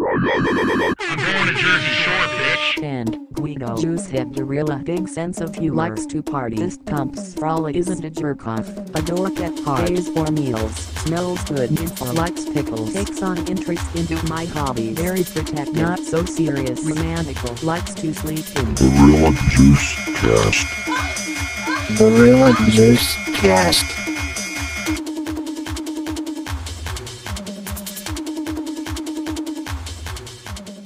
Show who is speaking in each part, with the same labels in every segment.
Speaker 1: I'm going to Jersey Shore, bitch.
Speaker 2: And Guido Juice had a really big sense of humor. Likes to party. This pumps frolic isn't a jerk off. A dork at parties or meals. Smells good. Info likes pickles. Takes on interest into my hobby. Very protective. Not so serious. Romantical. Likes to sleep in.
Speaker 3: Gorilla Juice Cast.
Speaker 4: Gorilla Juice Cast.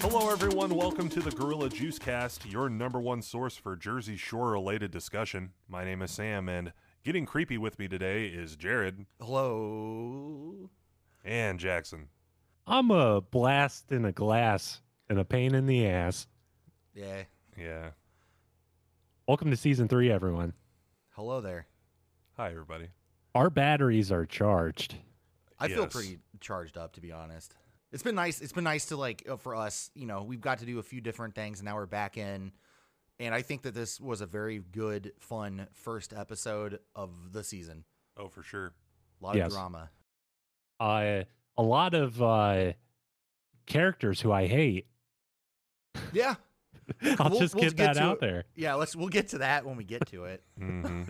Speaker 5: Hello, everyone. Welcome to the Gorilla Juice Cast, your number one source for Jersey Shore related discussion. My name is Sam, and getting creepy with me today is Jared
Speaker 6: Hello.
Speaker 5: and Jackson.
Speaker 7: I'm a blast in a glass and a pain in the ass.
Speaker 6: Yeah.
Speaker 5: Yeah.
Speaker 7: Welcome to season three, everyone.
Speaker 6: Hello there.
Speaker 5: Hi, everybody.
Speaker 7: Our batteries are charged.
Speaker 6: I feel
Speaker 5: Yes.
Speaker 6: pretty charged up to be honest. It's been nice. It's been nice to like uh, for us, you know, we've got to do a few different things and now we're back in. And I think that this was a very good, fun first episode of the season.
Speaker 5: Oh, for sure.
Speaker 6: A lot of
Speaker 7: Yes.
Speaker 6: drama.
Speaker 7: Uh, a lot of uh, characters who I hate.
Speaker 6: Yeah.
Speaker 7: I'll
Speaker 6: We'll-
Speaker 7: just
Speaker 6: we'll
Speaker 7: get
Speaker 6: get
Speaker 7: that
Speaker 6: to
Speaker 7: out
Speaker 6: it.
Speaker 7: there.
Speaker 6: Yeah, let's we'll get to that when we get to it.
Speaker 5: hmm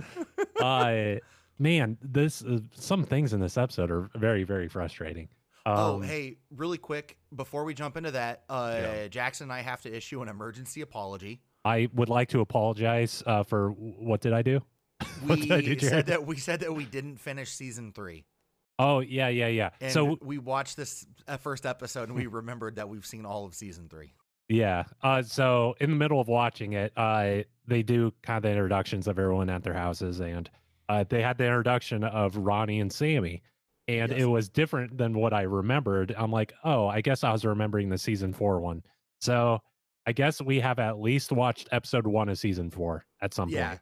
Speaker 7: Uh, man, this uh, some things in this episode are very, very frustrating. Um,
Speaker 6: oh, hey, really quick before we jump into that, uh
Speaker 5: Yeah.
Speaker 6: Jackson and I have to issue an emergency apology.
Speaker 7: I would like to apologize uh, for what did I do? What
Speaker 6: We
Speaker 7: did I do,
Speaker 6: said
Speaker 7: Jared?
Speaker 6: that we said that we didn't finish season 3.
Speaker 7: Oh, yeah, yeah, yeah.
Speaker 6: And
Speaker 7: so
Speaker 6: we watched this uh, first episode and we remembered that we've seen all of season three.
Speaker 7: Yeah. Uh, so in the middle of watching it, uh, they do kind of the introductions of everyone at their houses, and uh, they had the introduction of Ronnie and Sammy, and
Speaker 6: Yes.
Speaker 7: it was different than what I remembered. I'm like, oh, I guess I was remembering the season four one. So I guess we have at least watched episode one of season four at some
Speaker 6: Yeah.
Speaker 7: point.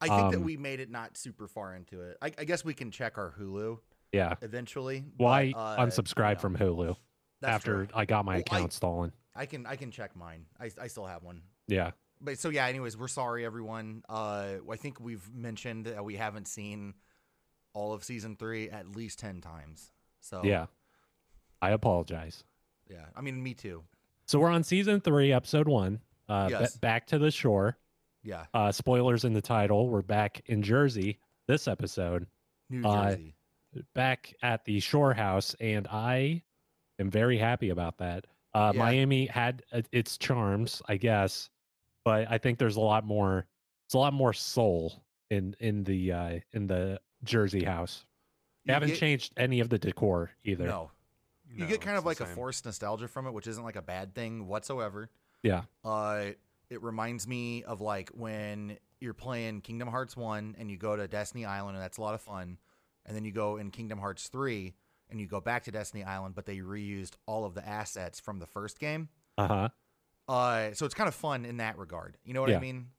Speaker 6: I think that
Speaker 7: Um,
Speaker 6: we made it not super far into it. I, I guess we can check our Hulu
Speaker 7: Yeah.
Speaker 6: eventually. but,
Speaker 7: Why
Speaker 6: uh,
Speaker 7: unsubscribe
Speaker 6: no,
Speaker 7: from Hulu
Speaker 6: that's
Speaker 7: after
Speaker 6: true.
Speaker 7: I got my
Speaker 6: Well, I-
Speaker 7: account stolen?
Speaker 6: I can I can check mine. I, I still have one.
Speaker 7: Yeah.
Speaker 6: But so yeah, anyways, we're sorry everyone. Uh, I think we've mentioned that we haven't seen all of season three at least ten times. So
Speaker 7: Yeah. I apologize.
Speaker 6: yeah. I mean, me too.
Speaker 7: So we're on season three, episode one. Uh, ba-
Speaker 6: Yes.
Speaker 7: back to the shore.
Speaker 6: Yeah,
Speaker 7: uh, spoilers in the title. We're back in Jersey this episode,
Speaker 6: New
Speaker 7: Uh,
Speaker 6: Jersey.
Speaker 7: back at the Shore House, and I am very happy about that. Uh,
Speaker 6: Yeah.
Speaker 7: Miami had uh, its charms, I guess, but I think there's a lot more. It's a lot more soul in in the uh, in the Jersey house. They
Speaker 6: You
Speaker 7: haven't
Speaker 6: get-
Speaker 7: changed any of the decor either.
Speaker 6: No, you
Speaker 5: No,
Speaker 6: get kind
Speaker 5: it's
Speaker 6: of
Speaker 5: the
Speaker 6: like a
Speaker 5: same.
Speaker 6: forced nostalgia from it, which isn't like a bad thing whatsoever.
Speaker 7: Yeah.
Speaker 6: Uh, it reminds me of like when you're playing Kingdom Hearts one and you go to Destiny Island and that's a lot of fun, and then you go in Kingdom Hearts three and you go back to Destiny Island, but they reused all of the assets from the first game.
Speaker 7: Uh huh.
Speaker 6: Uh, so it's kind of fun in that regard. You know what I
Speaker 7: Yeah.
Speaker 6: mean?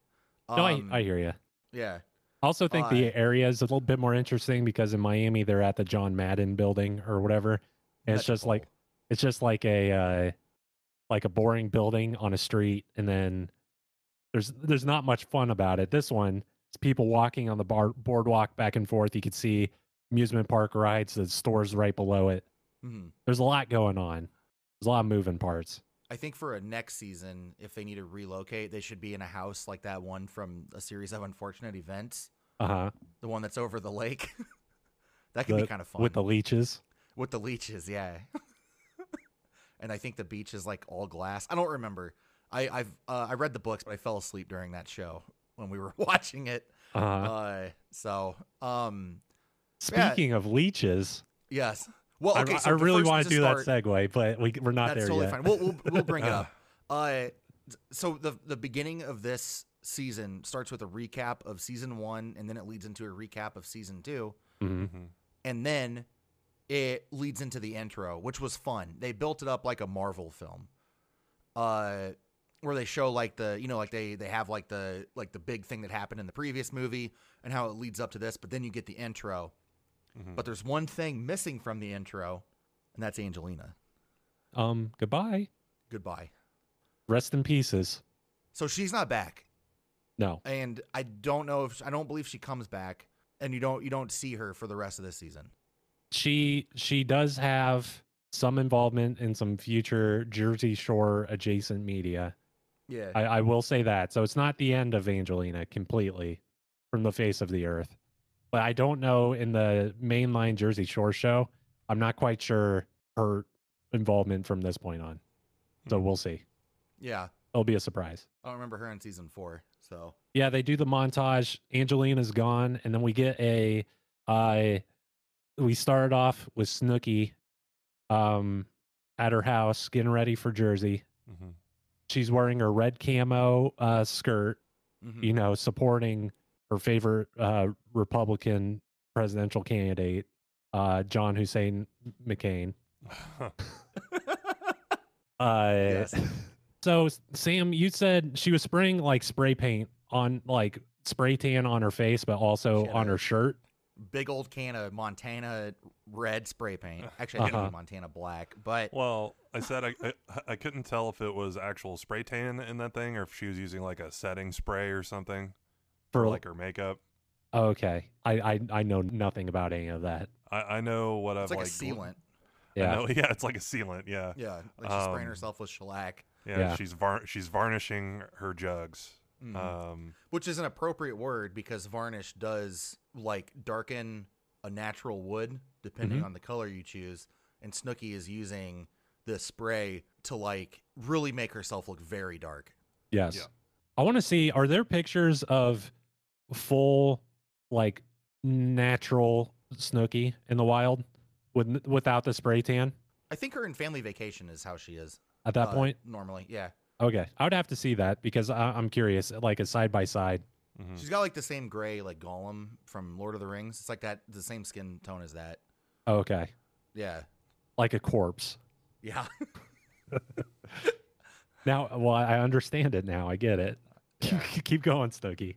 Speaker 7: No,
Speaker 6: Um,
Speaker 7: I, I hear you.
Speaker 6: Yeah.
Speaker 7: Also, think
Speaker 6: uh,
Speaker 7: the area is a little bit more interesting because in Miami they're at the John Madden building or whatever. And it's just like
Speaker 6: Metropole.
Speaker 7: it's just like a uh, like a boring building on a street and then there's there's not much fun about it this one it's people walking on the bar- boardwalk back and forth you could see amusement park rides the stores right below it
Speaker 6: Mhm.
Speaker 7: there's a lot going on there's a lot of moving parts
Speaker 6: I think for a next season, if they need to relocate, they should be in a house like that one from a series of unfortunate events,
Speaker 7: uh-huh
Speaker 6: the one that's over the lake. that could be
Speaker 7: The-
Speaker 6: kind of fun
Speaker 7: with the leeches
Speaker 6: with the leeches, yeah. and I think the beach is like all glass. I don't remember. I I've uh, I read the books, but I fell asleep during that show when we were watching it.
Speaker 7: uh-huh
Speaker 6: Uh, so um, yeah.
Speaker 7: speaking of leeches
Speaker 6: yes. Well,
Speaker 7: I-
Speaker 6: okay.
Speaker 7: I,
Speaker 6: so
Speaker 7: I really
Speaker 6: first
Speaker 7: want to do
Speaker 6: start,
Speaker 7: that segue but we, we're not
Speaker 6: That's
Speaker 7: there
Speaker 6: totally
Speaker 7: yet
Speaker 6: fine. We'll, we'll we'll bring it
Speaker 7: Uh.
Speaker 6: up. Uh, so the the beginning of this season starts with a recap of season one, and then it leads into a recap of season two,
Speaker 7: Mhm.
Speaker 5: Mhm.
Speaker 6: and then it leads into the intro, which was fun. They built it up like a Marvel film, uh, where they show like the you know like they they have like the like the big thing that happened in the previous movie and how it leads up to this, but then you get the intro.
Speaker 7: Hmm.
Speaker 5: Mhm.
Speaker 6: But there's one thing missing from the intro, and that's Angelina.
Speaker 7: um goodbye
Speaker 6: Goodbye.
Speaker 7: rest in pieces
Speaker 6: So she's not back.
Speaker 7: no
Speaker 6: and I don't know if I don't believe she comes back, and you don't you don't see her for the rest of this season.
Speaker 7: she she does have some involvement in some future Jersey Shore adjacent media.
Speaker 6: Yeah.
Speaker 7: I, I will say that. So it's not the end of Angelina completely from the face of the earth. But I don't know in the mainline Jersey Shore show, I'm not quite sure her involvement from this point on.
Speaker 6: Hmm.
Speaker 7: So we'll see.
Speaker 6: yeah.
Speaker 7: It'll be a surprise.
Speaker 6: I don't remember her in season four. So
Speaker 7: Yeah, they do the montage. Angelina's gone, and then we get a. Uh, we start off with Snooky, um, at her house getting ready for Jersey.
Speaker 5: Mhm.
Speaker 7: She's wearing her red camo uh, skirt,
Speaker 6: mhm.
Speaker 7: you know, supporting her favorite uh, Republican presidential candidate, uh, John Hussein McCain. Uh,
Speaker 6: Yes.
Speaker 7: So S- Sam, you said she was spraying like spray paint on like spray tan on her face, but also
Speaker 6: Shit,
Speaker 7: on
Speaker 6: I-
Speaker 7: her shirt.
Speaker 6: big old can of Montana red spray paint. Actually, I think it
Speaker 7: Uh-huh.
Speaker 6: was Montana black, but
Speaker 5: well, I said I, I I couldn't tell if it was actual spray tan in that thing or if she was using like a setting spray or something for
Speaker 7: For
Speaker 5: like her makeup.
Speaker 7: Oh, okay, I, I I know nothing about any of that.
Speaker 5: I, I know what
Speaker 6: it's
Speaker 5: I've
Speaker 6: like a
Speaker 5: gl-
Speaker 6: sealant.
Speaker 5: I
Speaker 7: Yeah,
Speaker 5: know- yeah, it's like a sealant. Yeah,
Speaker 6: Yeah, like she's
Speaker 5: Um,
Speaker 6: spraying herself with shellac,
Speaker 5: yeah.
Speaker 7: Yeah.
Speaker 5: She's var- she's varnishing her jugs.
Speaker 6: Mhm.
Speaker 5: Um,
Speaker 6: which is an appropriate word because varnish does like darken a natural wood depending
Speaker 7: Mhm.
Speaker 6: on the color you choose. And Snooky is using this spray to like really make herself look very dark.
Speaker 7: yes. I want to see. Are there pictures of full like natural Snooky in the wild with n- without the spray tan
Speaker 6: I think her in Family Vacation is how she is
Speaker 7: at that
Speaker 6: uh,
Speaker 7: point?
Speaker 6: Normally, yeah,
Speaker 7: Okay, I would have to see that because I, I'm curious. Like a side by side. Hmm.
Speaker 5: mhm.
Speaker 6: she's got like the same gray like Gollum from Lord of the Rings. It's like that the same skin tone as that.
Speaker 7: Okay,
Speaker 6: Yeah,
Speaker 7: like a corpse.
Speaker 6: yeah.
Speaker 7: Now, well, I understand it now. I get it.
Speaker 6: Yeah.
Speaker 7: Keep going, Stokey.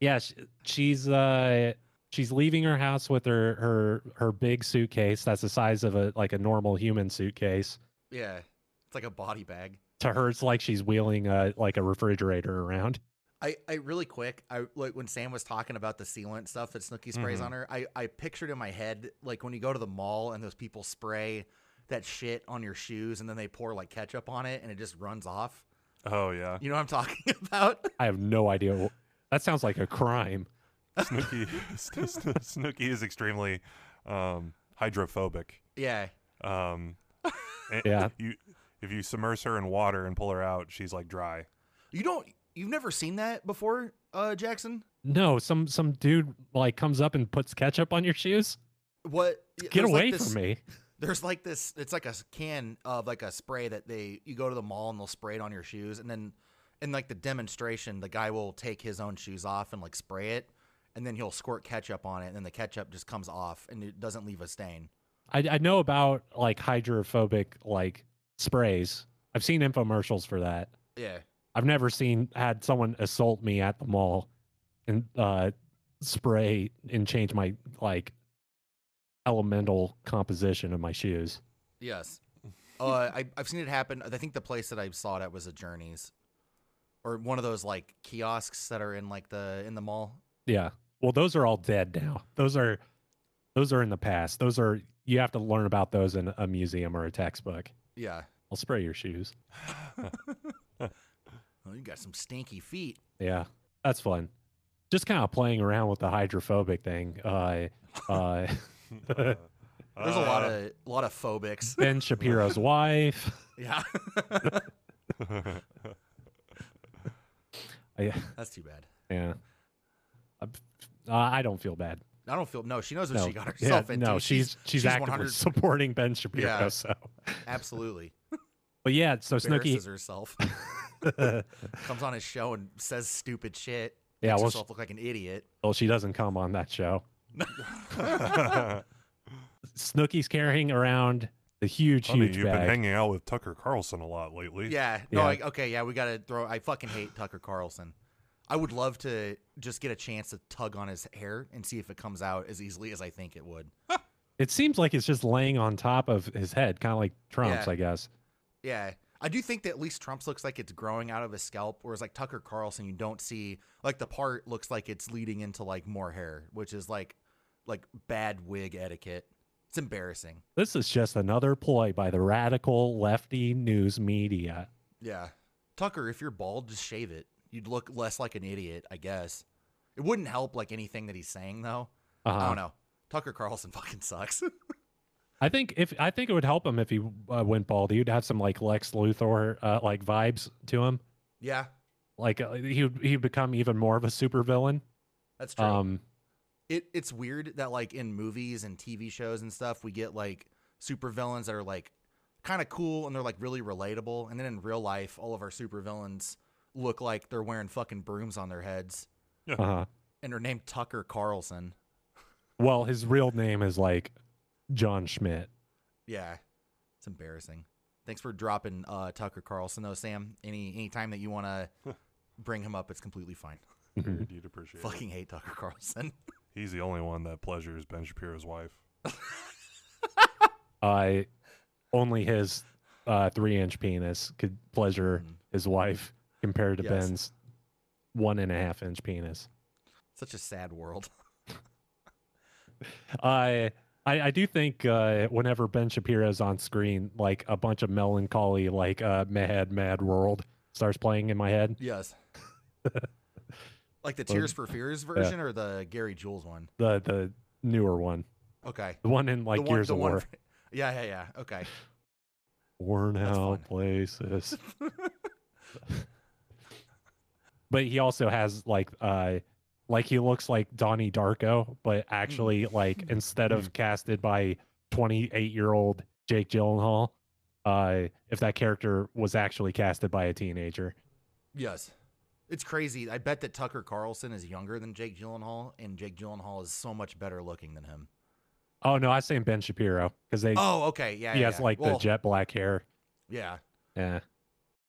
Speaker 7: yeah, sh she's uh she's leaving her house with her her her big suitcase that's the size of a like a normal human suitcase.
Speaker 6: Yeah. It's like a body bag.
Speaker 7: To her, it's like she's wheeling a like a refrigerator around.
Speaker 6: I, I really quick, I like when Sam was talking about the sealant stuff that Snooki sprays
Speaker 7: Mm-hmm.
Speaker 5: Mhm.
Speaker 6: on her, I, I pictured in my head like when you go to the mall and those people spray that shit on your shoes and then they pour like ketchup on it and it just runs off.
Speaker 5: Oh yeah,
Speaker 6: You know what I'm talking about?
Speaker 7: I have no idea. wh- That sounds like a crime.
Speaker 5: Snooky Sn- Sn- Snooky is extremely um, hydrophobic.
Speaker 6: yeah.
Speaker 5: Um, and
Speaker 7: Yeah.
Speaker 5: If you if you submerge her in water and pull her out, she's like dry.
Speaker 6: You don't you've never seen that before, uh Jackson?
Speaker 7: No, some some dude like comes up and puts ketchup on your shoes.
Speaker 6: What
Speaker 7: Get
Speaker 6: there's, like,
Speaker 7: away
Speaker 6: this-
Speaker 7: from me.
Speaker 6: There's like this it's like a s- can of like a spray that they you go to the mall and they'll spray it on your shoes and then in like the demonstration the guy will take his own shoes off and like spray it and then he'll squirt ketchup on it and then the ketchup just comes off and it doesn't leave a stain.
Speaker 7: I, I know about like hydrophobic like sprays. I've seen infomercials for that.
Speaker 6: Yeah.
Speaker 7: I've never seen had someone assault me at the mall and uh, spray and change my like elemental composition of my shoes.
Speaker 6: Yes. uh I I've seen it happen. I think the place that I saw it at was a Journeys or one of those like kiosks that are in like the in the mall.
Speaker 7: Yeah. Well, those are all dead now. Those are those are in the past. Those are you have to learn about those in a museum or a textbook.
Speaker 6: Yeah.
Speaker 7: I'll spray your shoes.
Speaker 5: Uh,
Speaker 6: Oh, you got some stinky feet.
Speaker 7: Yeah, that's fun. Just kind of playing around with the hydrophobic thing. Uh, uh,
Speaker 5: There's
Speaker 6: There's a lot of a lot of phobics.
Speaker 7: ben Shapiro's wife.
Speaker 6: Yeah.
Speaker 5: uh,
Speaker 7: I,
Speaker 6: That's too bad.
Speaker 7: yeah, I, uh, I don't feel bad.
Speaker 6: I don't feel no. She knows what
Speaker 7: No,
Speaker 6: she got
Speaker 7: yeah,
Speaker 6: herself into.
Speaker 7: no, she's she's, actively
Speaker 6: 100
Speaker 7: supporting Ben Shapiro.
Speaker 6: Yeah.
Speaker 7: So,
Speaker 6: absolutely
Speaker 7: but yeah, so Snooki.
Speaker 6: embarrasses herself.
Speaker 7: yeah,
Speaker 6: Comes on his show and says stupid shit. Makes
Speaker 7: well, she,
Speaker 6: herself look like an idiot.
Speaker 7: well, she doesn't come on that show. Snooki's carrying around the huge,
Speaker 5: Funny,
Speaker 7: huge
Speaker 5: you've been
Speaker 7: bag.
Speaker 5: hanging out with Tucker Carlson a lot lately.
Speaker 6: Yeah. No.
Speaker 7: Yeah.
Speaker 6: I, okay. Yeah. We gotta throw. I fucking hate Tucker Carlson. I would love to just get a chance to tug on his hair and see if it comes out as easily as I think it would.
Speaker 7: It seems like it's just laying on top of his head, kind of like Trump's,
Speaker 6: Yeah.
Speaker 7: I guess.
Speaker 6: Yeah. I do think that at least Trump's looks like it's growing out of his scalp, whereas like Tucker Carlson, you don't see like the part looks like it's leading into like more hair, which is like like bad wig etiquette. It's embarrassing.
Speaker 7: This is just another ploy by the radical lefty news media.
Speaker 6: Yeah. Tucker, if you're bald, just shave it. You'd look less like an idiot, I guess. It wouldn't help like anything that he's saying though.
Speaker 7: Uh-huh.
Speaker 6: I don't know. Tucker Carlson fucking sucks.
Speaker 7: I think if I think it would help him if he uh, went bald. He'd have some like Lex Luthor uh, like vibes to him.
Speaker 6: yeah,
Speaker 7: Like uh, he would he'd become even more of a supervillain.
Speaker 6: that's true.
Speaker 7: Um,
Speaker 6: it it's weird that like in movies and TV shows and stuff, we get like supervillains that are like kind of cool and they're like really relatable, and then in real life, all of our supervillains look like they're wearing fucking brooms on their heads
Speaker 7: uh-huh.
Speaker 6: and are named Tucker Carlson.
Speaker 7: Well, his real name is like John Schmidt.
Speaker 6: Yeah, it's embarrassing. Thanks for dropping uh, Tucker Carlson though, Sam. Any any time that you want to bring him up, it's completely fine. Mm-hmm.
Speaker 5: Figured
Speaker 7: Mm-hmm.
Speaker 5: you'd appreciate it.
Speaker 6: Fucking hate Tucker Carlson.
Speaker 5: He's the only one that pleasures Ben Shapiro's wife.
Speaker 7: I only his uh, three inch penis could pleasure
Speaker 6: Mm.
Speaker 7: his wife compared to
Speaker 6: Yes.
Speaker 7: Ben's one and a half inch penis.
Speaker 6: Such a sad world.
Speaker 7: I I, I do think uh, whenever Ben Shapiro's on screen, like a bunch of melancholy, like uh, mad, mad world starts playing in my head.
Speaker 6: Yes. like the
Speaker 7: Well,
Speaker 6: Tears for Fears version or the Gary Jules one?
Speaker 7: The the newer one,
Speaker 6: Okay.
Speaker 7: the one in like
Speaker 6: the one,
Speaker 7: Gears
Speaker 6: the
Speaker 7: of
Speaker 6: one
Speaker 7: War,
Speaker 6: fr- Yeah, yeah, yeah. Okay.
Speaker 7: worn
Speaker 6: That's
Speaker 7: out
Speaker 6: fun.
Speaker 7: places. but he also has like uh, like he looks like Donnie Darko, but actually
Speaker 6: Mm.
Speaker 7: like instead of casted by twenty eight year old Jake Gyllenhaal, uh, if that character was actually casted by a teenager.
Speaker 6: yes. It's crazy. I bet that Tucker Carlson is younger than Jake Gyllenhaal, and Jake Gyllenhaal is so much better looking than him.
Speaker 7: Oh no, I was saying Ben Shapiro because they
Speaker 6: Oh, okay. Yeah.
Speaker 7: he
Speaker 6: yeah,
Speaker 7: has
Speaker 6: yeah.
Speaker 7: like
Speaker 6: Well,
Speaker 7: the jet black hair.
Speaker 6: Yeah.
Speaker 7: Yeah.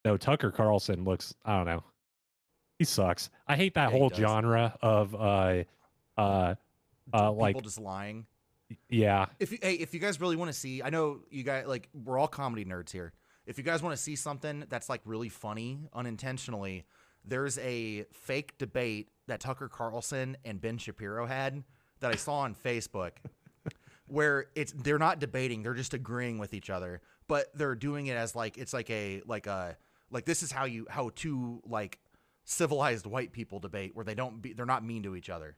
Speaker 7: No, Tucker Carlson looks. I don't know. He sucks. I hate that
Speaker 6: Yeah, he
Speaker 7: whole
Speaker 6: does.
Speaker 7: genre of uh, uh, uh, like
Speaker 6: People just lying.
Speaker 7: yeah,
Speaker 6: If you, hey, if you guys really want to see, I know you guys like we're all comedy nerds here. If you guys want to see something that's like really funny unintentionally, there's a fake debate that Tucker Carlson and Ben Shapiro had that I saw on Facebook where it's they're not debating, they're just agreeing with each other, but they're doing it as like it's like a like a like this is how you how two like civilized white people debate where they don't be they're not mean to each other.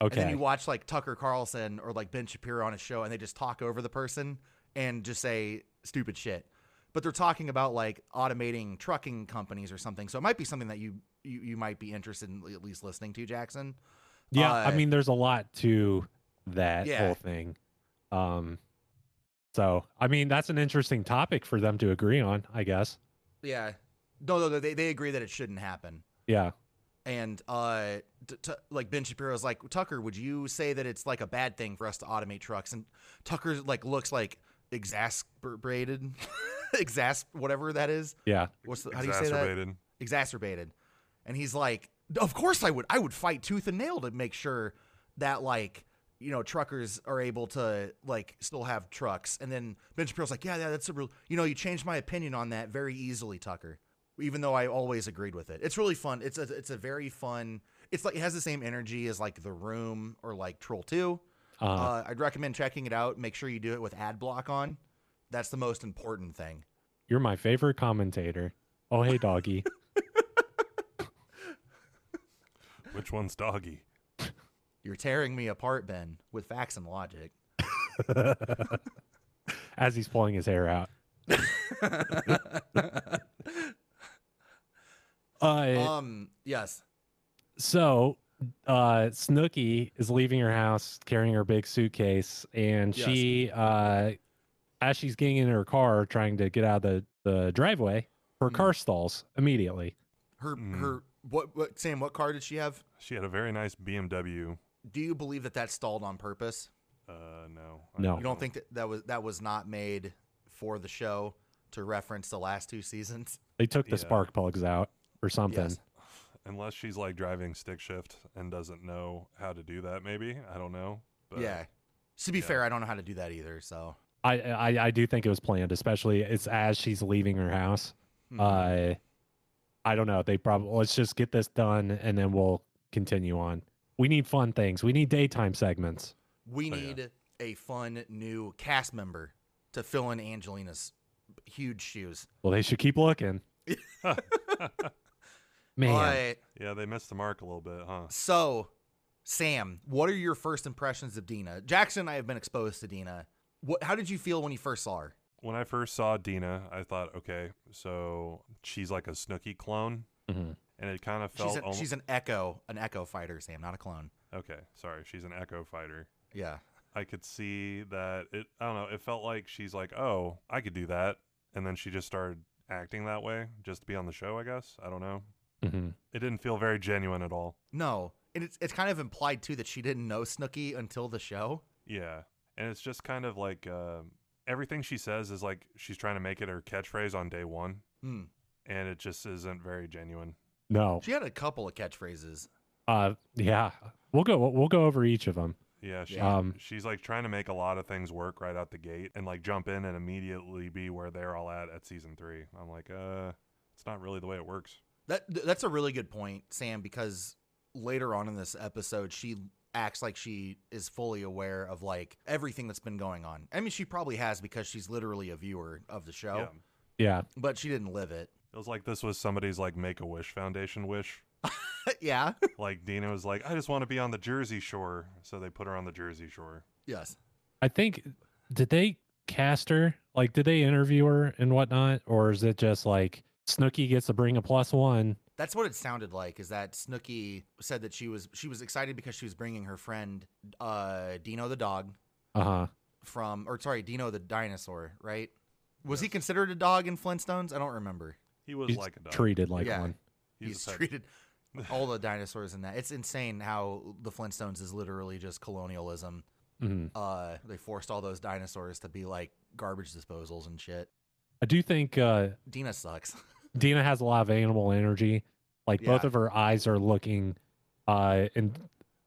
Speaker 6: And then
Speaker 7: okay.
Speaker 6: you watch like Tucker Carlson or like Ben Shapiro on a show and they just talk over the person and just say stupid shit. But they're talking about like automating trucking companies or something. So it might be something that you you, you might be interested in at least listening to, Jackson.
Speaker 7: yeah,
Speaker 6: uh,
Speaker 7: I mean, there's a lot to that
Speaker 6: Yeah.
Speaker 7: whole thing. Um, so I mean, that's an interesting topic for them to agree on, I guess.
Speaker 6: Yeah. No, no, they, they agree that it shouldn't happen.
Speaker 7: Yeah.
Speaker 6: And uh, t- t- like Ben Shapiro's like Tucker, would you say that it's like a bad thing for us to automate trucks? And Tucker like looks like exasperated, exas whatever that is.
Speaker 7: Yeah.
Speaker 6: What's the, how do you say that?
Speaker 5: Exacerbated.
Speaker 6: exacerbated. And he's like, "Of course I would. I would fight tooth and nail to make sure that like, you know, truckers are able to like still have trucks." And then Ben Shapiro's like, "Yeah, yeah, that's a real. You know, you changed my opinion on that very easily, Tucker. Even though I always agreed with it. It's really fun. It's a it's a very fun. It's like it has the same energy as like The Room or like Troll 2.
Speaker 7: Uh,
Speaker 6: Uh, I'd recommend checking it out. Make sure you do it with ad block on. That's the most important thing.
Speaker 7: you're my favorite commentator. Oh hey, doggy.
Speaker 5: Which one's doggy?
Speaker 6: You're tearing me apart, Ben, with facts and logic.
Speaker 7: As he's pulling his hair out. Uh,
Speaker 6: um. Yes.
Speaker 7: so uh snooky is leaving her house carrying her big suitcase and
Speaker 6: Yes.
Speaker 7: she uh as she's getting in her car trying to get out of the, the driveway her
Speaker 6: Mm.
Speaker 7: car stalls immediately
Speaker 6: Her.
Speaker 7: Hmm.
Speaker 5: Mm.
Speaker 6: Her. What? What? Sam. What car did she have?
Speaker 5: She had a very nice BMW.
Speaker 6: Do you believe that that stalled on purpose?
Speaker 5: Uh, no.
Speaker 7: No.
Speaker 6: You don't think that that was that was not made for the show to reference the last two seasons?
Speaker 7: they took the
Speaker 5: Yeah.
Speaker 7: spark plugs out or something
Speaker 6: Yes.
Speaker 5: Unless she's like driving stick shift and doesn't know how to do that, maybe. I don't know. But
Speaker 6: yeah. To be
Speaker 5: yeah.
Speaker 6: fair, I don't know how to do that either. So.
Speaker 7: I, I i do think it was planned especially it's as she's leaving her house
Speaker 6: hmm.
Speaker 7: uh i don't know they probably let's just get this done and then we'll continue on we need fun things we need daytime segments
Speaker 6: we
Speaker 5: oh, yeah.
Speaker 6: need a fun new cast member to fill in Angelina's huge shoes.
Speaker 7: Well, they should keep looking. Man,
Speaker 6: But
Speaker 5: Yeah, they missed the mark a little bit, huh?
Speaker 6: so, Sam, what are your first impressions of Dina? Jackson and I have been exposed to Dina. What, how did you feel when you first saw her?
Speaker 5: When I first saw Dina, I thought, okay, so she's like a Snooky clone,
Speaker 7: Mhm.
Speaker 5: and it kind of felt
Speaker 6: She's, a,
Speaker 5: almo-
Speaker 6: she's an echo, an echo fighter, Sam, not a clone.
Speaker 5: okay. Sorry, she's an Echo fighter.
Speaker 6: Yeah.
Speaker 5: I could see that it. I don't know. It felt like she's like, oh, I could do that, and then she just started acting that way just to be on the show. I guess I don't know.
Speaker 7: Mhm.
Speaker 5: It didn't feel very genuine at all.
Speaker 6: No. And it's, it's kind of implied, too, that she didn't know Snooky until the show.
Speaker 5: Yeah, and it's just kind of like um everything she says is like she's trying to make it her catchphrase on day one,
Speaker 6: Hmm.
Speaker 5: and it just isn't very genuine.
Speaker 7: no,
Speaker 6: She had a couple of catchphrases.
Speaker 7: uh, yeah, we'll go. We'll go over each of them.
Speaker 5: Yeah, she,
Speaker 7: Yeah. Um,
Speaker 5: she's like trying to make a lot of things work right out the gate and like jump in and immediately be where they're all at at season three. I'm like, uh, it's not really the way it works.
Speaker 6: That th- That's a really good point, Sam, because later on in this episode, she acts like she is fully aware of like everything that's been going on. I mean, she probably has because she's literally a viewer of the show,
Speaker 5: Yeah.
Speaker 7: Yeah,
Speaker 6: but she didn't live it.
Speaker 5: It was like this was somebody's like Make a Wish Foundation wish.
Speaker 6: yeah.
Speaker 5: like Dina was like, I just want to be on the Jersey Shore, so they put her on the Jersey Shore.
Speaker 6: Yes.
Speaker 7: I think did they cast her? Like, did they interview her and whatnot, or is it just like Snooky gets to bring a plus one?
Speaker 6: That's what it sounded like. Is that Snooky said that she was she was excited because she was bringing her friend uh, Dino the dog
Speaker 7: Uh huh.
Speaker 6: from or sorry Dino the dinosaur, right? Was he considered a dog in Flintstones? I don't remember.
Speaker 5: He was
Speaker 7: He's
Speaker 5: like a dog.
Speaker 7: treated like
Speaker 6: Yeah.
Speaker 7: one.
Speaker 6: He's,
Speaker 5: a pet.
Speaker 6: treated all the dinosaurs in that. It's insane how the Flintstones is literally just colonialism.
Speaker 7: Mhm.
Speaker 6: Uh, they forced all those dinosaurs to be like garbage disposals and shit.
Speaker 7: I do think uh,
Speaker 6: Dina sucks.
Speaker 7: Dina has a lot of animal energy. Like both
Speaker 6: Yeah.
Speaker 7: of her eyes are looking uh, in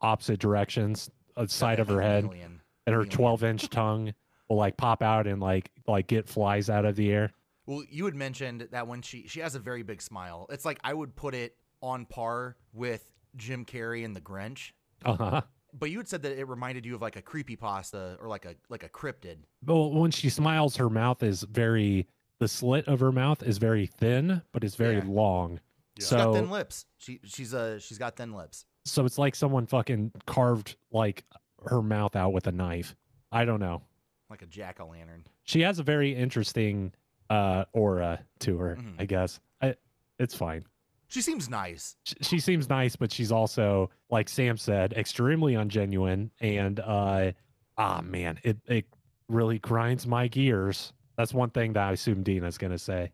Speaker 7: opposite directions, uh, side of her head,
Speaker 6: Alien.
Speaker 7: and her
Speaker 6: alien.
Speaker 7: twelve inch tongue will like pop out and like like get flies out of the air.
Speaker 6: Well, you had mentioned that when she she has a very big smile. It's like I would put it on par with Jim Carrey and The Grinch.
Speaker 7: Uh huh.
Speaker 6: But you had said that it reminded you of like a creepy pasta or like a like a cryptid.
Speaker 7: But when she smiles, her mouth is very the slit of her mouth is very thin, but it's very
Speaker 6: Yeah.
Speaker 7: long.
Speaker 5: Yeah.
Speaker 6: She's got thin
Speaker 7: So
Speaker 6: lips. She she's uh she's got thin lips.
Speaker 7: so it's like someone fucking carved like her mouth out with a knife. I don't know.
Speaker 6: Like a jack o' lantern.
Speaker 7: she has a very interesting uh aura to her
Speaker 6: Mhm.
Speaker 7: i guess I, it's fine
Speaker 6: She seems nice.
Speaker 7: she, she seems nice but she's also like sam said extremely ungenuine and uh ah man it, it really grinds my gears that's one thing that i assume dina's gonna say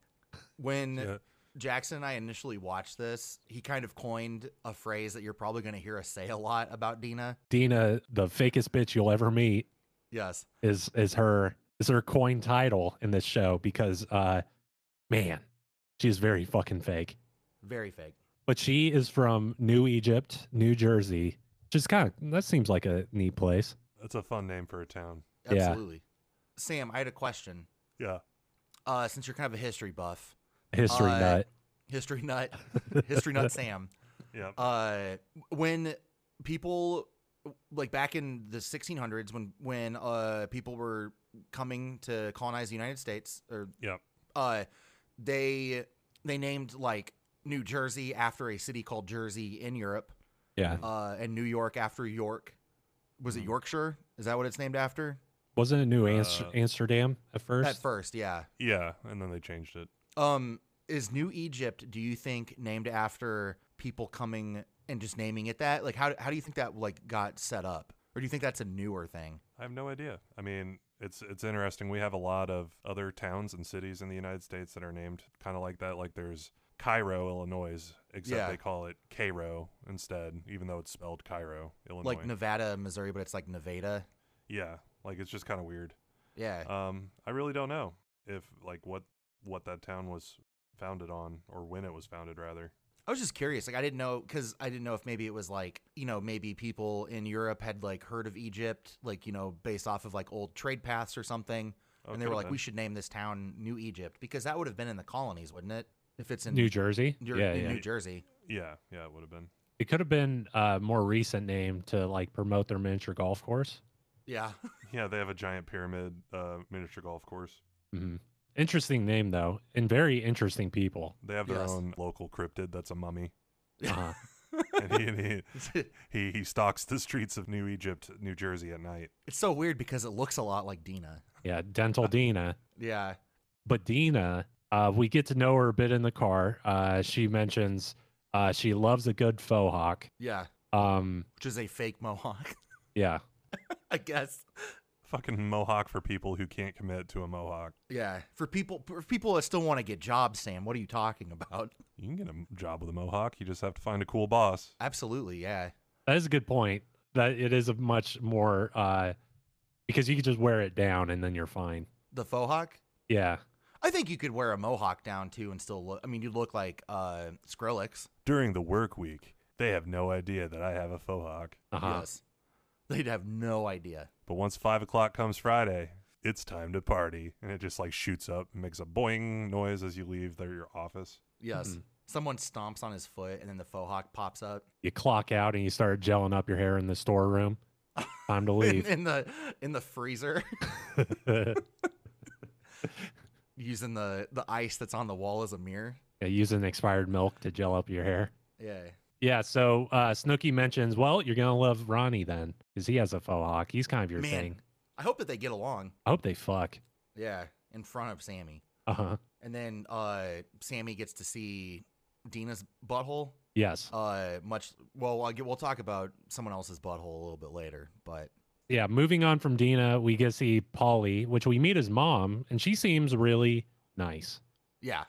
Speaker 6: When
Speaker 5: Yeah.
Speaker 6: Jackson and I initially watched this, he kind of coined a phrase that you're probably going to hear us say a lot about Dina.
Speaker 7: dina the fakest bitch you'll ever meet
Speaker 6: Yes.
Speaker 7: is is her is her coin title in this show because uh man she is very fucking fake
Speaker 6: Very fake.
Speaker 7: but she is from New Egypt, New Jersey, which is kind of that seems like a neat place.
Speaker 5: That's a fun name for a town.
Speaker 7: Yeah.
Speaker 6: Absolutely. Sam, I had a question.
Speaker 5: Yeah.
Speaker 6: Uh, since you're kind of a history buff,
Speaker 7: History
Speaker 6: Uh,
Speaker 7: nut.
Speaker 6: history nut, history nut Sam.
Speaker 5: Yeah.
Speaker 6: Uh, when people like back in the 1600s, when when uh people were coming to colonize the United States, or
Speaker 5: Yep.
Speaker 6: uh, they they named like New Jersey after a city called Jersey in Europe.
Speaker 7: Yeah,
Speaker 6: uh, and New York after York. Was it Yorkshire? Is that what it's named after?
Speaker 7: wasn't it New Ans-
Speaker 5: uh,
Speaker 7: Amsterdam at first?
Speaker 6: At first, yeah.
Speaker 5: Yeah. And then they changed it.
Speaker 6: Um, is New Egypt? Do you think named after people coming and just naming it that? Like, how how do you think that like got set up, or do you think that's a newer thing?
Speaker 5: I have no idea. I mean, it's it's interesting. We have a lot of other towns and cities in the United States that are named kind of like that. Like there's Cairo, Illinois, except
Speaker 6: Yeah.
Speaker 5: they call it Cairo instead, even though it's spelled Cairo, Illinois.
Speaker 6: Like Nevada, Missouri, but it's like Nevada.
Speaker 5: yeah, like it's just kind of weird.
Speaker 6: Yeah,
Speaker 7: Uh,
Speaker 5: Um, I really don't know if like what what that town was founded on or when it was founded rather.
Speaker 6: I was just curious. Like, I didn't know because I didn't know if maybe it was like you know maybe people in Europe had like heard of Egypt, like you know based off of like old trade paths or something.
Speaker 5: Oh,
Speaker 6: and they
Speaker 5: could
Speaker 6: were
Speaker 5: have
Speaker 6: like,
Speaker 5: been.
Speaker 6: we should name this town New Egypt because that would have been in the colonies, wouldn't it? If it's in
Speaker 7: New Jersey.
Speaker 6: Jer-
Speaker 7: yeah,
Speaker 6: in
Speaker 7: yeah.
Speaker 6: New Jersey.
Speaker 5: yeah, yeah, it would have been.
Speaker 7: uh, It could have been a more recent name to like promote their miniature golf course.
Speaker 6: Yeah.
Speaker 5: Yeah, they have a giant pyramid uh, miniature golf course.
Speaker 7: hmm Interesting name though, and very interesting people.
Speaker 5: They have their
Speaker 6: Yes.
Speaker 5: own local cryptid that's a mummy,
Speaker 7: Uh-huh.
Speaker 5: and he, and he he he stalks the streets of New Egypt, New Jersey at night.
Speaker 6: it's so weird because it looks a lot like Dina.
Speaker 7: yeah,
Speaker 6: Uh,
Speaker 7: Dental Dina.
Speaker 6: Yeah.
Speaker 7: But Dina, uh, we get to know her a bit in the car. Uh, she mentions uh, she loves a good faux hawk.
Speaker 6: Yeah.
Speaker 7: Um,
Speaker 6: Which is a fake mohawk,
Speaker 7: yeah,
Speaker 6: I guess.
Speaker 5: Fucking mohawk for people who can't commit to a mohawk.
Speaker 6: Yeah. For people for people that still want to get jobs, Sam, what are you talking about?
Speaker 5: You can get a job with a mohawk. You just have to find a cool boss.
Speaker 6: Absolutely, yeah.
Speaker 7: that is a good point. That it is a much more uh, because you could just wear it down and then you're fine.
Speaker 6: The faux hawk?
Speaker 7: Yeah,
Speaker 6: I think you could wear a mohawk down too and still look I mean you'd look like uh Skrillex.
Speaker 5: During the work week, they have no idea that I have a faux hawk.
Speaker 7: uh-huh.
Speaker 6: Yes. They'd have no idea.
Speaker 5: But once five o'clock comes Friday, it's time to party, and it just like shoots up, and makes a boing noise as you leave their your office.
Speaker 6: Yes.
Speaker 7: Mhm.
Speaker 6: Someone stomps on his foot and then the faux hawk pops up.
Speaker 7: you clock out and you start gelling up your hair in the storeroom. Time to
Speaker 6: in,
Speaker 7: leave.
Speaker 6: in the in the freezer
Speaker 7: yeah,
Speaker 6: using the the ice that's on the wall as a mirror.
Speaker 7: using expired milk to gel up your hair.
Speaker 6: Yeah.
Speaker 7: Yeah, so uh, Snooky mentions, well, you're gonna love Ronnie then, because he has a faux hawk. He's kind of your
Speaker 6: Man.
Speaker 7: thing.
Speaker 6: I hope that they get along.
Speaker 7: I hope they fuck.
Speaker 6: Yeah, in front of Sammy.
Speaker 7: Uh huh.
Speaker 6: And then uh Sammy gets to see Dina's butthole.
Speaker 7: Yes.
Speaker 6: Uh much well I'll get, we'll talk about someone else's butthole a little bit later, but
Speaker 7: yeah. Moving on from Dina, we get to see Polly, which we meet his mom, and she seems really nice.
Speaker 6: yeah.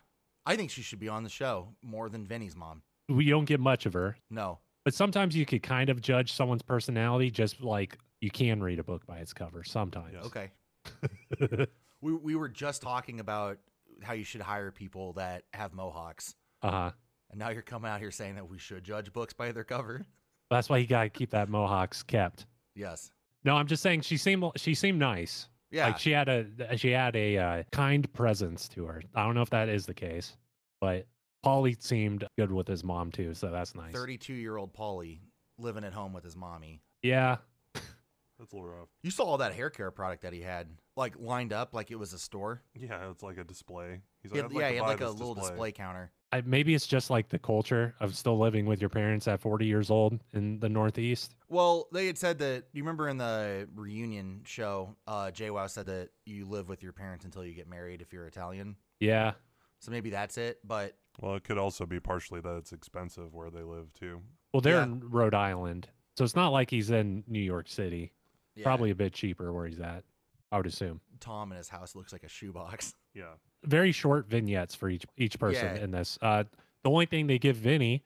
Speaker 6: I think she should be on the show more than Vinny's mom.
Speaker 7: We don't get much of her,
Speaker 6: No.
Speaker 7: but sometimes you could kind of judge someone's personality just like you can read a book by its cover. Sometimes.
Speaker 5: Yes.
Speaker 6: Okay. we we were just talking about how you should hire people that have mohawks.
Speaker 7: Uh huh.
Speaker 6: And now you're coming out here saying that we should judge books by their cover.
Speaker 7: That's why you gotta keep that mohawks kept.
Speaker 6: Yes.
Speaker 7: No, I'm just saying she seemed she seemed nice.
Speaker 6: Yeah.
Speaker 7: Like she had a she had a uh, kind presence to her. I don't know if that is the case, but Polly seemed good with his mom too, so that's nice.
Speaker 6: 32 year old Polly living at home with his mommy.
Speaker 7: Yeah,
Speaker 5: That's a little rough.
Speaker 6: You saw all that hair care product that he had, like lined up like it was a store.
Speaker 5: Yeah, it's like a display. He's
Speaker 6: He
Speaker 5: like,
Speaker 6: had-
Speaker 5: "I'd
Speaker 6: yeah,
Speaker 5: like
Speaker 6: he
Speaker 5: to
Speaker 6: had
Speaker 5: buy
Speaker 6: like a
Speaker 5: this
Speaker 6: little display counter.
Speaker 7: I, maybe it's just like the culture of still living with your parents at 40 years old in the Northeast.
Speaker 6: Well, they had said that you remember in the reunion show, uh, Jay Wow said that you live with your parents until you get married if you're Italian.
Speaker 7: Yeah,
Speaker 6: So maybe that's it. But
Speaker 5: Well, it could also be partially that it's expensive where they live too.
Speaker 7: well, they're
Speaker 6: Yeah.
Speaker 7: in Rhode Island, so it's not like he's in New York City.
Speaker 6: yeah,
Speaker 7: Probably a bit cheaper where he's at, I would assume.
Speaker 6: Tom in his house looks like a shoebox.
Speaker 5: Yeah.
Speaker 7: Very short vignettes for each each person
Speaker 6: Yeah.
Speaker 7: in this. Uh, the only thing they give Vinny,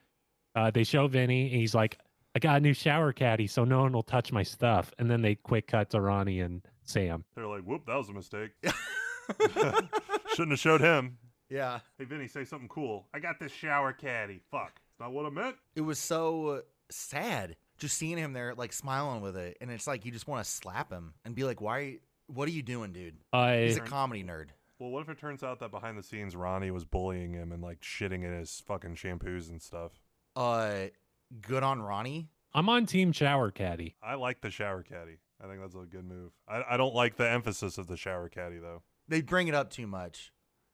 Speaker 7: uh, they show Vinny, and he's like, "I got a new shower caddy, so no one will touch my stuff." And then they quick cut to Ronnie and Sam.
Speaker 5: They're like, whoop, that was a mistake. Shouldn't have showed him.
Speaker 6: yeah.
Speaker 5: Hey, Vinny, say something cool. I got this shower caddy. Fuck. It's not what I meant.
Speaker 6: It was so sad just seeing him there, like smiling with it. And it's like you just want to slap him and be like, why? What are you doing, dude?
Speaker 7: I
Speaker 6: He's a comedy nerd.
Speaker 5: Well, what if it turns out that behind the scenes, Ronnie was bullying him and like shitting in his fucking shampoos and stuff?
Speaker 6: Uh, good on Ronnie.
Speaker 7: I'm on team shower caddy.
Speaker 5: I like the shower caddy. I think that's a good move. I, I don't like the emphasis of the shower caddy, though.
Speaker 6: They bring it up too much.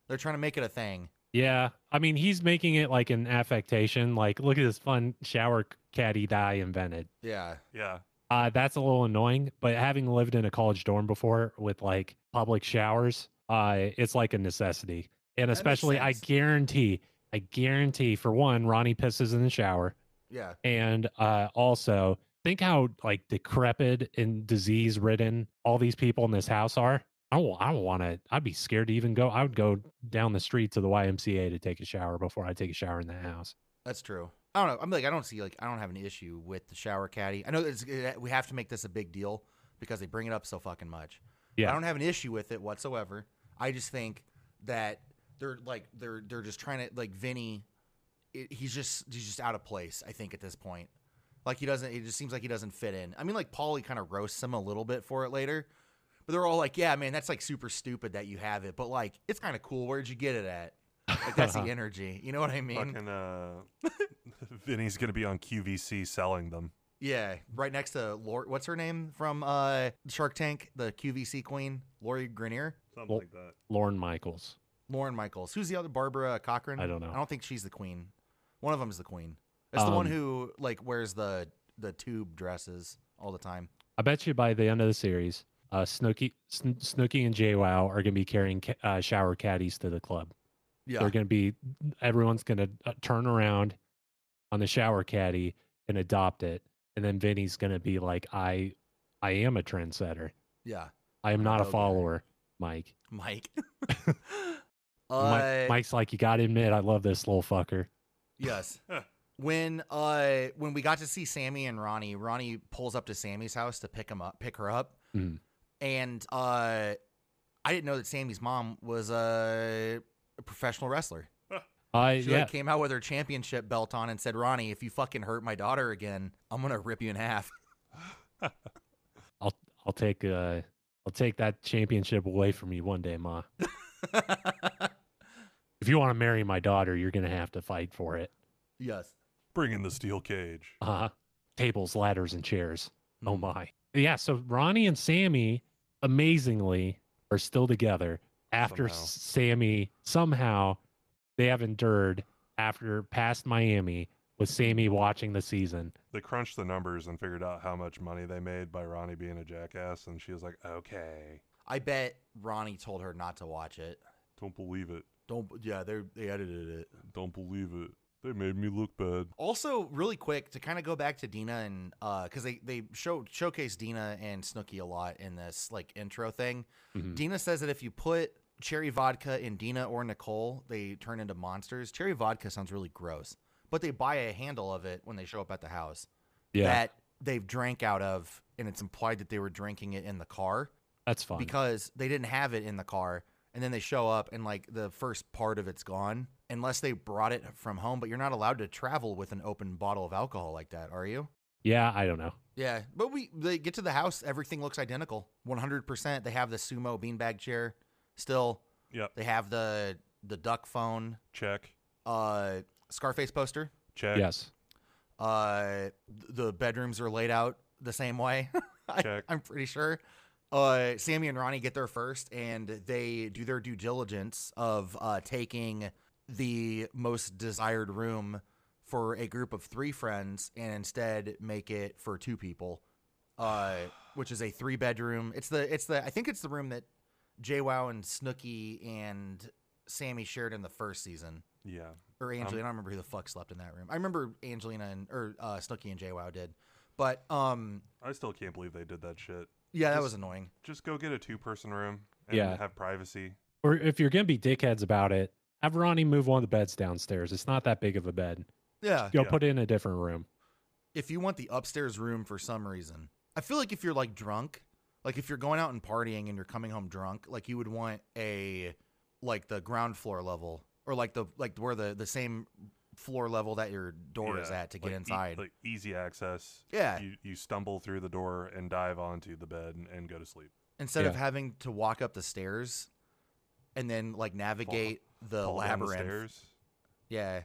Speaker 6: They're trying to make it a thing.
Speaker 7: Yeah, I mean, he's making it like an affectation. Like, look at this fun shower c- caddy that I invented.
Speaker 6: Yeah.
Speaker 5: Yeah.
Speaker 7: Uh, that's a little annoying, but having lived in a college dorm before with like public showers, uh, it's like a necessity. And
Speaker 6: makes
Speaker 7: especially, I
Speaker 6: sense.
Speaker 7: guarantee, I guarantee, for one, Ronnie pisses in the shower,
Speaker 6: Yeah.
Speaker 7: and uh, also think how like decrepit and disease ridden all these people in this house are. I don't, I don't want to. I'd be scared to even go. I would go down the street to the YMCA to take a shower before I take a shower in the house.
Speaker 6: That's true. I don't know. I'm like, I don't see like I don't have an issue with the shower caddy. I know that it's, eh, we have to make this a big deal because they bring it up so fucking much.
Speaker 7: Yeah.
Speaker 6: I don't have an issue with it whatsoever. I just think that they're like they're they're just trying to like Vinny. It, he's just he's just out of place. I think at this point, like he doesn't. It just seems like he doesn't fit in. I mean, like Paulie kind of roasts him a little bit for it later, but they're all like, "Yeah, man, that's like super stupid that you have it, but like it's kind of cool. Where'd you get it at? Like that's the energy. You know what I mean?
Speaker 5: Fucking uh, Vinny's gonna be on QVC selling them.
Speaker 6: Yeah, right next to Lori. What's her name from uh, Shark Tank? The QVC queen, Lori Grenier,
Speaker 5: Something
Speaker 7: Well-
Speaker 5: like that.
Speaker 7: Lauren Michaels.
Speaker 6: Lauren Michaels. Who's the other? Barbara Cochran.
Speaker 7: I don't know.
Speaker 6: I don't think she's the queen. One of them is the queen. It's the one
Speaker 7: Um,
Speaker 6: who like wears the the tube dresses all the time.
Speaker 7: I bet you by the end of the series, uh, Snooky, Sn- Snooky and JWoww are going to be carrying ca- uh, shower caddies to the club.
Speaker 6: Yeah,
Speaker 7: They're going to be everyone's going to uh, turn around on the shower caddy and adopt it, and then Vinny's going to be like, "I, I am a trendsetter.
Speaker 6: yeah.
Speaker 7: I am not a
Speaker 6: go-getter."
Speaker 7: follower." Mike.
Speaker 6: Mike.
Speaker 7: And
Speaker 6: Uh,
Speaker 7: Mike, Mike's like, "You got to admit, I love this little fucker."
Speaker 6: Yes. when uh when we got to see Sammy and Ronnie, Ronnie pulls up to Sammy's house to pick him up, pick her up,
Speaker 7: Mhm.
Speaker 6: and uh, I didn't know that Sammy's mom was a, a professional wrestler.
Speaker 7: I
Speaker 6: She
Speaker 7: Uh, yeah,
Speaker 6: like, came out with her championship belt on and said, "Ronnie, if you fucking hurt my daughter again, I'm gonna rip you in half."
Speaker 7: I'll I'll take uh I'll take that championship away from you one day, Ma. If you want to marry my daughter, you're gonna have to fight for it.
Speaker 6: yes.
Speaker 5: Bring in the steel cage.
Speaker 7: Uh tables, ladders, and chairs. Oh
Speaker 6: Mhm.
Speaker 7: my. Yeah, so Ronnie and Sammy amazingly are still together after
Speaker 5: Somehow.
Speaker 7: S- Sammy somehow they have endured after past Miami with Sammy watching the season.
Speaker 5: They crunched the numbers and figured out how much money they made by Ronnie being a jackass, and she was like, "Okay,
Speaker 6: I bet Ronnie told her not to watch it.
Speaker 5: don't believe it,
Speaker 6: Don't. Yeah, they they edited it.
Speaker 5: don't believe it. They made me look bad."
Speaker 6: Also, really quick to kind of go back to Dina and because they they show showcase Dina and Snooky a lot in this like intro thing.
Speaker 7: Mhm.
Speaker 6: Dina says that if you put cherry vodka in Dina or Nicole, they turn into monsters. Cherry vodka sounds really gross, but they buy a handle of it when they show up at the house
Speaker 7: Yeah,
Speaker 6: that they've drank out of, and it's implied that they were drinking it in the car
Speaker 7: that's fun.
Speaker 6: because they didn't have it in the car and then they show up and like the first part of it's gone unless they brought it from home but you're not allowed to travel with an open bottle of alcohol like that are you
Speaker 7: yeah, I don't know.
Speaker 6: yeah but we they get to the house everything looks identical 100% they have the sumo beanbag chair still
Speaker 5: Yep.
Speaker 6: they have the the duck phone
Speaker 5: Check,
Speaker 6: uh scarface poster
Speaker 5: check,
Speaker 7: Yes.
Speaker 6: uh th- the bedrooms are laid out the same way I-
Speaker 5: Check.
Speaker 6: i'm pretty sure uh sammy and ronnie get there first and they do their due diligence of uh taking the most desired room for a group of three friends and instead make it for two people uh which is a three bedroom it's the it's the i think it's the room that jwow and snooky and sammy shared in the first season
Speaker 5: yeah.
Speaker 6: or Angelina. I don't remember who the fuck slept in that room. I remember Angelina and or uh, Snooky and JWoww did, but um,
Speaker 5: I still can't believe they did that shit.
Speaker 6: yeah, that
Speaker 5: Just-
Speaker 6: was annoying.
Speaker 5: Just go get a two-person room and
Speaker 7: Yeah.
Speaker 5: have privacy.
Speaker 7: or if you're gonna be dickheads about it, have Ronnie move one of the beds downstairs. It's not that big of a bed.
Speaker 6: Yeah,
Speaker 7: Go
Speaker 5: Yeah.
Speaker 7: put it in a different room.
Speaker 6: if you want the upstairs room for some reason, I feel like if you're like drunk, like if you're going out and partying and you're coming home drunk, like you would want a like the ground floor level or like the like where the the same floor level that your door is
Speaker 5: Yeah,
Speaker 6: at to get
Speaker 5: like e-
Speaker 6: inside.
Speaker 5: like easy access.
Speaker 6: yeah,
Speaker 5: You you stumble through the door and dive onto the bed and, and go to sleep.
Speaker 6: instead of
Speaker 7: Yeah.
Speaker 6: having to walk up the stairs and then like navigate the
Speaker 5: Fall down
Speaker 6: labyrinth.
Speaker 5: stairs.
Speaker 6: Yeah.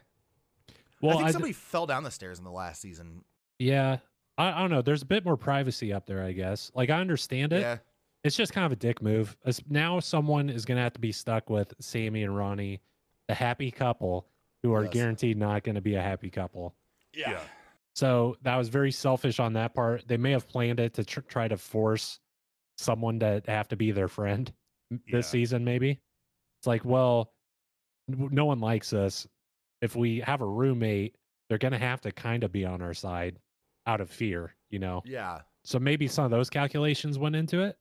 Speaker 7: Well,
Speaker 6: I think
Speaker 7: I d-
Speaker 6: somebody fell down the stairs in the last season.
Speaker 7: yeah, I, I don't know. There's a bit more privacy up there, I guess. Like I understand it.
Speaker 6: Yeah,
Speaker 7: It's just kind of a dick move. As- Now someone is gonna have to be stuck with Sammy and Ronnie, the happy couple, who are
Speaker 6: Yes.
Speaker 7: guaranteed not gonna be a happy couple.
Speaker 5: Yeah.
Speaker 7: So that was very selfish on that part. They may have planned it to tr- try to force someone to have to be their friend m- this
Speaker 5: Yeah.
Speaker 7: season, maybe. It's like, well, n- no one likes us. If we have a roommate, they're going to have to kind of be on our side out of fear, you know?
Speaker 6: yeah.
Speaker 7: So maybe some of those calculations went into it.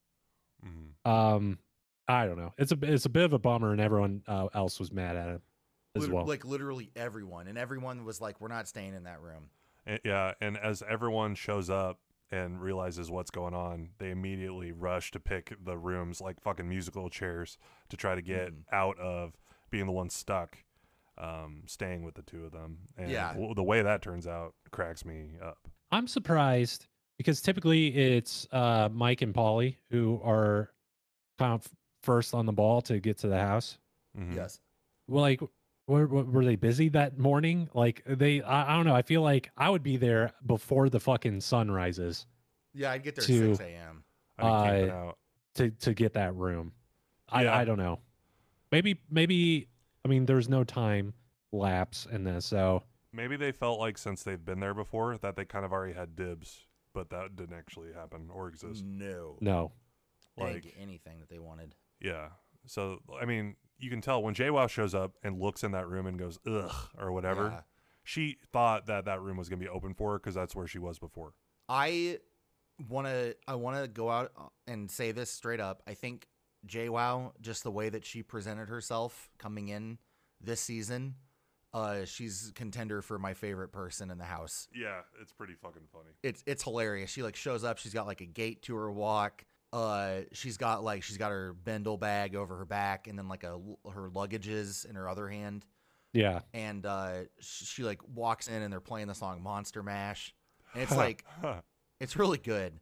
Speaker 5: Mhm.
Speaker 7: Um, I don't know. It's a it's a bit of a bummer, and everyone uh, else was mad at him as
Speaker 6: Lit-
Speaker 7: well.
Speaker 6: Like literally everyone, and everyone was like, "We're not staying in that room."
Speaker 5: And- yeah, and as everyone shows up and realizes what's going on, they immediately rush to pick the rooms like fucking musical chairs to try to get
Speaker 6: Mhm.
Speaker 5: out of being the one stuck, um, staying with the two of them. And
Speaker 6: Yeah.
Speaker 5: w- the way that turns out cracks me up.
Speaker 7: I'm surprised because typically it's uh, Mike and Polly who are kind of first on the ball to get to the house.
Speaker 5: Mhm.
Speaker 6: Yes.
Speaker 7: Well, like Were, were were they busy that morning? Like they, I, I don't know. I feel like I would be there before the fucking sun rises
Speaker 6: Yeah, I'd get there
Speaker 7: To-
Speaker 6: at 6 a.m.
Speaker 5: I'd be camping
Speaker 7: Uh,
Speaker 5: out.
Speaker 7: to to get that room. I
Speaker 5: Yeah.
Speaker 7: I don't know. Maybe maybe I mean there's no time lapse in this, so
Speaker 5: Maybe they felt like since they've been there before that they kind of already had dibs, but that didn't actually happen or exist.
Speaker 6: Mm. No.
Speaker 7: no.
Speaker 6: They didn't
Speaker 5: Like,
Speaker 6: get anything that they wanted.
Speaker 5: yeah. So I mean, you can tell when JWoww shows up and looks in that room and goes ugh or whatever.
Speaker 6: Yeah.
Speaker 5: She thought that that room was gonna be open for her because that's where she was before.
Speaker 6: I want to I want to go out uh, and say this straight up. I think JWoww just the way that she presented herself coming in this season, uh she's contender for my favorite person in the house.
Speaker 5: Yeah, it's pretty fucking funny.
Speaker 6: It's it's hilarious. She like shows up, she's got like a gait to her walk. Uh she's got like she's got her bendel bag over her back and then like a l- her luggages in her other hand
Speaker 7: Yeah.
Speaker 6: and uh sh- she like walks in and they're playing the song Monster Mash. And it's like It's really good.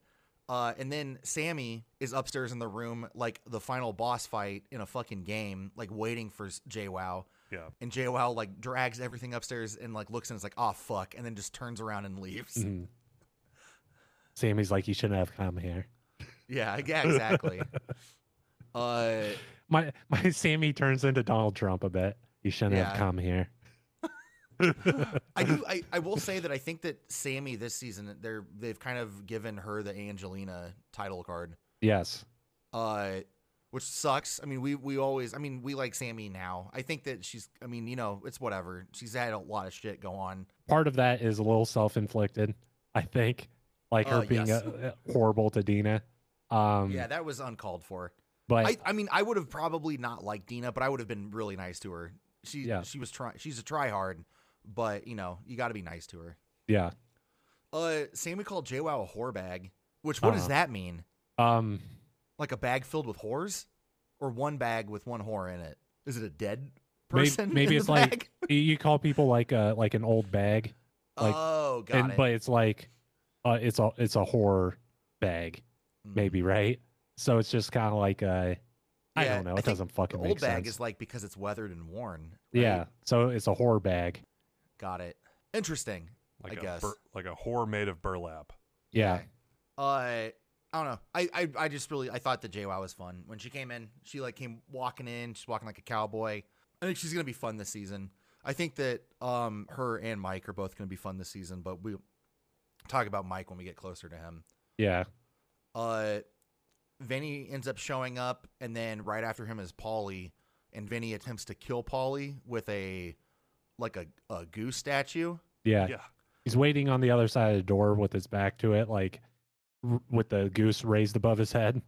Speaker 6: Uh, and then Sammy is upstairs in the room, like the final boss fight in a fucking game, like waiting for s- JWoww.
Speaker 5: Yeah.
Speaker 6: And JWoww like drags everything upstairs and like looks and is like, "Oh fuck," and then just turns around and leaves.
Speaker 7: mhm. Sammy's like you shouldn't have come here.
Speaker 6: Yeah, yeah, exactly. uh,
Speaker 7: My my Sammy turns into Donald Trump a bit. You shouldn't
Speaker 6: Yeah.
Speaker 7: have come here.
Speaker 6: I do. I, I will say that I think that Sammy this season they're they've kind of given her the Angelina title card.
Speaker 7: Yes.
Speaker 6: uh, which sucks. I mean, we we always, I mean, we like Sammy now. I think that she's, I mean, you know, it's whatever. She's had a lot of shit go on.
Speaker 7: Part of that is a little self inflicted, I think. Like her
Speaker 6: Uh,
Speaker 7: being
Speaker 6: yes.
Speaker 7: uh uh, horrible to Dina. Um
Speaker 6: yeah, that was uncalled for.
Speaker 7: but
Speaker 6: I, I mean, I would have probably not liked Dina, but I would have been really nice to her. She
Speaker 7: Yeah.
Speaker 6: she was trying. She's a try hard, but you know, you got to be nice to her.
Speaker 7: yeah.
Speaker 6: Uh, Sammy called JWoww a whore bag. Which what does
Speaker 7: Uh-huh.
Speaker 6: that mean?
Speaker 7: Um
Speaker 6: Like a bag filled with whores, or one bag with one whore in it? Is it a dead
Speaker 7: Maybe-
Speaker 6: person? in
Speaker 7: maybe
Speaker 6: the
Speaker 7: it's like-
Speaker 6: bag?
Speaker 7: y- you call people like uh like an old bag. like-
Speaker 6: oh, got
Speaker 7: and
Speaker 6: it.
Speaker 7: but it's like uh it's a it's a horror bag
Speaker 6: Mm.
Speaker 7: maybe right so it's just kind of like uh i
Speaker 6: Yeah,
Speaker 7: don't know
Speaker 6: I
Speaker 7: it
Speaker 6: think
Speaker 7: doesn't
Speaker 6: The
Speaker 7: fucking make
Speaker 6: old bag
Speaker 7: sense
Speaker 6: is like because it's weathered and worn. right?
Speaker 7: yeah so it's a horror bag
Speaker 6: Got it. Interesting.
Speaker 5: Like a
Speaker 6: guess.
Speaker 5: bur- like a whore made of burlap.
Speaker 7: yeah
Speaker 6: Okay. Uh I don't know. I, I I just really I thought that JWoww was fun. When she came in, she like came walking in, she's walking like a cowboy. I think she's gonna be fun this season. I think that um her and Mike are both gonna be fun this season, but we'll talk about Mike when we get closer to him.
Speaker 7: yeah
Speaker 6: uh Vinny ends up showing up and then right after him is Polly and Vinny attempts to kill Polly with a like a, a goose statue.
Speaker 7: yeah
Speaker 5: Yeah.
Speaker 7: he's waiting on the other side of the door with his back to it like r- with the goose raised above his head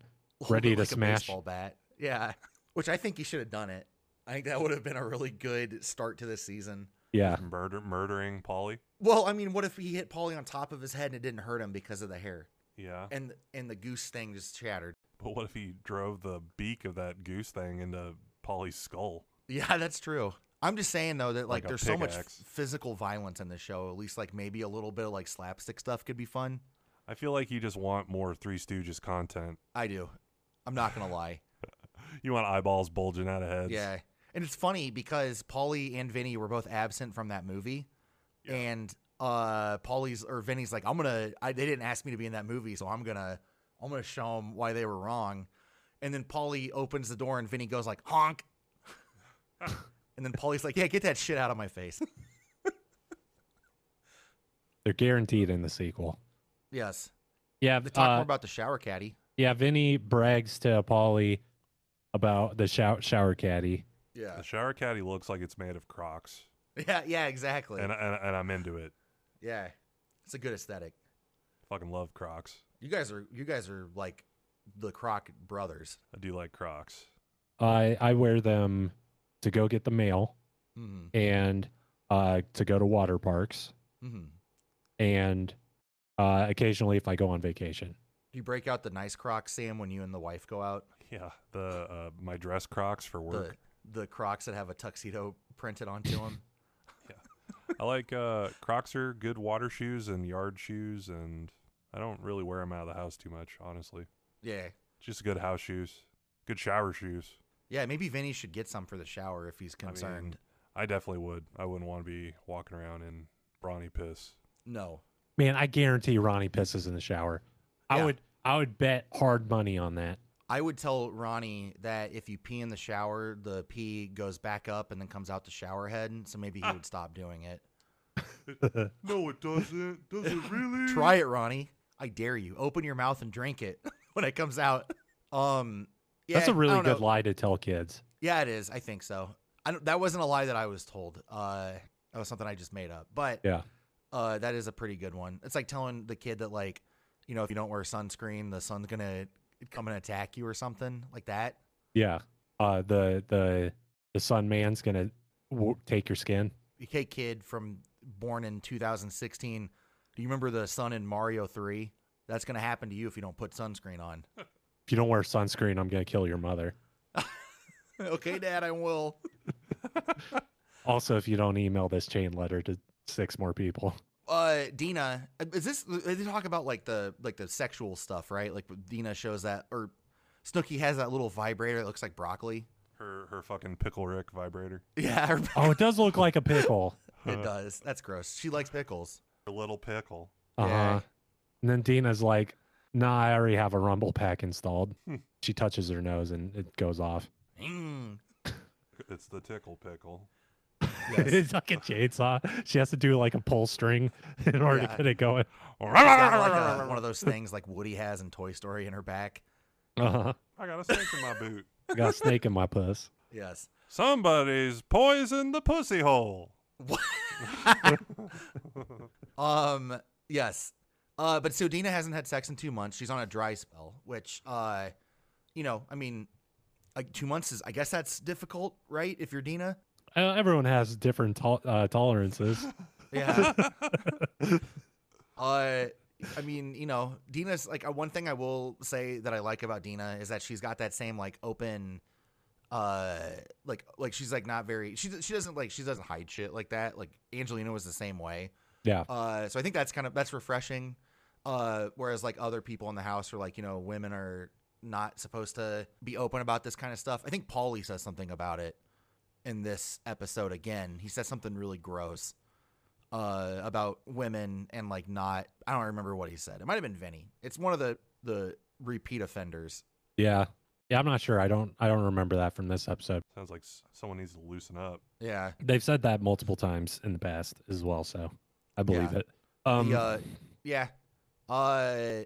Speaker 7: Ready to
Speaker 6: like
Speaker 7: smash.
Speaker 6: a baseball bat. Yeah. Which I think he should have done it. I think that would have been a really good start to this season.
Speaker 7: yeah
Speaker 5: Murder murdering Polly.
Speaker 6: Well, I mean, what if he hit Polly on top of his head and it didn't hurt him because of the hair?
Speaker 5: Yeah.
Speaker 6: And and the goose thing just shattered.
Speaker 5: But what if he drove the beak of that goose thing into Polly's skull?
Speaker 6: Yeah, that's true. I'm just saying though that
Speaker 5: Like
Speaker 6: like,
Speaker 5: a
Speaker 6: there's so much
Speaker 5: pickaxe.
Speaker 6: physical violence in this show. At least like maybe a little bit of like slapstick stuff could be fun.
Speaker 5: I feel like you just want more Three Stooges content.
Speaker 6: I do. I'm not gonna lie.
Speaker 5: You want eyeballs bulging out of heads.
Speaker 6: yeah, and it's funny because Polly and Vinny were both absent from that movie,
Speaker 5: Yeah.
Speaker 6: and uh, Polly's or Vinny's like, I'm gonna. I, they didn't ask me to be in that movie, so I'm gonna. I'm gonna show them why they were wrong. And then Polly opens the door, and Vinny goes like honk. and then Polly's like, Yeah, get that shit out of my face.
Speaker 7: they're guaranteed in the sequel
Speaker 6: yes.
Speaker 7: yeah
Speaker 6: They talk
Speaker 7: uh,
Speaker 6: more about the shower caddy.
Speaker 7: yeah vinny brags to polly about the shower, shower caddy
Speaker 6: Yeah.
Speaker 5: The shower caddy looks like it's made of Crocs,
Speaker 6: Yeah. Yeah. Exactly.
Speaker 5: and, and and I'm into it.
Speaker 6: yeah. It's a good aesthetic.
Speaker 5: Fucking love Crocs.
Speaker 6: You guys are. You guys are like the Croc brothers.
Speaker 5: I do like Crocs.
Speaker 7: I I wear them to go get the mail
Speaker 6: Mm-hmm.
Speaker 7: and uh, to go to water parks
Speaker 6: Mm-hmm. Do
Speaker 7: and uh, occasionally if I go on vacation.
Speaker 6: you break out the nice Crocs, Sam, when you and the wife go out?
Speaker 5: Yeah, the uh, my dress Crocs for
Speaker 6: The
Speaker 5: work.
Speaker 6: the Crocs that have a tuxedo printed onto them.
Speaker 5: I like uh, Crocs are good water shoes and yard shoes, and I don't really wear them out of the house too much, honestly.
Speaker 6: yeah.
Speaker 5: Just good house shoes, good shower shoes.
Speaker 6: Yeah. Maybe Vinny should get some for the shower if he's
Speaker 5: I mean,
Speaker 6: concerned.
Speaker 5: I definitely would. I wouldn't want to be walking around in brawny piss.
Speaker 6: No.
Speaker 7: Man, I guarantee Ronnie pisses in the shower. I
Speaker 6: Yeah.
Speaker 7: would I would bet hard money on that.
Speaker 6: I would tell Ronnie that if you pee in the shower, the pee goes back up and then comes out the shower head, so maybe he would stop doing it.
Speaker 5: No, it doesn't. Does it really?
Speaker 6: Try it, Ronnie. I dare you. Open your mouth and drink it when it comes out. Um yeah,
Speaker 7: That's
Speaker 6: I
Speaker 7: a really
Speaker 6: don't
Speaker 7: good
Speaker 6: know.
Speaker 7: lie to tell kids.
Speaker 6: Yeah, it is. I think so. I don't, that wasn't a lie that I was told. Uh, that was something I just made up. But
Speaker 7: Yeah.
Speaker 6: uh, that is a pretty good one. It's like telling the kid that like, you know, if you don't wear sunscreen, the sun's gonna come and attack you or something like that.
Speaker 7: Yeah. Uh, the the the sun man's gonna w- take your skin.
Speaker 6: Okay, kid from born in 2016. Do you remember the sun in Mario Three? That's gonna happen to you if you don't put sunscreen on.
Speaker 7: If you don't wear sunscreen, I'm gonna kill your mother.
Speaker 6: okay, Dad, I will.
Speaker 7: Also, if you don't email this chain letter to six more people,
Speaker 6: uh Dina is this they talk about like the like the sexual stuff right like Dina shows that or Snooky has that little vibrator that looks like broccoli
Speaker 5: Her her fucking pickle Rick vibrator.
Speaker 6: yeah her-
Speaker 7: oh, it does look like a pickle.
Speaker 5: Huh.
Speaker 6: it does that's gross she likes pickles
Speaker 5: Her little pickle.
Speaker 7: Uh huh.
Speaker 6: Yeah.
Speaker 7: And then Dina's like, "Nah, I already have a rumble pack installed."
Speaker 5: Hmm.
Speaker 7: she touches her nose and it goes off.
Speaker 6: mm.
Speaker 5: It's the tickle pickle.
Speaker 7: it's like a chainsaw. She has to do like a pull string in order
Speaker 6: Yeah.
Speaker 7: to get it going.
Speaker 6: She's got like a, one of those things like Woody has in Toy Story in her back
Speaker 7: Uh-huh.
Speaker 5: I got a snake in my boot.
Speaker 7: I got a snake in my puss.
Speaker 6: yes
Speaker 5: Somebody's poisoned the pussy hole.
Speaker 6: What? um yes uh but so Dina hasn't had sex in two months she's on a dry spell which uh you know I mean like two months is I guess that's difficult right if you're Dina
Speaker 7: Uh, everyone has different tol- uh, tolerances.
Speaker 6: Yeah. uh, I mean, you know, Dina's like uh, one thing I will say that I like about Dina is that she's got that same like open, uh, like like she's like not very she she doesn't like she doesn't hide shit like that. Like Angelina was the same way.
Speaker 7: Yeah.
Speaker 6: Uh, so I think that's kind of that's refreshing. Uh, whereas like other people in the house are like you know women are not supposed to be open about this kind of stuff. I think Paulie says something about it in this episode again. He says something really gross uh, about women and like not. I don't remember what he said. It might have been Vinny. It's one of the the repeat offenders.
Speaker 7: Yeah. Yeah, I'm not sure. I don't I don't remember that from this episode.
Speaker 5: Sounds like s- someone needs to loosen up.
Speaker 6: Yeah.
Speaker 7: They've said that multiple times in the past as well, so I believe
Speaker 6: Yeah.
Speaker 7: it. Um
Speaker 6: the, uh, yeah. Uh,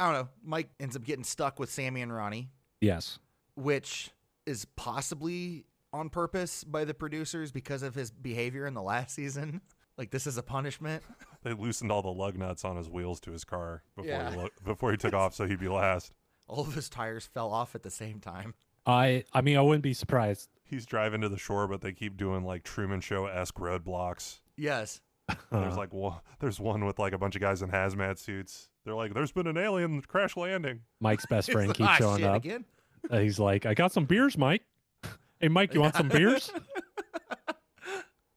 Speaker 6: I don't know. Mike ends up getting stuck with Sammy and Ronnie.
Speaker 7: yes.
Speaker 6: which is possibly on purpose by the producers because of his behavior in the last season. Like this is a punishment.
Speaker 5: They loosened all the lug nuts on his wheels to his car before he
Speaker 6: Yeah.
Speaker 5: lo- before he took off, so he'd be last.
Speaker 6: All of his tires fell off at the same time.
Speaker 7: I I mean I wouldn't be surprised.
Speaker 5: He's driving to the shore, but they keep doing like Truman Show esque roadblocks.
Speaker 6: Yes.
Speaker 5: There's
Speaker 7: Uh,
Speaker 5: like one, there's one with like a bunch of guys in hazmat suits. They're like, "There's been an alien crash landing."
Speaker 7: Mike's best
Speaker 6: It's
Speaker 7: friend
Speaker 6: like,
Speaker 7: keeps
Speaker 6: "Ah,
Speaker 7: showing
Speaker 6: shit,
Speaker 7: up.
Speaker 6: again.
Speaker 7: Uh, He's like, I got some beers, Mike. Hey Mike, you want some beers?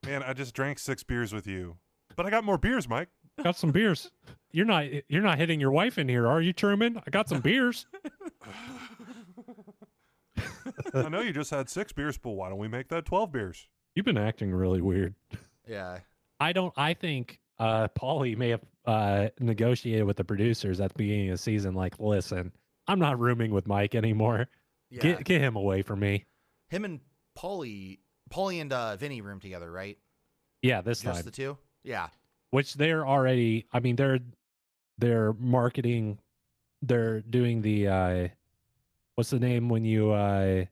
Speaker 5: Man, I just drank six beers with you, but I got more beers, Mike.
Speaker 7: Got some beers. You're not you're not hitting your wife in here, are you, Truman? I got some beers.
Speaker 5: I know you just had six beers, but why don't we make that twelve beers?
Speaker 7: You've been acting really weird.
Speaker 6: Yeah.
Speaker 7: I don't. I think uh, Paulie may have uh, negotiated with the producers at the beginning of the season. Like, listen, I'm not rooming with Mike anymore.
Speaker 6: Yeah.
Speaker 7: Get get him away from me.
Speaker 6: Him and Paulie Paulie and uh Vinny room together, right?
Speaker 7: Yeah, this
Speaker 6: Just
Speaker 7: time.
Speaker 6: the two? Yeah.
Speaker 7: Which they're already. I mean, they're they're marketing. They're doing the uh, what's the name when you uh,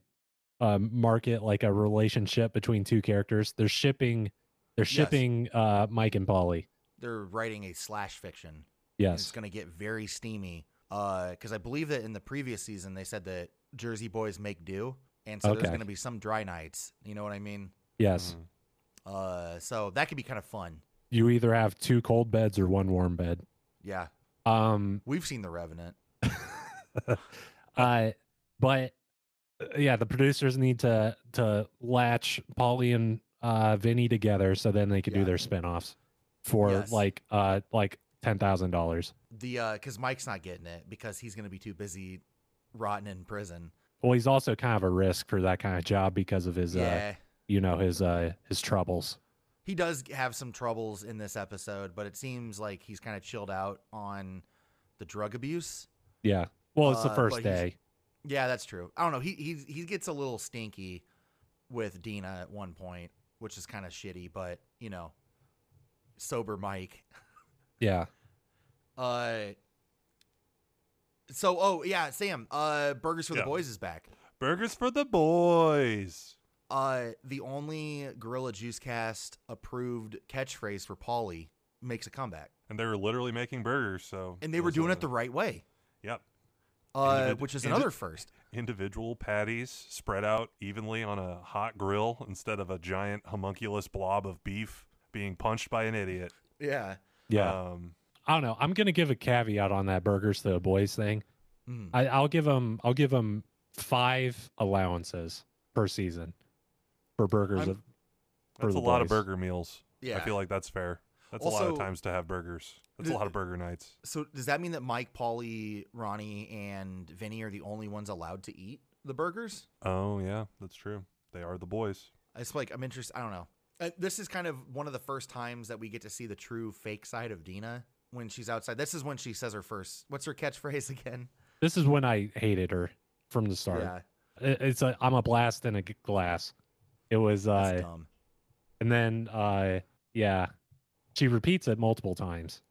Speaker 7: uh, market like a relationship between two characters? They're shipping. They're shipping uh, Mike and Paulie.
Speaker 6: They're writing a slash fiction. and It's
Speaker 7: Yes.
Speaker 6: going to get very steamy. Because I believe that in the previous season, they said that Jersey boys make do. And so there's
Speaker 7: Okay.
Speaker 6: going to be some dry nights. You know what I mean?
Speaker 7: Yes.
Speaker 5: Mm.
Speaker 6: Uh, so that could be kind of fun.
Speaker 7: You either have two cold beds or one warm bed.
Speaker 6: Yeah.
Speaker 7: Um,
Speaker 6: We've seen The Revenant.
Speaker 7: uh, but uh, yeah, the producers need to to latch Paulie and uh, Vinny together so then they could
Speaker 6: Yeah.
Speaker 7: do their spinoffs for
Speaker 6: Yes.
Speaker 7: like uh like ten thousand dollars.
Speaker 6: The uh, because Mike's not getting it because he's going to be too busy rotting in prison.
Speaker 7: Well, he's also kind of a risk for that kind of job because of his uh,
Speaker 6: yeah.
Speaker 7: you know his uh his troubles.
Speaker 6: He does have some troubles in this episode, but it seems like he's kind of chilled out on the drug abuse.
Speaker 7: Yeah. Well, it's the
Speaker 6: Uh,
Speaker 7: first
Speaker 6: but he's-
Speaker 7: day.
Speaker 6: Yeah, that's true. I don't know. He he he gets a little stinky with Dina at one point, which is kind of shitty, but you know, sober Mike.
Speaker 7: Yeah.
Speaker 6: Uh so oh yeah, Sam, uh Burgers for
Speaker 5: Yeah.
Speaker 6: the Boys is back.
Speaker 5: Burgers for the boys.
Speaker 6: Uh the only Gorilla Juice cast approved catchphrase for Paulie makes a comeback.
Speaker 5: And they were literally making burgers, so
Speaker 6: And they were
Speaker 5: those
Speaker 6: doing
Speaker 5: are
Speaker 6: it the right way.
Speaker 5: Yep.
Speaker 6: Uh
Speaker 5: Individ-
Speaker 6: which is
Speaker 5: indi-
Speaker 6: another first.
Speaker 5: individual patties spread out evenly on a hot grill instead of a giant homunculus blob of beef being punched by an idiot.
Speaker 6: Yeah.
Speaker 7: Yeah.
Speaker 6: Uh.
Speaker 5: Um,
Speaker 7: I don't know. I'm gonna give a caveat on that burgers to the boys thing.
Speaker 6: Mm.
Speaker 7: I, I'll give him. I'll give him five allowances per season for burgers.
Speaker 6: I'm-
Speaker 7: of, for
Speaker 5: that's a
Speaker 7: the
Speaker 5: lot of
Speaker 7: boys.
Speaker 5: burger meals.
Speaker 6: Yeah.
Speaker 5: I feel like that's fair. That's a lot of
Speaker 6: Also-
Speaker 5: times to have burgers. That's a
Speaker 6: Th-
Speaker 5: lot of burger nights.
Speaker 6: so does that mean that Mike, Paulie, Ronnie, and Vinny are the only ones allowed to eat the burgers?
Speaker 5: Oh yeah, that's true. They are the boys.
Speaker 6: It's like I'm interested. I don't know. Uh, this is kind of one of the first times that we get to see the true fake side of Dina when she's outside. This is when she says her first. What's her catchphrase again?
Speaker 7: This is when I hated her from the start.
Speaker 6: Yeah,
Speaker 7: It- it's a. I'm a blast in a g- glass. It was.
Speaker 6: that's
Speaker 7: uh
Speaker 6: dumb.
Speaker 7: And then. uh Yeah. She repeats it multiple times.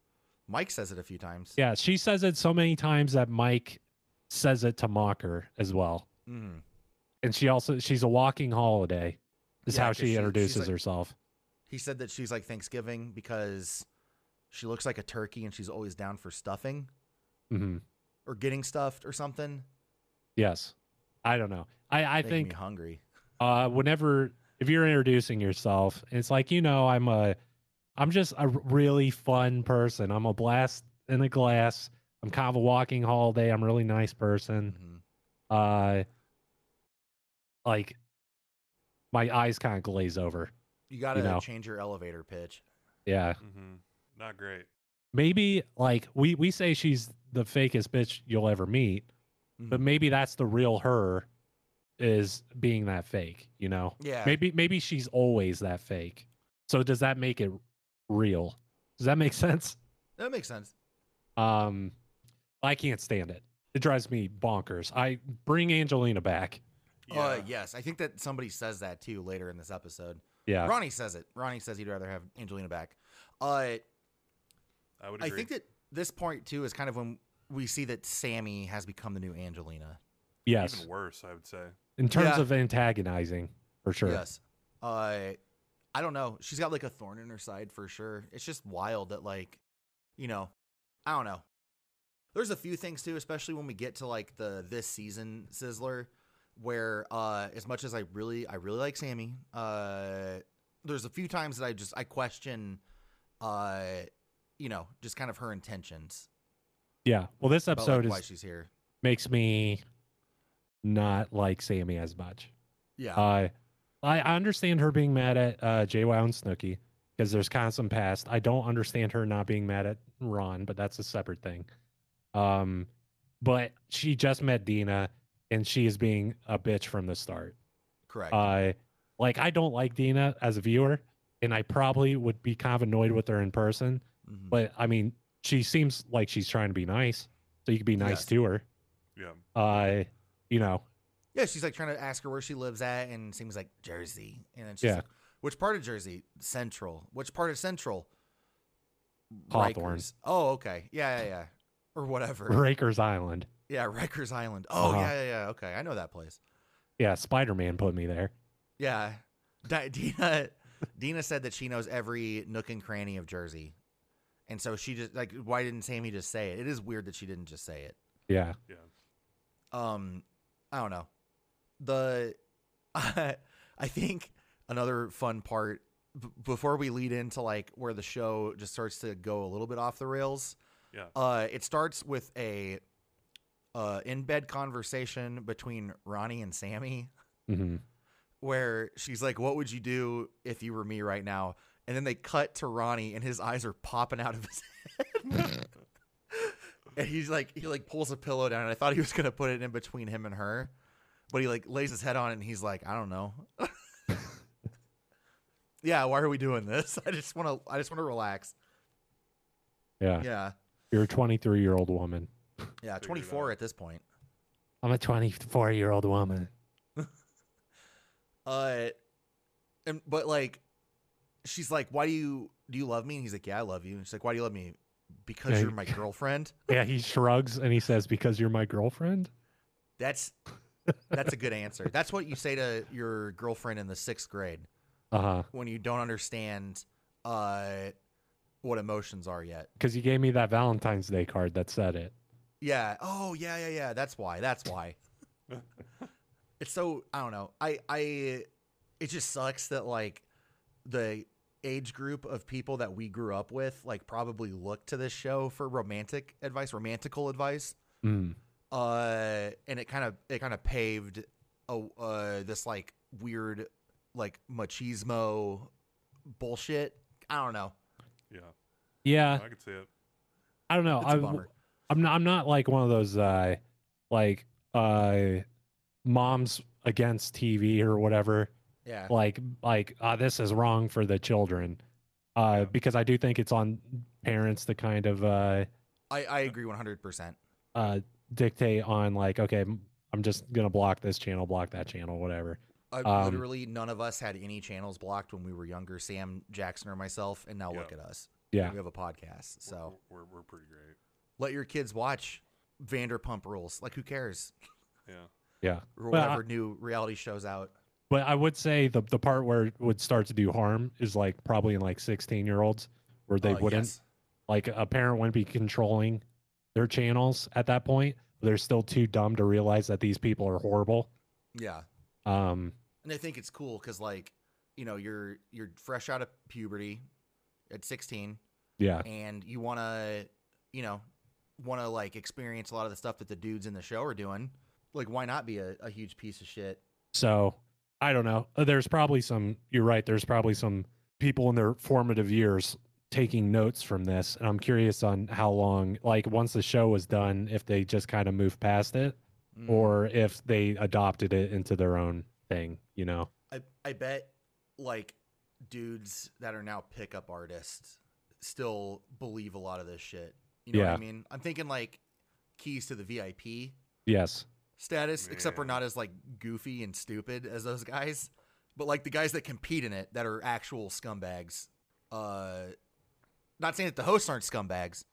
Speaker 6: Mike says it a few times.
Speaker 7: Yeah. She says it so many times that Mike says it to mock her as well.
Speaker 6: Mhm.
Speaker 7: And she also. She's a walking holiday. Is
Speaker 6: Yeah,
Speaker 7: how
Speaker 6: 'cause she-
Speaker 7: she
Speaker 6: she's
Speaker 7: introduces
Speaker 6: like-
Speaker 7: herself.
Speaker 6: He said that she's like Thanksgiving because she looks like a turkey and she's always down for stuffing
Speaker 7: hmm
Speaker 6: or getting stuffed or something.
Speaker 7: Yes. I don't know. I I
Speaker 6: Making
Speaker 7: think
Speaker 6: me hungry.
Speaker 7: uh whenever if you're introducing yourself it's like you know i'm a i'm just a r- really fun person i'm a blast in a glass i'm kind of a walking holiday i'm a really nice person
Speaker 6: Mhm.
Speaker 7: uh like my eyes kind of glaze over
Speaker 6: You gotta
Speaker 7: know.
Speaker 6: change your elevator pitch.
Speaker 7: yeah
Speaker 5: Mm-hmm. Not great.
Speaker 7: maybe like we we say she's the fakest bitch you'll ever meet but maybe that's the real her is being that fake you know
Speaker 6: Yeah,
Speaker 7: Maybe maybe she's always that fake. So does that make it real? Does that make sense?
Speaker 6: that makes sense.
Speaker 7: Um I can't stand it. It drives me bonkers. I bring Angelina back.
Speaker 6: Uh, yes, I think that somebody says that too later in this episode.
Speaker 7: Yeah.
Speaker 6: Ronnie says it. Ronnie says he'd rather have Angelina back. Uh,
Speaker 5: I would
Speaker 6: I
Speaker 5: agree.
Speaker 6: think that this point too is kind of when we see that Sammy has become the new Angelina.
Speaker 7: Yes.
Speaker 5: even worse. I would say.
Speaker 7: In terms
Speaker 6: Yeah.
Speaker 7: of antagonizing, for sure.
Speaker 6: Yes. Uh, I don't know. She's got like a thorn in her side for sure. It's just wild that like, you know, I don't know. There's a few things too, especially when we get to like the this season sizzler, where uh, as much as I really I really like Sammy, uh, there's a few times that I just I question, uh, you know, just kind of her intentions.
Speaker 7: Yeah. Well, this
Speaker 6: about, like,
Speaker 7: episode
Speaker 6: why
Speaker 7: is
Speaker 6: she's here.
Speaker 7: makes me not like Sammy as much.
Speaker 6: Yeah.
Speaker 7: I I I understand her being mad at uh, JWoww and Snooki because there's kind of some past. I don't understand her not being mad at Ron, but that's a separate thing. Um, but she just met Dina, and she is being a bitch from the start.
Speaker 6: correct.
Speaker 7: I like I don't like Dina as a viewer, and I probably would be kind of annoyed with her in person.
Speaker 6: Mhm.
Speaker 7: But I mean, she seems like she's trying to be nice, so you could be nice
Speaker 6: Yes.
Speaker 7: to her.
Speaker 5: Yeah.
Speaker 7: I, you know,
Speaker 6: Yeah, she's like trying to ask her where she lives at, and seems like Jersey. And then she's
Speaker 7: Yeah.
Speaker 6: like, which part of Jersey? Central. Which part of Central?
Speaker 7: Hawthorne.
Speaker 6: Rikers. Oh, okay. Yeah, yeah, yeah. Or whatever.
Speaker 7: Rakers Island.
Speaker 6: Yeah, Rikers Island. Oh,
Speaker 7: Uh-huh.
Speaker 6: yeah, yeah, yeah. Okay, I know that place.
Speaker 7: Yeah, Spider Man put me there.
Speaker 6: Yeah. Di- Dina, Dina said that she knows every nook and cranny of Jersey. And so she just, like, why didn't Sammy just say it? It is weird that she didn't just say it.
Speaker 7: Yeah.
Speaker 5: Yeah.
Speaker 6: um i don't know the i think another fun part b- before we lead into like where the show just starts to go a little bit off the rails
Speaker 5: Yeah.
Speaker 6: uh it starts with a uh in bed conversation between ronnie and sammy
Speaker 7: hmm
Speaker 6: where she's like what would you do if you were me right now and then they cut to ronnie and his eyes are popping out of his head and he's like he like pulls a pillow down and i thought he was gonna put it in between him and her but he like lays his head on it and he's like i don't know yeah, why are we doing this? I just want to I just want to relax.
Speaker 7: Yeah.
Speaker 6: Yeah.
Speaker 7: You're a 23 year old woman.
Speaker 6: Yeah,
Speaker 5: Figured it
Speaker 6: 24
Speaker 5: out.
Speaker 6: at this point.
Speaker 7: I'm a 24 year old woman.
Speaker 6: Uh and but like she's like, "Why do you do you love me?" And he's like, "Yeah, I love you." And she's like, "Why do you love me?" Because
Speaker 7: Yeah,
Speaker 6: you're
Speaker 7: you-
Speaker 6: my girlfriend.
Speaker 7: Yeah, he shrugs and he says, "Because you're my girlfriend."
Speaker 6: That's that's a good answer. That's what you say to your girlfriend in the 6th grade
Speaker 7: Uh huh.
Speaker 6: when you don't understand uh what emotions are yet.
Speaker 7: Because you gave me that Valentine's Day card that said it.
Speaker 6: Yeah. Oh, yeah, yeah, yeah. That's why. That's why. it's so I don't know. I I it just sucks that like the age group of people that we grew up with like probably look to this show for romantic advice, romantical advice.
Speaker 7: Mm.
Speaker 6: Uh and it kind of it kind of paved a uh this like weird like machismo bullshit. I don't know.
Speaker 5: Yeah,
Speaker 7: Yeah,
Speaker 5: I could see it.
Speaker 7: I don't know.
Speaker 6: It's a
Speaker 7: I,
Speaker 6: bummer.
Speaker 7: am not. I'm not like one of those uh, like uh, moms against TV or whatever.
Speaker 6: Yeah.
Speaker 7: Like like uh, this is wrong for the children. Uh,
Speaker 5: Yeah.
Speaker 7: because I do think it's on parents to kind of uh,
Speaker 6: I I agree 100%.
Speaker 7: uh, dictate on like okay, m- I'm just gonna block this channel, block that channel, whatever.
Speaker 6: Uh,
Speaker 7: Um,
Speaker 6: literally, none of us had any channels blocked when we were younger, Sam Jackson or myself, and now look
Speaker 5: Yeah.
Speaker 6: at us.
Speaker 7: Yeah.
Speaker 6: we have a podcast,
Speaker 5: We're-
Speaker 6: so
Speaker 5: we're, we're, pretty great.
Speaker 6: let your kids watch Vanderpump Rules. Like, who cares?
Speaker 5: Yeah,
Speaker 7: Yeah.
Speaker 6: Or
Speaker 7: Well, I-
Speaker 6: whatever new reality shows out.
Speaker 7: But I would say the the part where it would start to do harm is like probably in like 16 year olds where they
Speaker 6: Uh,
Speaker 7: wouldn't
Speaker 6: yes.
Speaker 7: like a parent wouldn't be controlling their channels at that point. But they're still too dumb to realize that these people are horrible.
Speaker 6: Yeah,
Speaker 7: Um,
Speaker 6: and I think it's cool because, like, you know, you're you're fresh out of puberty at 16,
Speaker 7: yeah,
Speaker 6: and you want to, you know, want to like experience a lot of the stuff that the dudes in the show are doing. Like, why not be a, a huge piece of shit?
Speaker 7: So I don't know. Uh, There's probably some, you're right. There's probably some people in their formative years taking notes from this. And I'm curious on how long, like once the show was done, if they just kind of moved past it
Speaker 6: Mm.
Speaker 7: or if they adopted it into their own thing, you know?
Speaker 6: I I bet like dudes that are now pickup artists still believe a lot of this shit. You know what
Speaker 7: Yeah.
Speaker 6: I mean? I'm thinking like keys to the VIP
Speaker 7: Yes.
Speaker 6: status, except we're
Speaker 5: Yeah.
Speaker 6: not as like goofy and stupid as those guys. But like the guys that compete in it that are actual scumbags. Uh not saying that the hosts aren't scumbags.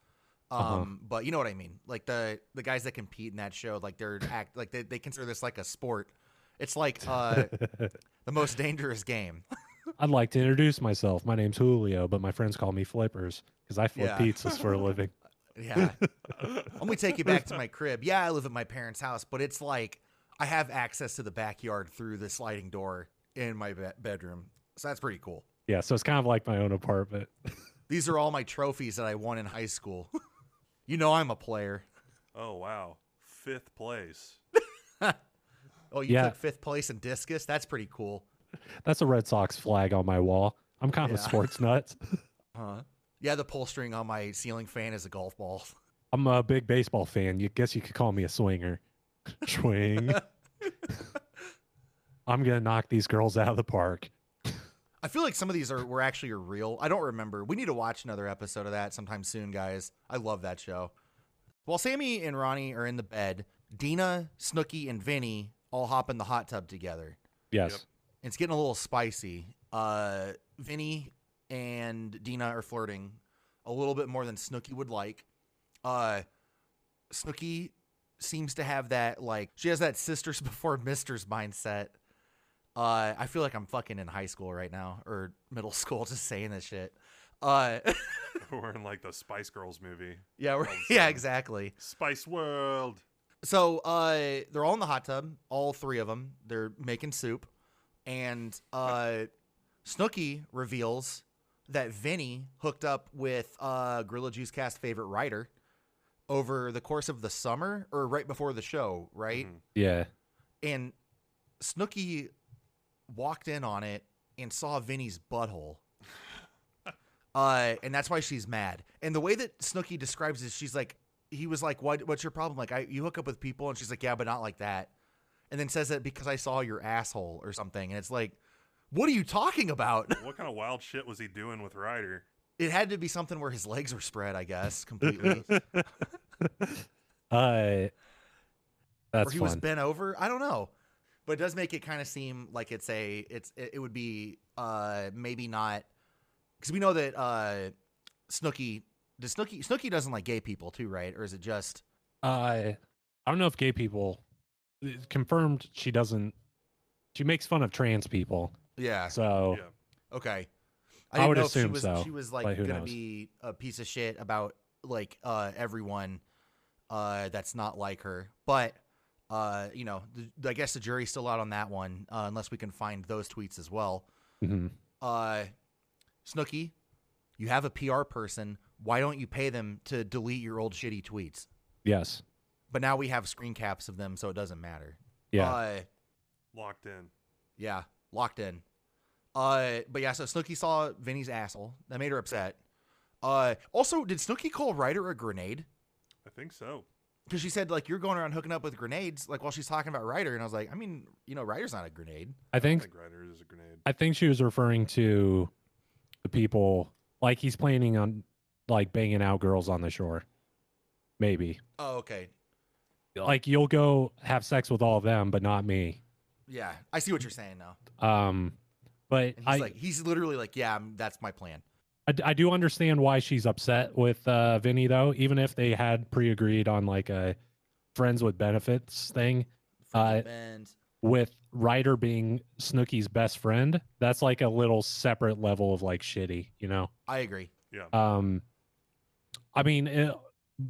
Speaker 6: Um,
Speaker 7: Uh-huh.
Speaker 6: but you know what I mean. Like the the guys that compete in that show, like they're act like they, they consider this like a sport. It's like uh the most dangerous game.
Speaker 7: I'd like to introduce myself. My name's Julio, but my friends call me Flippers because I flip
Speaker 6: Yeah.
Speaker 7: pizzas for a living.
Speaker 6: Yeah. Let me take you back to my crib. Yeah, I live at my parents' house, but it's like I have access to the backyard through the sliding door in my be- bedroom. So that's pretty cool.
Speaker 7: Yeah. So it's kind of like my own apartment.
Speaker 6: These are all my trophies that I won in high school. you know I'm a player.
Speaker 5: Oh wow, fifth place.
Speaker 6: Oh, you
Speaker 7: Yeah.
Speaker 6: took fifth place in discus? That's pretty cool.
Speaker 7: That's a Red Sox flag on my wall. I'm kind of a
Speaker 6: Yeah.
Speaker 7: sports nut.
Speaker 6: Huh? Yeah, the pull string on my ceiling fan is a golf ball.
Speaker 7: I'm a big baseball fan. You guess you could call me a swinger. Swing. I'm gonna knock these girls out of the park.
Speaker 6: I feel like some of these are were actually real. I don't remember. We need to watch another episode of that sometime soon, guys. I love that show. While Sammy and Ronnie are in the bed, Dina, Snooky, and Vinny all hop in the hot tub together.
Speaker 7: Yes.
Speaker 6: It's getting a little spicy. Uh, Vinny and Dina are flirting a little bit more than Snooky would like. Uh, Snooky seems to have that like she has that sisters before misters mindset. Uh, I feel like I'm fucking in high school right now or middle school, just saying this shit. Uh,
Speaker 5: we're in like the Spice Girls movie,
Speaker 6: yeah, we're,
Speaker 5: Well
Speaker 6: yeah,
Speaker 5: said.
Speaker 6: exactly.
Speaker 5: Spice World.
Speaker 6: So uh, they're all in the hot tub, all three of them. They're making soup, and uh, Snooky reveals that Vinny hooked up with uh, Gorilla Juice Cast favorite writer over the course of the summer or right before the show, right?
Speaker 5: Mhm.
Speaker 7: Yeah.
Speaker 6: And Snooky walked in on it and saw Vinny's butthole. Uh, and that's why she's mad. And the way that Snooky describes it, she's like, he was like, what, what's your problem? Like, I, you hook up with people. And she's like, yeah, but not like that. And then says that because I saw your asshole or something. And it's like, What are you talking about?
Speaker 5: What kind of wild shit was he doing with Ryder?
Speaker 6: It had to be something where his legs were spread, I guess, completely.
Speaker 7: uh,
Speaker 6: or
Speaker 7: that's
Speaker 6: he was
Speaker 7: fun.
Speaker 6: bent over. I don't know, but it does make it kind of seem like it's a it's it, it would be uh maybe not because we know that uh Snooky does Snooky Snooky doesn't like gay people too, right? Or is it just
Speaker 7: uh, I don't know if gay people it's confirmed she doesn't. She makes fun of trans people,
Speaker 6: yeah
Speaker 7: so
Speaker 5: Yeah.
Speaker 6: okay?
Speaker 7: I
Speaker 6: didn't
Speaker 7: would
Speaker 6: know if she
Speaker 7: assume
Speaker 6: was
Speaker 7: so,
Speaker 6: she was
Speaker 7: but
Speaker 6: like
Speaker 7: who
Speaker 6: gonna
Speaker 7: knows?
Speaker 6: be a piece of shit about like uh everyone uh that's not like her, but. Uh, you know, the, I guess the jury's still out on that one, uh, unless we can find those tweets as well.
Speaker 7: mhm.
Speaker 6: uh, Snooky, you have a PR person. Why don't you pay them to delete your old shitty tweets?
Speaker 7: yes,
Speaker 6: But now we have screen caps of them, so it doesn't matter.
Speaker 7: yeah,
Speaker 6: Uh,
Speaker 5: Locked in.
Speaker 6: yeah. Locked in. Uh, but yeah, so Snooky saw Vinny's asshole. That made her upset. Uh, also, did Snooky call Ryder a grenade?
Speaker 5: I think so.
Speaker 6: Because she said, like, you're going around hooking up with grenades, like, while she's talking about Ryder. And I was like, I mean, you know, Ryder's not a grenade.
Speaker 7: I think
Speaker 5: think Ryder is a grenade.
Speaker 7: I think she was referring to the people like he's planning on like banging out girls on the shore. Maybe.
Speaker 6: Oh, okay.
Speaker 7: Like you'll go have sex with all of them, but not me.
Speaker 6: Yeah. I see what you're saying now.
Speaker 7: Um but
Speaker 6: And he's
Speaker 7: I,
Speaker 6: like, he's literally like, yeah, I'm- that's my plan.
Speaker 7: I d- I do understand why she's upset with uh Vinny though, even if they had pre agreed on like a friends with benefits thing Uh,
Speaker 6: and
Speaker 7: with Ryder being Snooky's best friend, that's like a little separate level of like shitty, you know?
Speaker 6: I agree.
Speaker 5: Yeah.
Speaker 7: Um, I mean, it,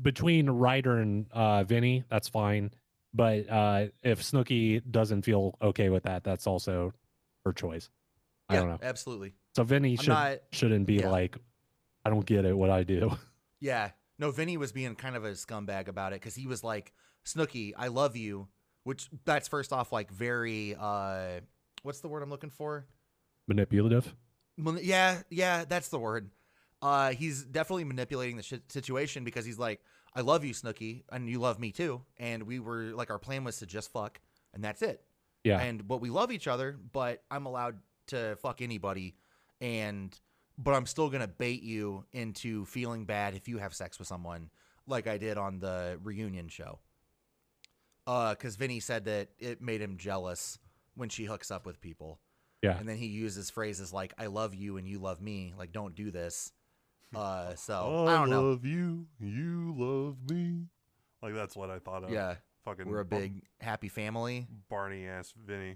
Speaker 7: between Ryder and uh, Vinny, that's fine. But uh, if Snooky doesn't feel okay with that, that's also her choice. I don't know.
Speaker 6: Absolutely.
Speaker 7: So Vinny
Speaker 6: I'm
Speaker 7: should,
Speaker 6: not.
Speaker 7: shouldn't be
Speaker 6: yeah.
Speaker 7: like, I don't get it. What I do?
Speaker 6: Yeah. No, Vinny was being kind of a scumbag about it because he was like, Snooky, I love you. Which that's first off, like very uh what's the word I'm looking for?
Speaker 7: Manipulative.
Speaker 6: Mani- yeah, yeah, that's the word. Uh he's definitely manipulating the shi- situation because he's like, I love you, Snooky, and you love me too. And we were like our plan was to just fuck and that's it.
Speaker 7: Yeah.
Speaker 6: And but we love each other, but I'm allowed to fuck anybody and but I'm still gonna bait you into feeling bad if you have sex with someone, like I did on the reunion show. Uh, because Vinny said that it made him jealous when she hooks up with people.
Speaker 7: Yeah.
Speaker 6: And then he uses phrases like "I love you" and "You love me." Like, don't do this. Uh, so
Speaker 5: I,
Speaker 6: I don't know.
Speaker 5: love you. You love me. Like that's what I thought of.
Speaker 6: Yeah,
Speaker 5: Fucking
Speaker 6: we're a
Speaker 5: Bar-
Speaker 6: big happy family.
Speaker 5: Barney ass Vinny.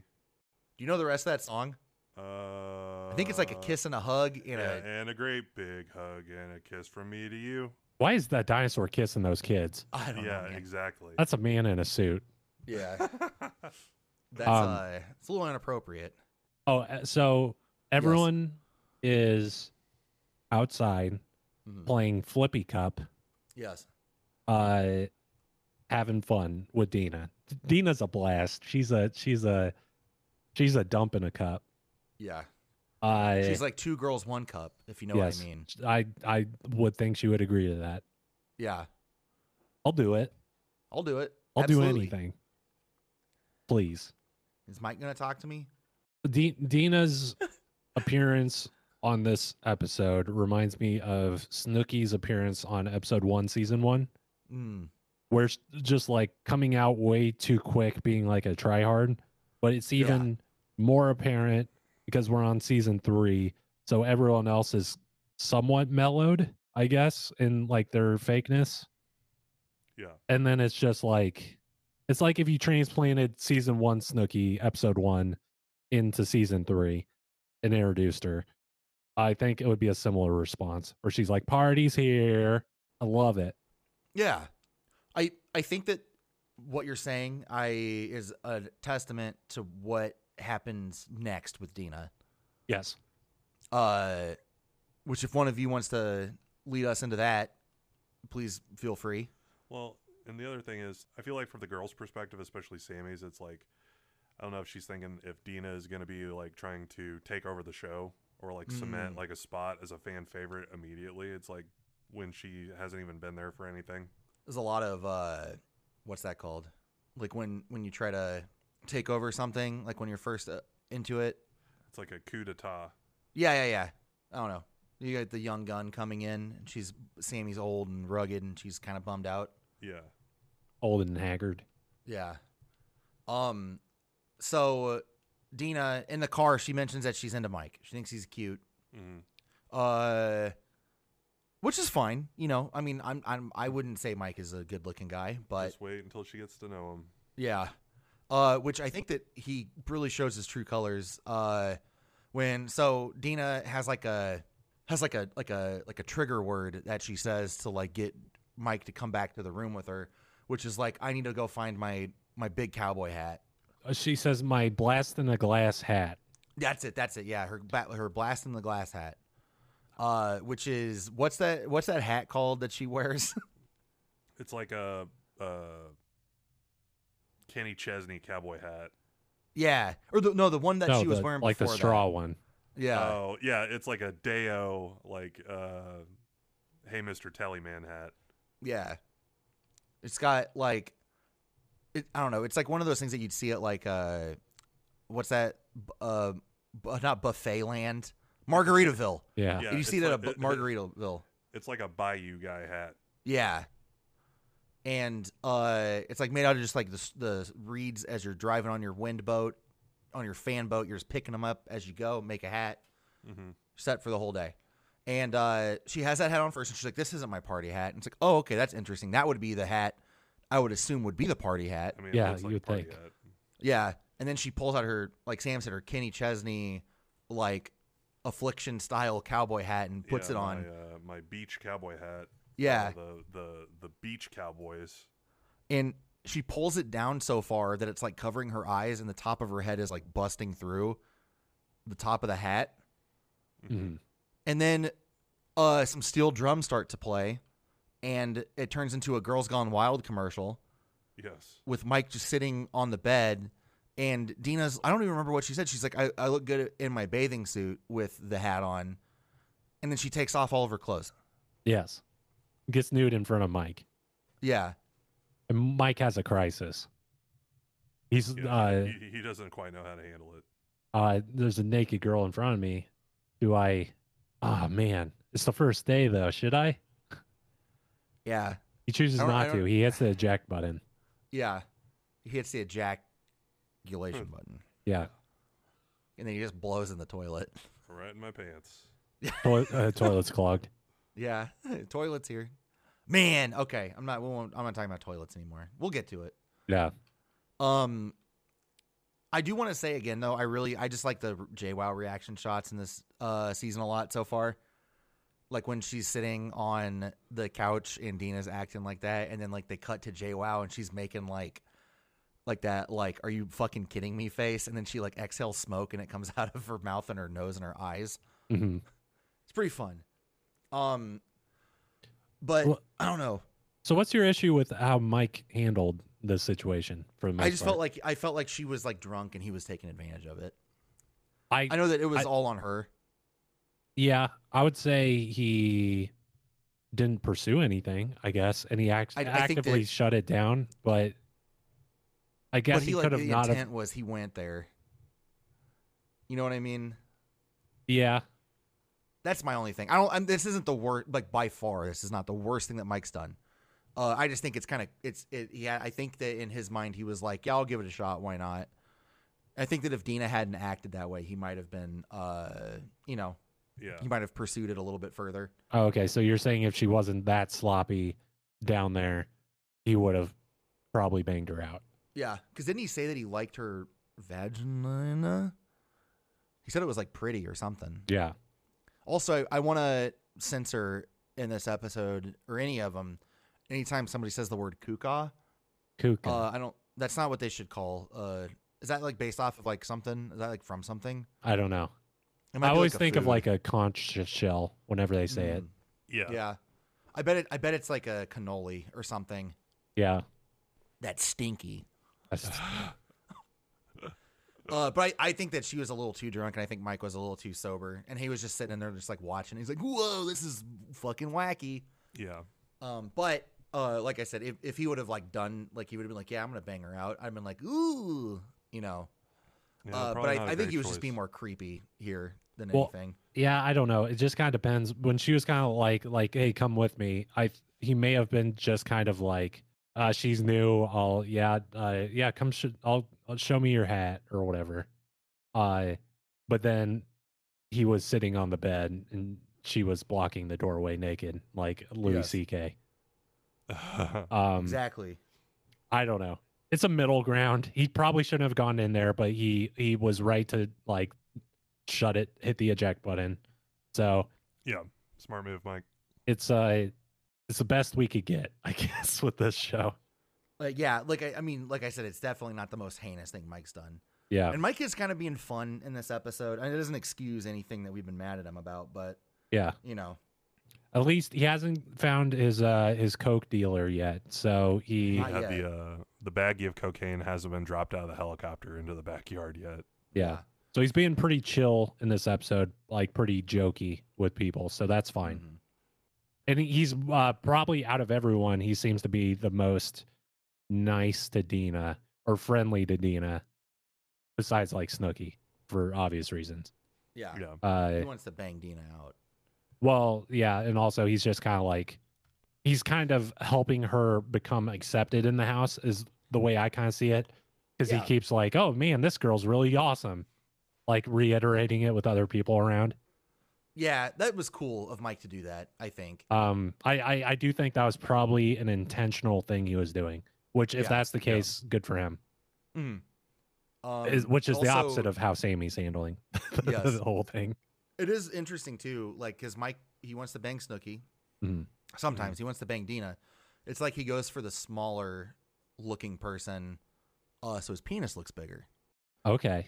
Speaker 6: Do you know the rest of that song?
Speaker 5: Uh,
Speaker 6: I think it's like a kiss and a hug and
Speaker 5: yeah,
Speaker 6: a
Speaker 5: and a great big hug and a kiss from me to you.
Speaker 7: Why is that dinosaur kissing those kids?
Speaker 6: I don't
Speaker 5: Yeah,
Speaker 6: know. man.
Speaker 5: exactly.
Speaker 7: That's a man in a suit.
Speaker 6: Yeah.
Speaker 5: That's
Speaker 6: That's
Speaker 7: Um,
Speaker 6: uh, it's a little inappropriate.
Speaker 7: Oh, uh, so everyone is outside
Speaker 6: Mhm.
Speaker 7: playing Flippy Cup.
Speaker 6: Yes.
Speaker 7: uh having fun with Dina. D- Dina's a blast. She's a she's a she's a dump in a cup.
Speaker 6: Yeah.
Speaker 7: Uh
Speaker 6: She's like two girls, one cup. If you know
Speaker 7: yes.
Speaker 6: what I mean.
Speaker 7: I I would think she would agree to that.
Speaker 6: Yeah.
Speaker 7: I'll do it.
Speaker 6: I'll do it.
Speaker 7: I'll do
Speaker 6: Absolutely.
Speaker 7: anything. Please.
Speaker 6: Is Mike gonna talk to me?
Speaker 7: D- Dina's appearance on this episode reminds me of Snooky's appearance on episode 1 season 1
Speaker 6: Mm.
Speaker 7: where s- just like coming out way too quick, being like a tryhard. But it's
Speaker 6: Yeah.
Speaker 7: even more apparent because we're on season three, so everyone else is somewhat mellowed, I guess, in like their fakeness.
Speaker 5: Yeah.
Speaker 7: And then it's just like it's like if you transplanted season one Snooky episode one into season three and introduced her. I think it would be a similar response where she's like, "Parties here, I love it."
Speaker 6: Yeah. I I think that what you're saying I is a testament to what happens next with Dina.
Speaker 7: Yes.
Speaker 6: Uh, which if one of you wants to lead us into that, please feel free.
Speaker 5: Well, and the other thing is, I feel like from the girl's perspective, especially Sammy's, it's like, I don't know if she's thinking if Dina is going to be like trying to take over the show or like cement
Speaker 6: Mm.
Speaker 5: like a spot as a fan favorite immediately. It's like when she hasn't even been there for anything.
Speaker 6: there's a lot of uh what's that called like when when you try to take over something like when you're first uh, into it
Speaker 5: It's It's like a coup d'etat.
Speaker 6: Yeah, yeah, yeah. I don't know. You got the young gun coming in, and she's Sammy's old and rugged, and she's kind of bummed out.
Speaker 5: Yeah.
Speaker 7: old and haggard.
Speaker 6: Yeah. Um. So Dina in the car, she mentions that she's into Mike. She thinks he's cute.
Speaker 5: hmm
Speaker 6: Uh, which is fine. You know, I mean, I'm, I'm, I wouldn't say Mike is a good-looking guy, but
Speaker 5: Just wait until she gets to know him.
Speaker 6: Yeah. Uh, which I think that he really shows his true colors. Uh, when so Dina has like a has like a like a like a trigger word that she says to like get Mike to come back to the room with her, which is like I need to go find my my big cowboy hat.
Speaker 7: Uh, She says, "My blast in a glass hat."
Speaker 6: That's it. That's it. Yeah, her ba- her blast in the glass hat. Uh, which is what's that? What's that hat called that she wears?
Speaker 5: It's like a, a Kenny Chesney cowboy hat.
Speaker 6: yeah, or the, no, the one that
Speaker 7: no,
Speaker 6: she was
Speaker 7: the-
Speaker 6: wearing
Speaker 7: like the
Speaker 6: before
Speaker 7: straw uh, one.
Speaker 6: That. Yeah,
Speaker 5: Oh, yeah. It's like a Deo, like, uh, hey, Mr. Tellyman hat.
Speaker 6: Yeah. It's got like it, I don't know, it's like one of those things that you'd see at like uh what's that B- uh bu- not buffet land, Margaritaville.
Speaker 7: Yeah.
Speaker 5: Yeah,
Speaker 6: you
Speaker 5: it's
Speaker 6: see that
Speaker 5: like-
Speaker 6: at Bu-
Speaker 5: it- it-
Speaker 6: Margaritaville.
Speaker 5: It's like a Bayou guy hat.
Speaker 6: Yeah. And uh it's like made out of just like the s- the reeds as you're driving on your wind boat, on your fan boat, you're just picking them up as you go, make a hat
Speaker 5: hmm
Speaker 6: set for the whole day. And uh, she has that hat on first, and she's like, "This isn't my party hat." And it's like, "Oh, okay, that's interesting. That would be the hat I would assume would be the party hat."
Speaker 5: I mean, it
Speaker 7: Yeah,
Speaker 5: looks like a
Speaker 7: you would
Speaker 5: party
Speaker 7: think.
Speaker 5: hat.
Speaker 6: Yeah. And then she pulls out her, like Sam said, her Kenny Chesney, like affliction style cowboy hat and puts
Speaker 5: Yeah,
Speaker 6: it on.
Speaker 5: My, uh, my beach cowboy hat.
Speaker 6: yeah.
Speaker 5: Uh, the, the, the beach cowboys.
Speaker 6: And she pulls it down so far that it's like covering her eyes, and the top of her head is like busting through the top of the hat.
Speaker 5: Mm-hmm.
Speaker 7: Mhm.
Speaker 6: and then uh, some steel drums start to play, and it turns into a Girls Gone Wild commercial
Speaker 5: Yes.
Speaker 6: with Mike just sitting on the bed. And Dina's, I don't even remember what she said. She's like, I, I look good in my bathing suit with the hat on. And then she takes off all of her clothes.
Speaker 7: Yes. Gets nude in front of Mike.
Speaker 6: Yeah.
Speaker 7: And Mike has a crisis. He's
Speaker 5: Yeah,
Speaker 7: uh,
Speaker 5: he, he doesn't quite know how to handle it.
Speaker 7: uh, there's a naked girl in front of me. Do I? Oh man, it's the first day though. Should I?
Speaker 6: Yeah.
Speaker 7: He chooses
Speaker 6: I don't- I
Speaker 7: not to.
Speaker 6: don't-
Speaker 7: He hits the eject button.
Speaker 6: Yeah. He hits the ejaculation button.
Speaker 7: Yeah,
Speaker 6: And then he just blows in the toilet.
Speaker 5: Right in my pants.
Speaker 7: Toil- uh, toilet's clogged.
Speaker 6: Yeah, toilets here. Man, okay, I'm not. We won't, I'm not talking about toilets anymore. We'll get to it.
Speaker 7: Yeah,
Speaker 6: Um, I do want to say again though, I really, I just like the JWoww reaction shots in this uh season a lot so far. Like when she's sitting on the couch and Dina's acting like that, and then like they cut to JWoww and she's making like, like that, like, are you fucking kidding me face? And then she like exhales smoke and it comes out of her mouth and her nose and her eyes.
Speaker 7: hmm
Speaker 6: It's pretty fun. Um, but
Speaker 7: Well-
Speaker 6: I don't know.
Speaker 7: So what's your issue with how Mike handled the situation for the most
Speaker 6: I just felt
Speaker 7: part?
Speaker 6: like I felt like she was like drunk and he was taking advantage of it.
Speaker 7: I,
Speaker 6: I know that it was
Speaker 7: I-
Speaker 6: all on her.
Speaker 7: yeah, I would say he didn't pursue anything, I guess, and he act-
Speaker 6: I- I think that-
Speaker 7: actively shut it down, but I guess
Speaker 6: but he, like
Speaker 7: could
Speaker 6: the
Speaker 7: have not
Speaker 6: intent
Speaker 7: have
Speaker 6: was he went there. You know what I mean?
Speaker 7: Yeah.
Speaker 6: That's my only thing. I don't. I'm, this isn't the worst. Like by far, this is not the worst thing that Mike's done. Uh, I just think it's kind of it's it. Yeah, I think that in his mind he was like, yeah, I'll give it a shot. Why not? I think that if Dina hadn't acted that way, he might have been, uh, you know,
Speaker 5: Yeah.
Speaker 6: he might have pursued it a little bit further.
Speaker 7: Oh, okay, so you're saying if she wasn't that sloppy down there, he would have probably banged her out.
Speaker 6: Yeah, because didn't he say that he liked her vagina? He said it was like pretty or something.
Speaker 7: Yeah.
Speaker 6: Also, I, I want to censor in this episode or any of them. Anytime somebody says the word kuka,
Speaker 7: Kook.
Speaker 6: uh, I don't. That's not what they should call. Uh, is that like based off of like something? Is that like from something?
Speaker 7: I don't know.
Speaker 6: It might
Speaker 7: I
Speaker 6: be,
Speaker 7: always
Speaker 6: a
Speaker 7: think of
Speaker 6: food.
Speaker 7: like a conch shell whenever they say it.
Speaker 6: Mm,
Speaker 5: Yeah.
Speaker 6: Yeah. I bet it. I bet it's like a cannoli or something.
Speaker 7: Yeah.
Speaker 6: That's stinky.
Speaker 7: That's-
Speaker 6: Uh, but I, I think that she was a little too drunk, and I think Mike was a little too sober, and he was just sitting in there, just like watching. He's like, "Whoa, this is fucking wacky."
Speaker 5: Yeah.
Speaker 6: Um, but uh, like I said, if, if he would have like done like he would have been like, yeah, I'm gonna bang her out. I've been like, ooh, you know,
Speaker 5: Yeah,
Speaker 6: uh, but
Speaker 5: probably
Speaker 6: I,
Speaker 5: not a
Speaker 6: I think
Speaker 5: great
Speaker 6: he was just being
Speaker 5: choice.
Speaker 6: more creepy here than
Speaker 7: Well,
Speaker 6: anything.
Speaker 7: Yeah, I don't know. It just kind of depends. When she was kind of like, like, hey, come with me. I th- he may have been just kind of like, uh, she's new. I'll yeah, uh, yeah, come. Sh- I'll, I'll show me your hat or whatever. Uh, but then he was sitting on the bed and she was blocking the doorway naked, like Louis
Speaker 6: Yes.
Speaker 7: C.K. Um,
Speaker 6: exactly.
Speaker 7: I don't know. It's a middle ground. He probably shouldn't have gone in there, but he he was right to like shut it, hit the eject button. So
Speaker 5: yeah, smart move, Mike.
Speaker 7: it's uh it's the best we could get, I guess, with this show.
Speaker 6: Like, yeah, like I, I mean, like I said, it's definitely not the most heinous thing Mike's done.
Speaker 7: Yeah,
Speaker 6: And Mike is kind of being fun in this episode. And it doesn't excuse anything that we've been mad at him about, but
Speaker 7: yeah.
Speaker 6: you know,
Speaker 7: At least he hasn't found his uh his coke dealer yet, so he
Speaker 6: Not
Speaker 5: Had
Speaker 6: yet.
Speaker 5: the uh, the baggie of cocaine hasn't been dropped out of the helicopter into the backyard yet.
Speaker 7: yeah. So he's being pretty chill in this episode, like pretty jokey with people. So that's fine.
Speaker 6: Mhm.
Speaker 7: and he- he's uh, probably out of everyone he seems to be the most nice to dina or friendly to dina besides like snooky for obvious reasons
Speaker 6: Yeah.
Speaker 5: Yeah,
Speaker 7: uh,
Speaker 6: He wants to bang Dina out.
Speaker 7: well yeah and also he's just kind of like he's kind of helping her become accepted in the house is the way i kind of see it because
Speaker 6: Yeah.
Speaker 7: he keeps like oh man this girl's really awesome like reiterating it with other people around
Speaker 6: Yeah, that was cool of Mike to do that, I think.
Speaker 7: Um, I, I I do think that was probably an intentional thing he was doing. Which, if
Speaker 6: Yeah,
Speaker 7: that's the
Speaker 5: yeah.
Speaker 7: case, good for him.
Speaker 6: Mm. Um,
Speaker 7: is, which is the opposite
Speaker 6: also-
Speaker 7: of how Sammy's handling the,
Speaker 6: Yes.
Speaker 7: whole thing.
Speaker 6: It is interesting too, like because Mike he wants to bang Snooky.
Speaker 7: Mhm.
Speaker 6: Sometimes he wants to bang Dina. It's like he goes for the smaller looking person, uh, so his penis looks bigger.
Speaker 7: Okay,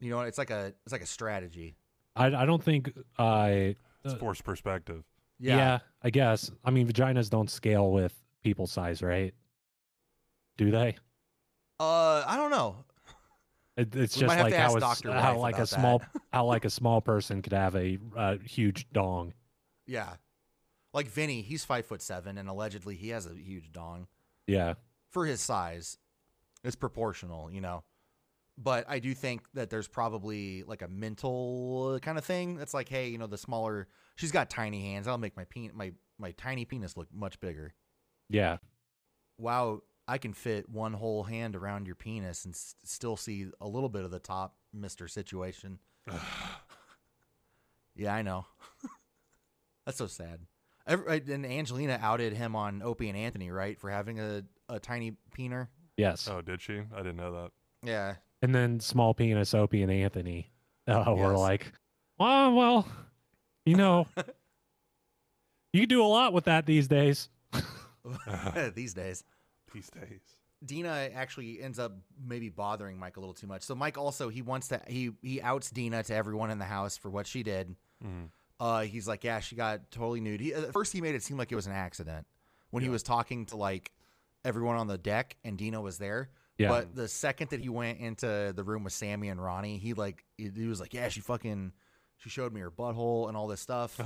Speaker 6: You know, it's like a it's like a strategy.
Speaker 7: I I don't think I.
Speaker 5: it's
Speaker 7: Uh,
Speaker 5: forced perspective.
Speaker 7: Yeah. I guess. I mean, vaginas don't scale with people size, right? Do they?
Speaker 6: Uh, I don't know.
Speaker 7: It, it's
Speaker 6: We
Speaker 7: just
Speaker 6: might have
Speaker 7: like
Speaker 6: to
Speaker 7: how,
Speaker 6: ask
Speaker 7: it's-
Speaker 6: Dr.
Speaker 7: how
Speaker 6: Life
Speaker 7: like a
Speaker 6: about
Speaker 7: small
Speaker 6: that.
Speaker 7: how like a small person could have a uh, huge dong.
Speaker 6: Yeah, like Vinny, he's five foot seven, and allegedly he has a huge dong.
Speaker 7: Yeah.
Speaker 6: for his size, it's proportional, you know. But I do think that there's probably like a mental kind of thing that's like, hey, you know, the smaller she's got tiny hands, I'll make my pen my my tiny penis look much bigger.
Speaker 7: Yeah.
Speaker 6: Wow, I can fit one whole hand around your penis and s- still see a little bit of the top, Mister Situation. yeah, I know. that's so sad. Every, right, and Angelina outed him on Opie and Anthony, right, for having a a tiny peener.
Speaker 7: Yes.
Speaker 5: Oh, did she? I didn't know that.
Speaker 6: Yeah,
Speaker 7: and then small penis opie and anthony uh, were
Speaker 6: Yes.
Speaker 7: like well well you know you can do a lot with that these days
Speaker 6: these days.
Speaker 5: These days.
Speaker 6: Dina actually ends up maybe bothering Mike a little too much. So Mike also he wants to he he outs Dina to everyone in the house for what she did.
Speaker 5: Mm.
Speaker 6: Uh, he's like, yeah, she got totally nude. He, at first, he made it seem like it was an accident when he was talking to like everyone on the deck, and Dina was there.
Speaker 7: yeah
Speaker 6: But the second that he went into the room with Sammy and Ronnie, he like he, he was like, yeah, she fucking she showed me her butthole and all this stuff.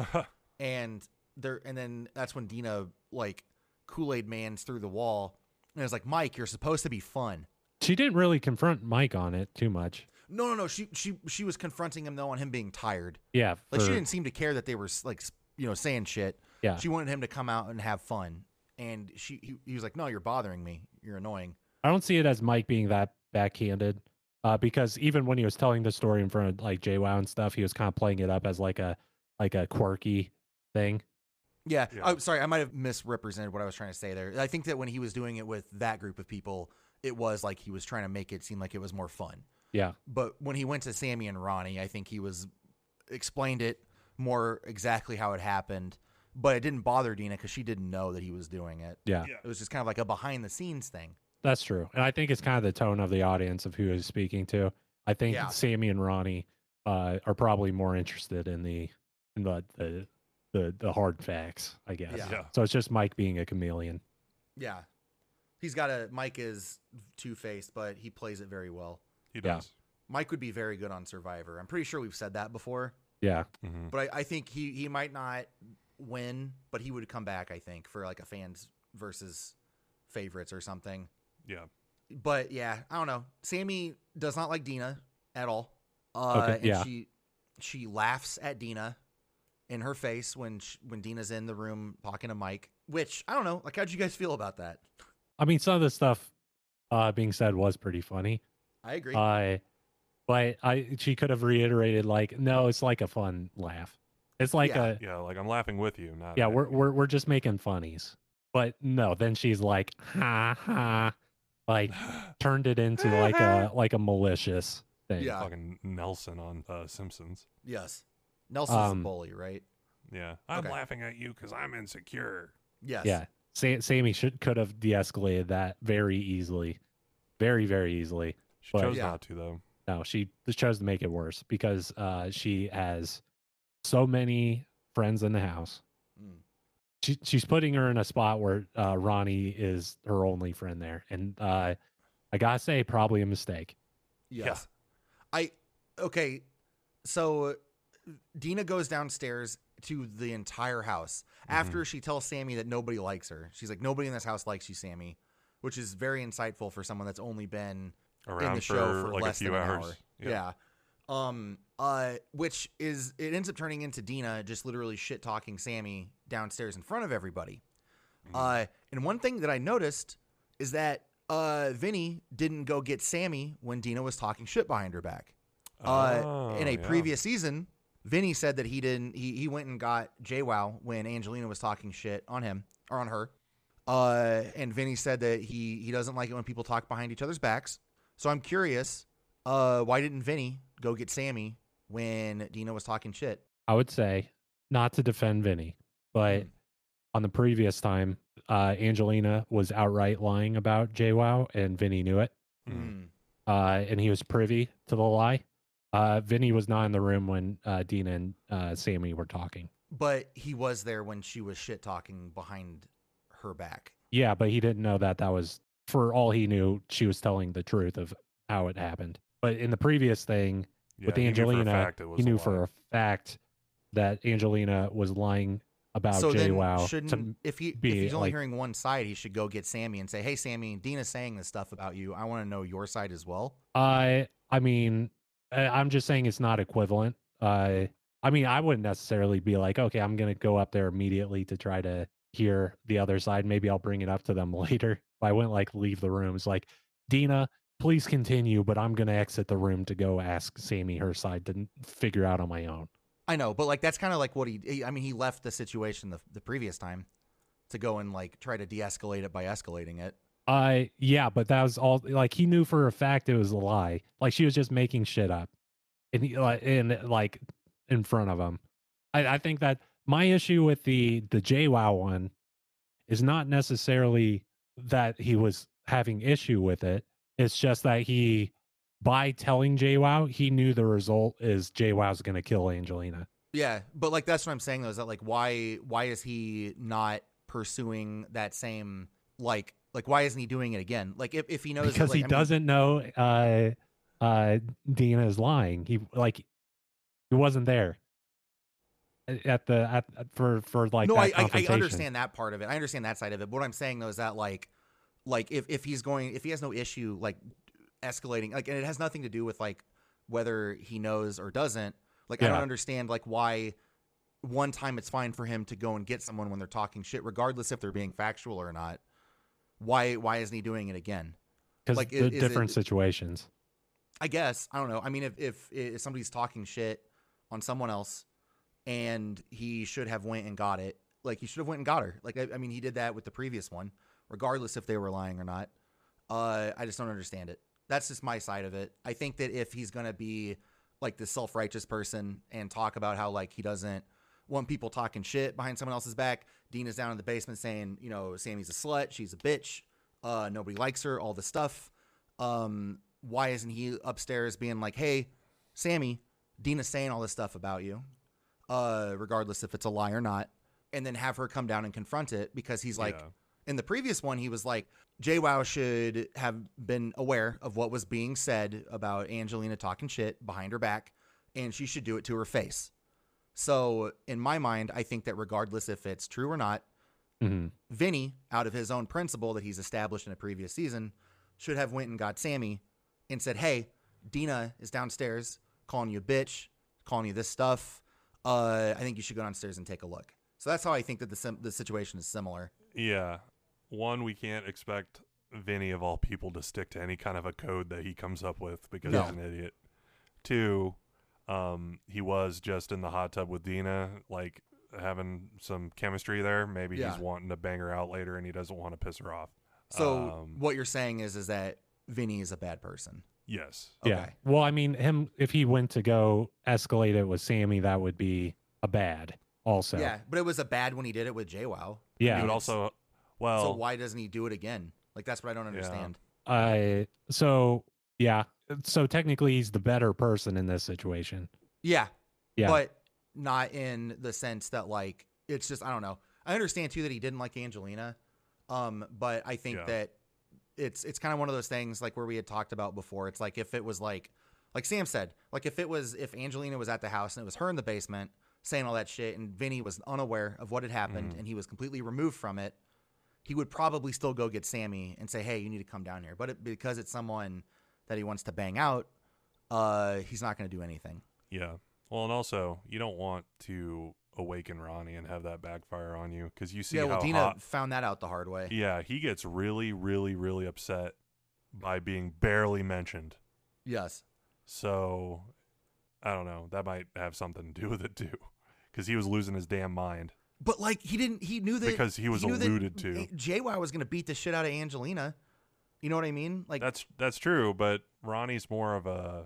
Speaker 6: and there and then that's when Dina like Kool Aid Man's through the wall, and it's like Mike, you're supposed to be fun.
Speaker 7: she didn't really confront mike on it too much
Speaker 6: No, no, no. She she she was confronting him though on him being tired.
Speaker 7: yeah
Speaker 6: Like she
Speaker 7: for-
Speaker 6: didn't seem to care that they were like s- you know saying shit.
Speaker 7: Yeah.
Speaker 6: She wanted him to come out and have fun, and she he, he was like, no, you're bothering me. You're annoying.
Speaker 7: i don't see it as mike being that backhanded uh, because even when he was telling the story in front of like jay wow and stuff he was kind of playing it up as like a like a quirky thing
Speaker 6: Yeah.
Speaker 5: Yeah.
Speaker 6: Oh, sorry. I might have misrepresented what I was trying to say there. I think that when he was doing it with that group of people, it was like he was trying to make it seem like it was more fun.
Speaker 7: Yeah.
Speaker 6: But when he went to Sammy and Ronnie, I think he was explained it more exactly how it happened. But it didn't bother Dina because she didn't know that he was doing it.
Speaker 7: yeah
Speaker 5: Yeah.
Speaker 6: It was just kind of like a behind the scenes thing.
Speaker 7: That's true. And I think it's kind of the tone of the audience of who is speaking to. I think
Speaker 6: Yeah.
Speaker 7: Sammy and Ronnie uh, are probably more interested in the in the the the, the hard facts, I guess.
Speaker 6: Yeah.
Speaker 5: Yeah.
Speaker 7: So it's just Mike being a chameleon.
Speaker 6: Yeah. He's got a Mike is two faced, but he plays it very well.
Speaker 5: He
Speaker 7: Yeah.
Speaker 5: does.
Speaker 6: Mike would be very good on Survivor. I'm pretty sure we've said that before.
Speaker 7: Yeah.
Speaker 5: Mhm.
Speaker 6: But I, I think he, he might not win, but he would come back, I think, for like a fans versus favorites or something.
Speaker 5: Yeah.
Speaker 6: But yeah, I don't know. Sammy does not like Dina at all. Uh,
Speaker 7: Okay,
Speaker 6: and
Speaker 7: yeah.
Speaker 6: She she laughs at Dina in her face when sh when Dina's in the room talking to Mike. Which I don't know. Like, how'd you guys feel about that?
Speaker 7: I mean, some of the stuff uh, being said was pretty funny.
Speaker 6: I agree.
Speaker 7: Uh, but I she could have reiterated like, no, it's like a fun laugh. It's like
Speaker 6: Yeah.
Speaker 7: a
Speaker 5: Yeah, like I'm laughing with you. Not
Speaker 7: yeah,
Speaker 5: at
Speaker 7: we're
Speaker 5: you.
Speaker 7: we're we're just making funnies. But no, then she's like, ha ha, like
Speaker 6: Uh,
Speaker 7: turned it into like a like a malicious thing.
Speaker 6: Yeah.
Speaker 5: fucking Nelson on uh, Simpsons.
Speaker 6: yes, Nelson's a
Speaker 7: Um,
Speaker 6: bully, right?
Speaker 5: Yeah, I'm
Speaker 6: Okay.
Speaker 5: laughing at you because I'm insecure.
Speaker 6: Yes.
Speaker 7: Yeah. Sa- Sammy should could have de-escalated that very easily, very very easily.
Speaker 5: She
Speaker 7: But-
Speaker 5: chose
Speaker 6: Yeah.
Speaker 5: not to though.
Speaker 7: No, she just chose to make it worse because uh, she has so many friends in the house.
Speaker 6: Mm.
Speaker 7: She, she's putting her in a spot where uh, Ronnie is her only friend there, and uh, I gotta say, probably a mistake.
Speaker 5: Yeah.
Speaker 6: Yes. I okay. So Dina goes downstairs to the entire house after she tells Sammy that nobody likes her. She's like, nobody in this house likes you, Sammy, which is very insightful for someone that's only been
Speaker 5: Around
Speaker 6: in the show for
Speaker 5: like
Speaker 6: less
Speaker 5: a few
Speaker 6: than
Speaker 5: hours.
Speaker 6: an hour. Yeah. Um. Uh. Which is it ends up turning into Dina just literally shit talking Sammy downstairs in front of everybody.
Speaker 5: Mm-hmm.
Speaker 6: Uh. And one thing that I noticed is that uh Vinny didn't go get Sammy when Dina was talking shit behind her back. Uh.
Speaker 5: Oh,
Speaker 6: in a
Speaker 5: yeah.
Speaker 6: previous season, Vinny said that he didn't. He he went and got JWoww when Angelina was talking shit on him or on her. Uh. And Vinny said that he he doesn't like it when people talk behind each other's backs. So I'm curious uh, why didn't Vinny go get Sammy when Dina was talking shit?
Speaker 7: I would say not to defend Vinny, but
Speaker 6: Mm.
Speaker 7: on the previous time, uh, Angelina was outright lying about JWoww, and Vinny knew it.
Speaker 5: Mm.
Speaker 6: Hmm.
Speaker 7: uh, and he was privy to the lie. Uh, Vinny was not in the room when uh, Dina and uh, Sammy were talking.
Speaker 6: But he was there when she was shit talking behind her back.
Speaker 7: Yeah, but he didn't know that that was, for all he knew, she was telling the truth of how it happened. But in the previous thing
Speaker 5: Yeah,
Speaker 7: with
Speaker 5: he knew for a
Speaker 7: Angelina,
Speaker 5: fact it was
Speaker 7: he
Speaker 5: a
Speaker 7: knew
Speaker 5: lie.
Speaker 7: for a fact that Angelina was lying about
Speaker 6: so
Speaker 7: Jay
Speaker 6: then,
Speaker 7: Wow.
Speaker 6: shouldn't if he
Speaker 7: Oh, be,
Speaker 6: if he's only
Speaker 7: like-
Speaker 6: hearing one side, he should go get Sammy and say, "Hey, Sammy, Dina's saying this stuff about you. I want to know your side as well."
Speaker 7: I I mean, I- I'm just saying it's not equivalent. Uh, I mean, I wouldn't necessarily be like, okay, I'm gonna go up there immediately to try to hear the other side. Maybe I'll bring it up to them later. But I wouldn't like leave the room. It's like, Dina, please continue, but I'm gonna exit the room to go ask Sammy her side to n- figure out on my own.
Speaker 6: I know, but like that's kind of like what he, he. I mean, he left the situation the the previous time to go and like try to de-escalate it by escalating it.
Speaker 7: I yeah, but that was all. Like he knew for a fact it was a lie. Like she was just making shit up, and he like and uh, like in front of him. I, I think that my issue with the the JWoww one is not necessarily that he was having issue with it. It's just that he by telling JWoww he knew the result is JWoww's going to kill Angelina.
Speaker 6: Yeah, but like that's what I'm saying though is that like why why is he not pursuing that same like like why isn't he doing it again? Like if if he knows
Speaker 7: because
Speaker 6: like,
Speaker 7: he
Speaker 6: I mean-
Speaker 7: doesn't know uh uh Dina is lying. He like he wasn't there a- at the at at- for for like
Speaker 6: no,
Speaker 7: that
Speaker 6: I, I I
Speaker 7: confrontation.
Speaker 6: understand that part of it. I understand that side of it. What I'm saying though is that like like if if he's going if he has no issue like escalating like and it has nothing to do with like whether he knows or doesn't. Like I don't
Speaker 7: Yeah.
Speaker 6: understand like why one time it's fine for him to go and get someone when they're talking shit, regardless if they're being factual or not. Why why isn't he doing it again?
Speaker 7: because
Speaker 6: like, i-
Speaker 7: the
Speaker 6: is it-
Speaker 7: different situations.
Speaker 6: I guess I don't know. I mean, if if if somebody's talking shit on someone else, and he should have went and got it, like he should have went and got her. Like I, I mean, he did that with the previous one, regardless if they were lying or not. Uh, I just don't understand it. That's just my side of it. I think that if he's gonna be like this self righteous person and talk about how like he doesn't want people talking shit behind someone else's back, Dean is down in the basement saying, you know, Sammy's a slut, she's a bitch, uh, nobody likes her, all this stuff um, why isn't he upstairs being like, hey, Sammy, Dina's saying all this stuff about you, uh, regardless if it's a lie or not, and then have her come down and confront it because he's like,
Speaker 5: Yeah.
Speaker 6: in the previous one, he was like, JWoww should have been aware of what was being said about Angelina talking shit behind her back, and she should do it to her face. So, in my mind, I think that regardless if it's true or not,
Speaker 7: hmm
Speaker 6: Vinny, out of his own principle that he's established in a previous season, should have went and got Sammy and said, "Hey, Dina is downstairs calling you a bitch, calling you this stuff. Uh, I think you should go downstairs and take a look. So that's how I think that the sim- the situation is similar.
Speaker 5: Yeah. One, we can't expect Vinny of all people to stick to any kind of a code that he comes up with because
Speaker 6: No.
Speaker 5: he's an idiot. Two, um, he was just in the hot tub with Dina, like having some chemistry there. Maybe
Speaker 6: Yeah.
Speaker 5: he's wanting to bang her out later and he doesn't want to piss her off.
Speaker 6: So
Speaker 5: Um,
Speaker 6: what you're saying is is that Vinny is a bad person.
Speaker 5: Yes.
Speaker 6: Okay.
Speaker 7: Yeah. Well, I mean, him if he went to go escalate it with Sammy, that would be a bad. Also,
Speaker 6: Yeah, but it was a bad when he did it with JWoww.
Speaker 5: He
Speaker 7: yeah.
Speaker 5: would
Speaker 6: it's-
Speaker 5: also, well,
Speaker 6: so why doesn't he do it again? Like that's what I don't understand.
Speaker 7: I so yeah. So technically, he's the better person in this situation.
Speaker 6: Yeah.
Speaker 7: Yeah.
Speaker 6: But not in the sense that like it's just I don't know. I understand too that he didn't like Angelina. Um, but I think
Speaker 5: Yeah.
Speaker 6: that it's it's kind of one of those things like where we had talked about before. It's like if it was like like Sam said, like if it was if Angelina was at the house and it was her in the basement saying all that shit and Vinny was unaware of what had happened and he was completely removed from it, he would probably still go get Sammy and say, "Hey, you need to come down here." But it, because it's someone that he wants to bang out, uh, he's not going to do anything.
Speaker 5: yeah. Well, and also, you don't want to awaken Ronnie and have that backfire on you because you see
Speaker 6: yeah, well,
Speaker 5: how
Speaker 6: Dina
Speaker 5: hot
Speaker 6: found that out the hard way.
Speaker 5: Yeah, he gets really, really, really upset by being barely mentioned.
Speaker 6: Yes.
Speaker 5: So I don't know. That might have something to do with it too, because he was losing his damn mind.
Speaker 6: But like he didn't he knew that
Speaker 5: Because he was
Speaker 6: knew that
Speaker 5: alluded to.
Speaker 6: JWoww was going to beat the shit out of Angelina. You know what I mean? Like
Speaker 5: That's that's true, but Ronnie's more of a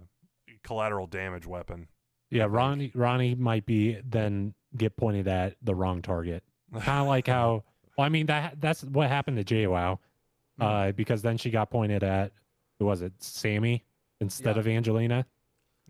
Speaker 5: collateral damage weapon.
Speaker 7: Yeah, Ronnie Ronnie might be then get pointed at the wrong target. Kind of like how well, I mean that that's what happened to JWoww,
Speaker 6: Hmm.
Speaker 7: uh, because then she got pointed at who was it Sammy instead
Speaker 6: Yeah.
Speaker 7: of Angelina.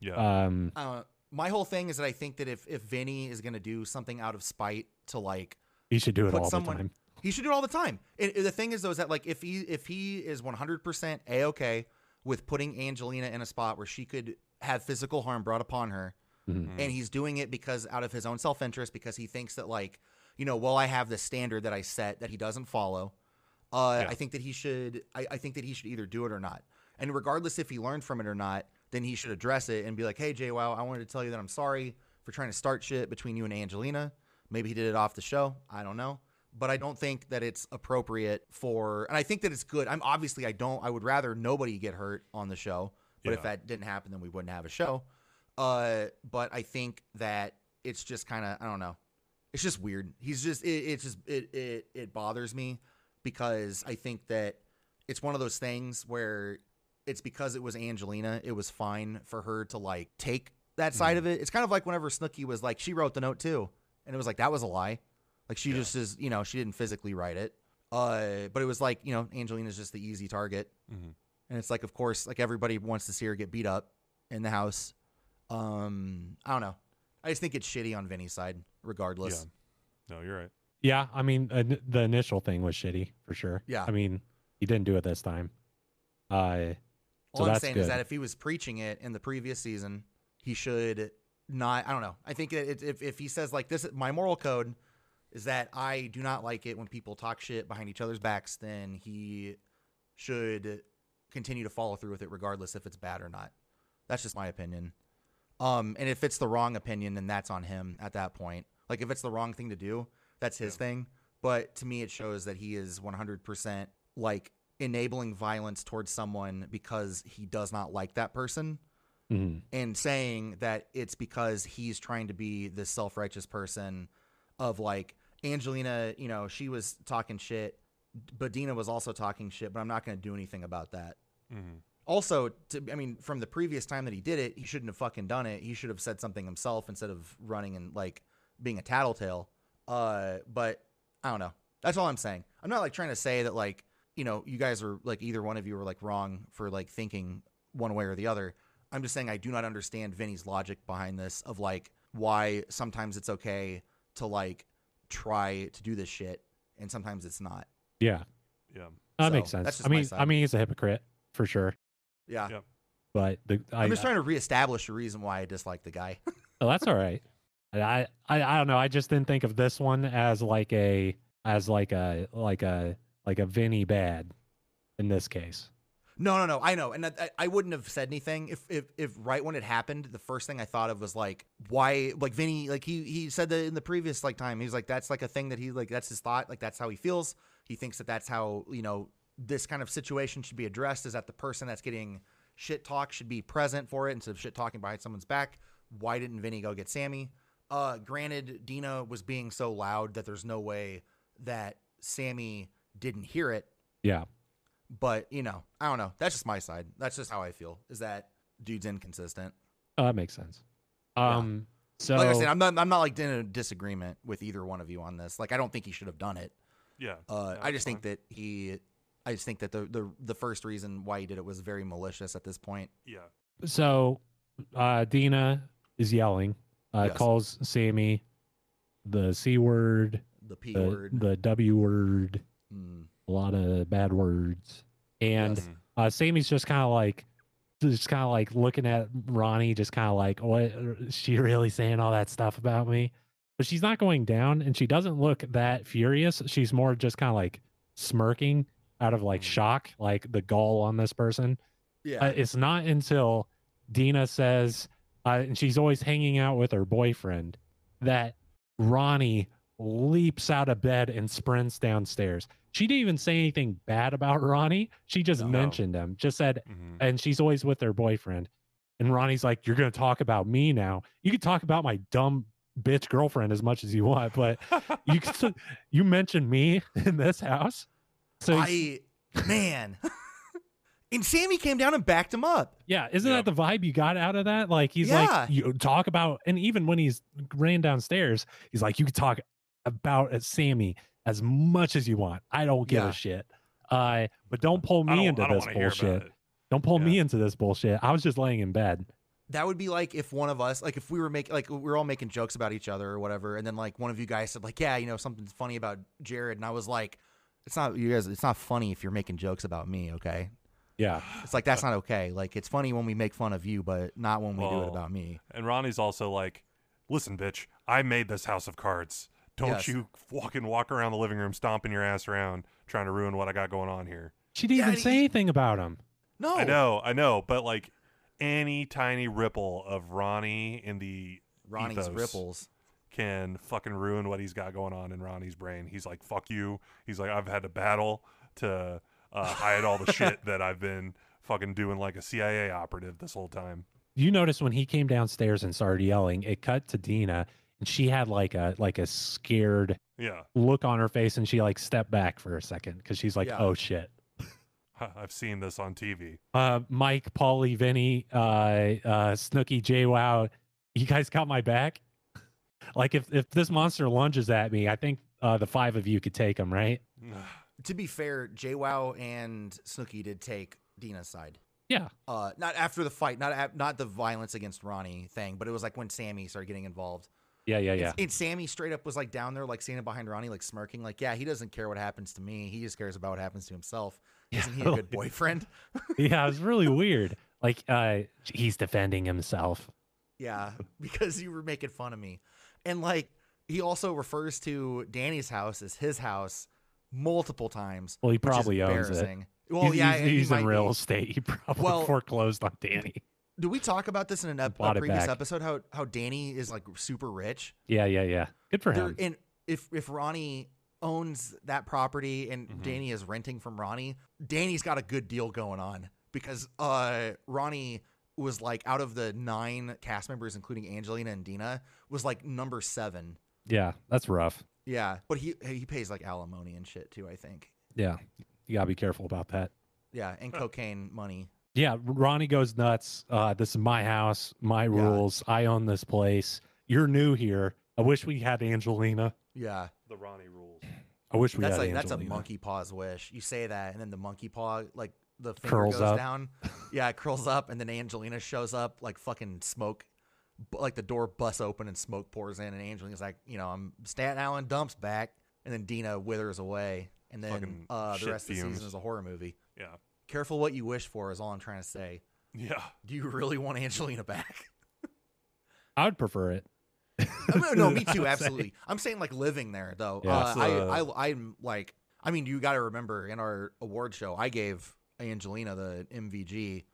Speaker 5: Yeah,
Speaker 7: Um,
Speaker 6: uh, my whole thing is that I think that if if Vinny is going to do something out of spite to like
Speaker 7: he should do it
Speaker 6: put
Speaker 7: all
Speaker 6: someone-
Speaker 7: the time.
Speaker 6: He should do it all the time. It, it- the thing is, though, is that like if he if he is one hundred percent a okay with putting Angelina in a spot where she could have physical harm brought upon her,
Speaker 5: Mm-hmm.
Speaker 7: Mhm.
Speaker 5: Mm.
Speaker 6: and he's doing it because out of his own self interest, because he thinks that like you know, well, I have this standard that I set that he doesn't follow. Uh,
Speaker 5: Yeah.
Speaker 6: I think that he should. I, I think that he should either do it or not. And regardless if he learned from it or not, then he should address it and be like, "Hey, JWoww, I wanted to tell you that I'm sorry for trying to start shit between you and Angelina. Maybe he did it off the show. I don't know, but I don't think that it's appropriate for. And I think that it's good. I'm obviously I don't. I would rather nobody get hurt on the show. But if
Speaker 5: Yeah.
Speaker 6: that didn't happen, then we wouldn't have a show. Uh, but I think that it's just kind of I don't know. It's just weird. He's just it, it's just it, it it bothers me because I think that it's one of those things where it's because it was Angelina, it was fine for her to like take that side of it. It's kind of like whenever Snooki was like, she wrote the note too, and it was like that was a lie. Like she just is, you know, she didn't physically write it. Uh, but it was like, you know, Angelina's just the easy target,
Speaker 5: Mhm.
Speaker 6: and it's like, of course, like everybody wants to see her get beat up in the house. Um, I don't know. I just think it's shitty on Vinny's side, regardless.
Speaker 5: no, you're right.
Speaker 7: Yeah, I mean uh, the initial thing was shitty for sure.
Speaker 6: Yeah.
Speaker 7: I mean he didn't do it this time. Uh,
Speaker 6: All
Speaker 7: So
Speaker 6: I'm
Speaker 7: that's
Speaker 6: saying is
Speaker 7: good.
Speaker 6: that if he was preaching it in the previous season, he should not. I don't know. I think that it, if if he says like this, my moral code is that I do not like it when people talk shit behind each other's backs. Then he should continue to follow through with it, regardless if it's bad or not. That's just my opinion. Um, and if it's the wrong opinion, then that's on him at that point. Like if it's the wrong thing to do, that's his thing. But to me, it shows that he is 100% like enabling violence towards someone because he does not like that person
Speaker 7: mhm.
Speaker 6: and saying that it's because he's trying to be this self righteous person of like Angelina, you know, she was talking shit, but Dina was also talking shit, but I'm not going to do anything about that.
Speaker 5: hmm
Speaker 6: Also, to, I mean, from the previous time that he did it, he shouldn't have fucking done it. He should have said something himself instead of running and like being a tattletale. Uh, but I don't know. That's all I'm saying. I'm not like trying to say that like you know you guys are like either one of you are like wrong for like thinking one way or the other. I'm just saying I do not understand Vinny's logic behind this of like why sometimes it's okay to like try to do this shit and sometimes it's not.
Speaker 7: yeah,
Speaker 5: Yeah,
Speaker 7: that
Speaker 6: So,
Speaker 7: makes sense.
Speaker 6: that's just
Speaker 7: I
Speaker 6: my
Speaker 7: mean, I
Speaker 6: side.
Speaker 7: mean he's a hypocrite for sure.
Speaker 6: Yeah.
Speaker 5: Yeah.
Speaker 7: But the I,
Speaker 6: I'm just trying to reestablish the reason why I dislike the guy.
Speaker 7: Oh, that's all right. And I, I I don't know. I just didn't think of this one as like a as like a like a like a Vinny bad in this case.
Speaker 6: No, no, no. I know, and I, I- I wouldn't have said anything if, if if right when it happened, the first thing I thought of was like, why? Like Vinny, like he he said that in the previous like time, he was like, that's like a thing that he like that's his thought, like that's how he feels. He thinks that that's how you know this kind of situation should be addressed. Is that the person that's getting shit talk should be present for it instead of shit talking behind someone's back? Why didn't Vinny go get Sammy? Uh, granted, Dina was being so loud that there's no way that Sammy didn't hear it
Speaker 7: Yeah.
Speaker 6: but you know, I don't know. That's just my side. That's just how I feel. Is that dude's inconsistent?
Speaker 7: Oh, that makes sense.
Speaker 6: Yeah.
Speaker 7: Um, so
Speaker 6: like I said, I'm not. I'm not like in a disagreement with either one of you on this. Like I don't think he should have done it.
Speaker 5: Yeah. Yeah,
Speaker 6: Uh, I
Speaker 5: that's
Speaker 6: just think that he. I just think that the, the the first reason why he did it was very malicious at this point.
Speaker 5: Yeah.
Speaker 7: so uh Dina is yelling, uh
Speaker 6: Yes.
Speaker 7: calls Sammy the C word,
Speaker 6: The P
Speaker 7: the,
Speaker 6: word.
Speaker 7: the W word,
Speaker 6: Mm.
Speaker 7: a lot of bad words. And
Speaker 6: Yes.
Speaker 7: uh Sammy's just kind of like just kind of like looking at Ronnie just kind of like what is she really saying all that stuff about me? But she's not going down and she doesn't look that furious. She's more just kind of like smirking out of like
Speaker 5: Mm.
Speaker 7: shock, like the gall on this person.
Speaker 6: Yeah.
Speaker 7: Uh, it's not until Dina says, uh, and she's always hanging out with her boyfriend, that Ronnie leaps out of bed and sprints downstairs. She didn't even say anything bad about Ronnie. She just
Speaker 5: No.
Speaker 7: mentioned him, just said,
Speaker 5: hmm
Speaker 7: and she's always with her boyfriend. And Ronnie's like, You're going to talk about me now. You can talk about my dumb bitch girlfriend as much as you want, but you, can- you mentioned me in this house. So he's-
Speaker 6: I man. and Sammy came down and backed him up.
Speaker 7: Yeah, isn't
Speaker 5: Yeah.
Speaker 7: that the vibe you got out of that? Like he's
Speaker 6: Yeah.
Speaker 7: like you talk about, and even when he's ran downstairs, he's like you could talk about uh, Sammy as much as you want. I don't give
Speaker 6: Yeah.
Speaker 7: a shit. Uh, but don't pull
Speaker 5: I
Speaker 7: me
Speaker 5: don't,
Speaker 7: into
Speaker 5: I don't
Speaker 7: this
Speaker 5: wanna Hear
Speaker 7: bullshit.
Speaker 5: about it.
Speaker 7: Don't pull
Speaker 5: Yeah.
Speaker 7: me into this bullshit. I was just laying in bed.
Speaker 6: That would be like if one of us, like if we were making, like we were all making jokes about each other or whatever, and then like one of you guys said, like, yeah, you know, something's funny about Jared, and I was like, it's not you guys, it's not funny if you're making jokes about me, okay?
Speaker 7: Yeah,
Speaker 6: It's like that's not okay. Like it's funny when we make fun of you, but not when we do it
Speaker 5: Well,
Speaker 6: about me.
Speaker 5: And Ronnie's also like, listen, bitch, I made this house of cards. Don't
Speaker 6: Yes.
Speaker 5: you fucking walk around the living room stomping your ass around trying to ruin what I got going on here.
Speaker 7: she didn't
Speaker 6: Yeah,
Speaker 7: even
Speaker 6: and
Speaker 7: say
Speaker 6: he-
Speaker 7: anything about him.
Speaker 6: No,
Speaker 5: I know, I know, but like any tiny ripple of Ronnie in the
Speaker 6: Ronnie's
Speaker 5: ethos
Speaker 6: ripples.
Speaker 5: can fucking ruin what he's got going on in Ronnie's brain. He's like, fuck you. He's like, I've had to battle to uh, hide all the shit that I've been fucking doing like a CIA operative this whole time.
Speaker 7: you notice when he came downstairs and started yelling, it cut to Dina, and she had like a like a scared
Speaker 5: Yeah,
Speaker 7: look on her face, and she like stepped back for a second because she's like,
Speaker 6: Yeah.
Speaker 7: oh shit.
Speaker 5: I've seen this on TV.
Speaker 7: uh, Mike, Paulie, Vinny, uh, uh, Snooky, Jay Wow, you guys got my back. Like if if this monster lunges at me, I think uh, the five of you could take him, right?
Speaker 6: To be fair, JWoww and Snooki did take Dina's side.
Speaker 7: Yeah.
Speaker 6: Uh, not after the fight, not af- not the violence against Ronnie thing, but it was like when Sammy started getting involved.
Speaker 7: Yeah, yeah, yeah.
Speaker 6: And Sammy straight up was like down there, like standing behind Ronnie, like smirking, like, yeah, he doesn't care what happens to me. He just cares about what happens to himself. Isn't he a good boyfriend?
Speaker 7: yeah, it was really weird. Like uh, he's defending himself.
Speaker 6: yeah, because you were making fun of me. And like, he also refers to Danny's house as his house multiple times.
Speaker 7: Well, he
Speaker 6: which is
Speaker 7: probably owns it.
Speaker 6: embarrassing. Well,
Speaker 7: he's,
Speaker 6: yeah,
Speaker 7: he's,
Speaker 6: he
Speaker 7: he's
Speaker 6: might
Speaker 7: in
Speaker 6: be.
Speaker 7: real estate. He probably
Speaker 6: Well-
Speaker 7: foreclosed on Danny.
Speaker 6: Did we talk about this in an ep- a
Speaker 7: Bought it
Speaker 6: previous
Speaker 7: back.
Speaker 6: episode? How how Danny is like super rich.
Speaker 7: Yeah, yeah, yeah. Good for
Speaker 6: There-
Speaker 7: him.
Speaker 6: and if if Ronnie owns that property and
Speaker 7: Mm-hmm.
Speaker 5: Mhm.
Speaker 6: Danny is renting from Ronnie, Danny's got a good deal going on because uh Ronnie was like out of the nine cast members, including Angelina and Dina, was like number seven.
Speaker 7: yeah, that's rough.
Speaker 6: Yeah, but he he pays like alimony and shit too. I think.
Speaker 7: Yeah, you gotta be careful about that.
Speaker 6: Yeah, and cocaine money.
Speaker 7: Yeah, Ronnie goes nuts. Uh, this is my house, my rules. I own this place. You're new here. I wish we had Angelina.
Speaker 6: Yeah,
Speaker 5: The Ronnie rules.
Speaker 7: I wish we
Speaker 6: that's
Speaker 7: had
Speaker 6: like
Speaker 7: Angelina.
Speaker 6: that's a monkey paw's wish. You say that, and then the monkey paw like the finger
Speaker 7: Curls
Speaker 6: goes
Speaker 7: up.
Speaker 6: down. Yeah, it curls up, and then Angelina shows up like fucking smoke, bu- like the door busts open and smoke pours in, and Angelina's like, you know, I'm Staten Island dumps back, and then Dina withers away, and then
Speaker 5: Fucking
Speaker 6: uh, the
Speaker 5: shit
Speaker 6: rest of the
Speaker 5: fumes.
Speaker 6: season is a horror movie.
Speaker 5: Yeah.
Speaker 6: Careful what you wish for is all I'm trying to say.
Speaker 5: Yeah.
Speaker 6: Do you really want Angelina back?
Speaker 7: I would prefer it.
Speaker 6: I mean, no, me
Speaker 7: I would
Speaker 6: too.
Speaker 7: say.
Speaker 6: Absolutely. I'm saying like living there though.
Speaker 7: Yeah.
Speaker 6: Uh,
Speaker 5: That's,
Speaker 6: I,
Speaker 5: uh,
Speaker 6: I, I'm like, I mean, you got to remember in our award show, I gave Angelina, the MVG,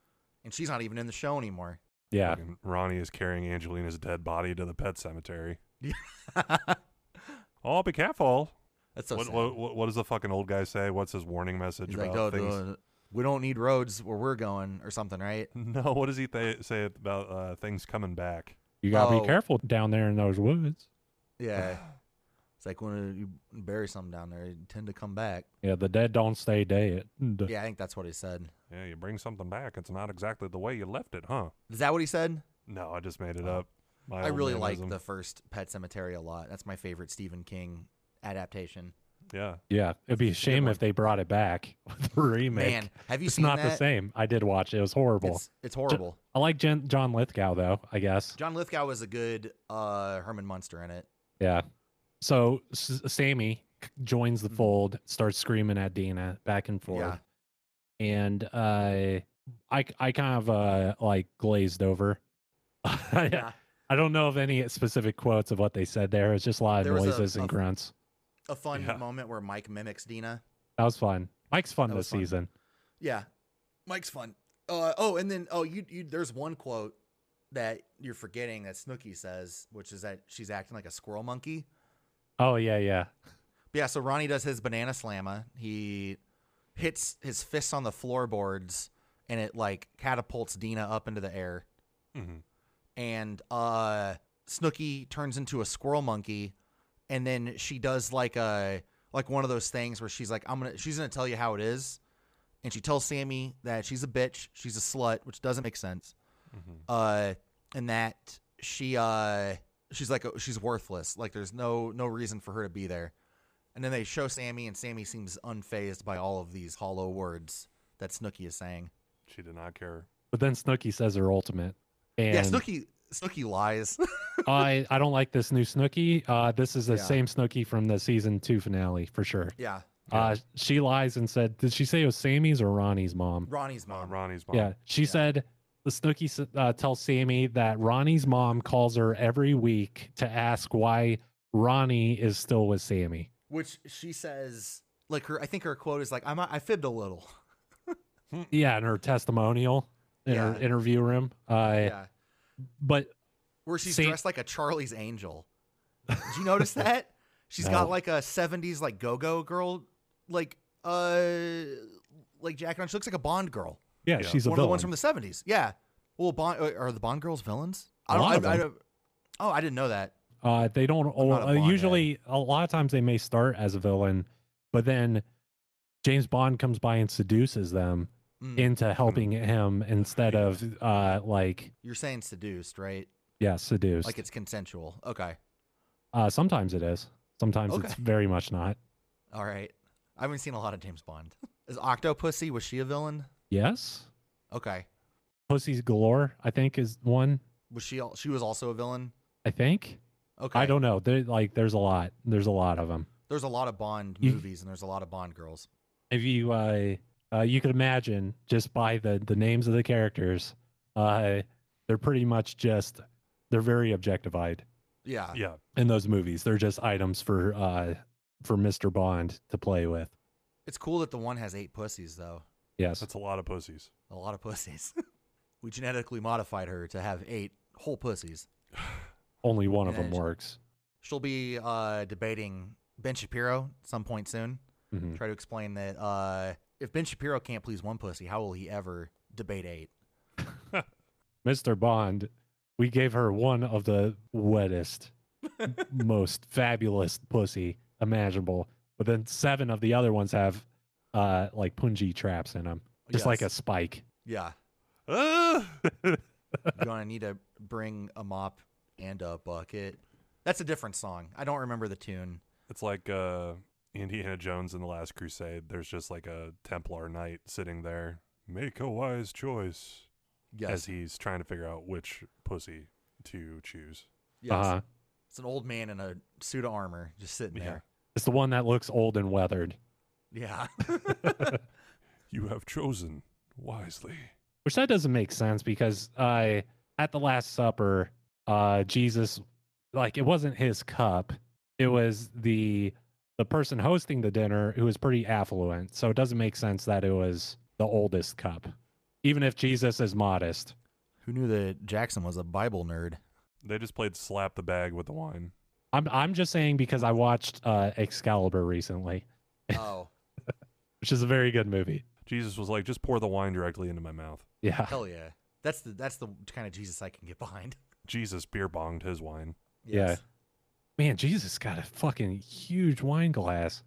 Speaker 6: and she's not even in the show anymore.
Speaker 7: Yeah.
Speaker 5: Fucking Ronnie is carrying Angelina's dead body to the pet cemetery. Oh, be careful.
Speaker 6: That's so
Speaker 5: what,
Speaker 6: sad.
Speaker 5: what, what, what does the fucking old guy say? What's his warning message
Speaker 6: He's
Speaker 5: about
Speaker 6: like, "Oh,
Speaker 5: things?
Speaker 6: duh, we don't need roads where we're going or something, right?
Speaker 5: No, what does he th- say about uh, things coming back?
Speaker 7: You gotta
Speaker 6: Oh.
Speaker 7: be careful down there in those woods.
Speaker 6: Yeah. it's like when uh, you bury something down there, you tend to come back.
Speaker 7: Yeah, the dead don't stay dead. uh,
Speaker 6: Yeah, I think that's what he said.
Speaker 5: Yeah, you bring something back. It's not exactly the way you left it, huh?
Speaker 6: Is that what he said?
Speaker 5: No, I just made it up. My
Speaker 6: Oh. I
Speaker 5: old
Speaker 6: really
Speaker 5: manism.
Speaker 6: like the first Pet Cemetery a lot. That's my favorite Stephen King adaptation.
Speaker 5: Yeah.
Speaker 7: Yeah, it'd be a shame if they brought it back with the remake.
Speaker 6: Man, have you
Speaker 7: it's
Speaker 6: seen
Speaker 7: not
Speaker 6: that?
Speaker 7: the same. I did watch it. It was horrible.
Speaker 6: It's, it's horrible.
Speaker 7: I like Jen- John Lithgow though. I guess.
Speaker 6: John Lithgow was a good uh, Herman Munster in it.
Speaker 7: Yeah. So S- Sammy c- joins the
Speaker 6: Mhm.
Speaker 7: fold, starts screaming at Dina back and forth,
Speaker 6: Yeah.
Speaker 7: and uh, I k- I kind of uh like glazed over. I- I don't know of any specific quotes of what they said there. It's just a lot of
Speaker 6: There was a-
Speaker 7: noises
Speaker 6: a-
Speaker 7: and grunts.
Speaker 6: A fun
Speaker 5: Yeah.
Speaker 6: moment where Mike mimics Dina.
Speaker 7: That was fun. Mike's fun
Speaker 6: That was
Speaker 7: this
Speaker 6: fun.
Speaker 7: season.
Speaker 6: Yeah, Mike's fun. Uh, oh, and then oh, you, you there's one quote that you're forgetting that Snooky says, which is that she's acting like a squirrel monkey.
Speaker 7: Oh yeah, yeah.
Speaker 6: But yeah, so Ronnie does his banana slamma. He hits his fist on the floorboards, and it like catapults Dina up into the air.
Speaker 5: Mhm.
Speaker 6: and uh Snooky turns into a squirrel monkey and then she does like a like one of those things where she's like I'm going to she's going to tell you how it is and she tells Sammy that she's a bitch, she's a slut, which doesn't make sense.
Speaker 5: Mhm.
Speaker 6: Uh and that she uh she's like a, she's worthless. Like there's no no reason for her to be there. And then they show Sammy and Sammy seems unfazed by all of these hollow words that Snooky is saying.
Speaker 5: She did not care.
Speaker 7: But then Snooky says her ultimate. And
Speaker 6: yeah, Snooky Snooky lies.
Speaker 7: I, I don't like this new Snooky. Uh, this is the
Speaker 6: Yeah.
Speaker 7: same Snooky from the season two finale for sure.
Speaker 6: yeah,
Speaker 7: Uh, she lies and said, did she say it was Sammy's or Ronnie's mom?
Speaker 6: Ronnie's
Speaker 5: Uh,
Speaker 6: mom.
Speaker 5: Ronnie's mom.
Speaker 7: Yeah, she
Speaker 6: Yeah.
Speaker 7: said the Snooky s- uh, tells Sammy that Ronnie's mom calls her every week to ask why Ronnie is still with Sammy.
Speaker 6: which she says like her i think her quote is like i'm i fibbed a little
Speaker 7: Yeah, in her testimonial, in her
Speaker 6: Yeah.
Speaker 7: interview room. Uh,
Speaker 6: yeah
Speaker 7: But
Speaker 6: where she's
Speaker 7: See-
Speaker 6: dressed like a charlie's angel did you notice that She's got
Speaker 7: No.
Speaker 6: like a 70s like go-go girl like uh like jacket on she looks like a bond girl
Speaker 7: yeah,
Speaker 5: Yeah.
Speaker 7: she's a
Speaker 6: one of the
Speaker 7: villain.
Speaker 6: ones from the 70s yeah well bond uh, are the bond girls villains i
Speaker 7: A
Speaker 6: don't,
Speaker 7: lot
Speaker 6: I,
Speaker 7: of
Speaker 6: I
Speaker 7: them.
Speaker 6: don't oh i didn't know that
Speaker 7: Uh, they don't al-
Speaker 6: not a
Speaker 7: uh,
Speaker 6: Bond guy.
Speaker 7: usually. A lot of times they may start as a villain, but then James Bond comes by and seduces them
Speaker 6: Mm,
Speaker 7: into helping him instead of uh, like
Speaker 6: you're saying seduced right
Speaker 7: yeah, seduced.
Speaker 6: like it's consensual okay
Speaker 7: uh, sometimes it is. Sometimes it's
Speaker 6: Okay.
Speaker 7: very much not.
Speaker 6: all right i haven't seen a lot of james bond is octopussy was she a villain
Speaker 7: Yes,
Speaker 6: okay
Speaker 7: Pussy's Galore. I think is one.
Speaker 6: Was she? al- She was also a villain.
Speaker 7: I think
Speaker 6: Okay.
Speaker 7: I don't know. There like there's a lot. There's a lot of them.
Speaker 6: There's a lot of Bond
Speaker 7: You-
Speaker 6: movies, and there's a lot of Bond girls.
Speaker 7: if you uh, uh you could imagine just by the the names of the characters uh they're pretty much just they're very objectified
Speaker 6: Yeah.
Speaker 5: Yeah.
Speaker 7: in those movies they're just items for uh for mr bond to play with
Speaker 6: It's cool that the one has eight pussies, though.
Speaker 7: yes
Speaker 5: That's a lot of pussies.
Speaker 6: A lot of pussies. we genetically modified her to have eight whole pussies.
Speaker 7: only one of
Speaker 6: Yeah,
Speaker 7: them
Speaker 6: it's-
Speaker 7: works
Speaker 6: She'll be uh, debating Ben Shapiro at some point soon.
Speaker 7: Mhm.
Speaker 6: Try to explain that uh, if Ben Shapiro can't please one pussy, how will he ever debate eight?
Speaker 7: mr bond we gave her one of the wettest most fabulous pussy imaginable but then seven of the other ones have uh like punji traps in them just like a
Speaker 6: Yes.
Speaker 7: spike
Speaker 6: Yeah.
Speaker 5: Ah!
Speaker 6: You're gonna need to bring a mop and a bucket. That's a different song. I don't remember the tune.
Speaker 5: it's like uh, Indiana Jones in The Last Crusade. There's just like a Templar knight sitting there. Make a wise choice
Speaker 6: Yes.
Speaker 5: as he's trying to figure out which pussy to choose.
Speaker 6: yes.
Speaker 7: uh-huh
Speaker 6: It's an old man in a suit of armor just sitting
Speaker 5: Yeah.
Speaker 6: there.
Speaker 7: It's the one that looks old and weathered,
Speaker 6: Yeah.
Speaker 5: You have chosen wisely.
Speaker 7: which that doesn't make sense because uh, at the Last Supper, uh, Jesus, like it wasn't his cup; it was the the person hosting the dinner who was pretty affluent. So it doesn't make sense that it was the oldest cup, even if Jesus is modest.
Speaker 6: Who knew that Jackson was a Bible nerd?
Speaker 5: They just played slap the bag with the wine.
Speaker 7: I'm I'm just saying because I watched uh, Excalibur recently,
Speaker 6: Oh,
Speaker 7: which is a very good movie.
Speaker 5: Jesus was like, just pour the wine directly into my mouth.
Speaker 7: Yeah,
Speaker 6: hell yeah. That's the that's the kind of Jesus I can get behind.
Speaker 5: Jesus beer bonged his wine.
Speaker 7: Yeah. man, Jesus got a fucking huge wine glass.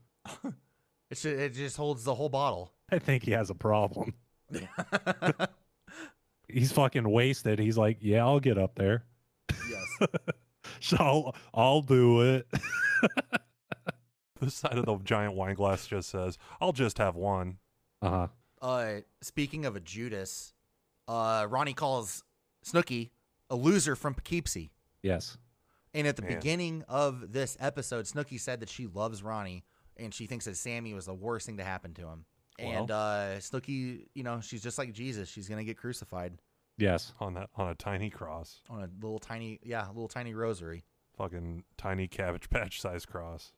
Speaker 6: It's ju- it just holds the whole bottle.
Speaker 7: I think he has a problem. He's fucking wasted. He's like, yeah, I'll get up there.
Speaker 6: yes.
Speaker 7: So I'll, I'll do it.
Speaker 5: This side of the giant wine glass just says, I'll just have one.
Speaker 7: Uh huh.
Speaker 6: Uh, speaking of a Judas, uh, Ronnie calls Snooky a loser from Poughkeepsie.
Speaker 7: Yes.
Speaker 6: And at the
Speaker 5: Man.
Speaker 6: beginning of this episode, Snooky said that she loves Ronnie and she thinks that Sammy was the worst thing to happen to him. and uh, Snooky, you know, she's just like Jesus. She's gonna get crucified
Speaker 7: Yes.
Speaker 5: on that on a tiny cross,
Speaker 6: on a little tiny, yeah, a little tiny rosary.
Speaker 5: fucking tiny cabbage patch size cross.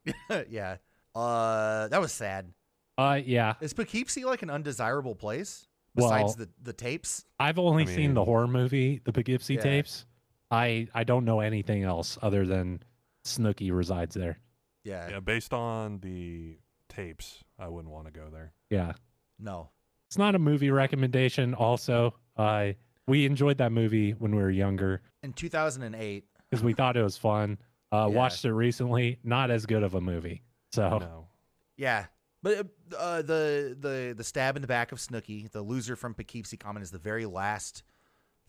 Speaker 6: yeah. Uh, that was sad.
Speaker 7: Uh yeah.
Speaker 6: Is Poughkeepsie like an undesirable place besides
Speaker 7: Well-
Speaker 6: the the tapes?
Speaker 7: I've only
Speaker 5: I
Speaker 7: seen the
Speaker 5: mean-
Speaker 7: horror movie, the Poughkeepsie
Speaker 6: Yeah.
Speaker 7: tapes. I I don't know anything else other than Snooky resides there.
Speaker 6: Yeah.
Speaker 5: Yeah, based on the tapes, I wouldn't want to go there.
Speaker 7: Yeah.
Speaker 6: No.
Speaker 7: It's not a movie recommendation also. I we enjoyed that movie when we were younger
Speaker 6: In 2008,
Speaker 7: because we thought it was fun. Uh
Speaker 6: Yeah.
Speaker 7: watched it recently, not as good of a movie. So
Speaker 5: No.
Speaker 6: Yeah, but uh, the the the stab in the back of Snooky, the loser from Poughkeepsie Common, is the very last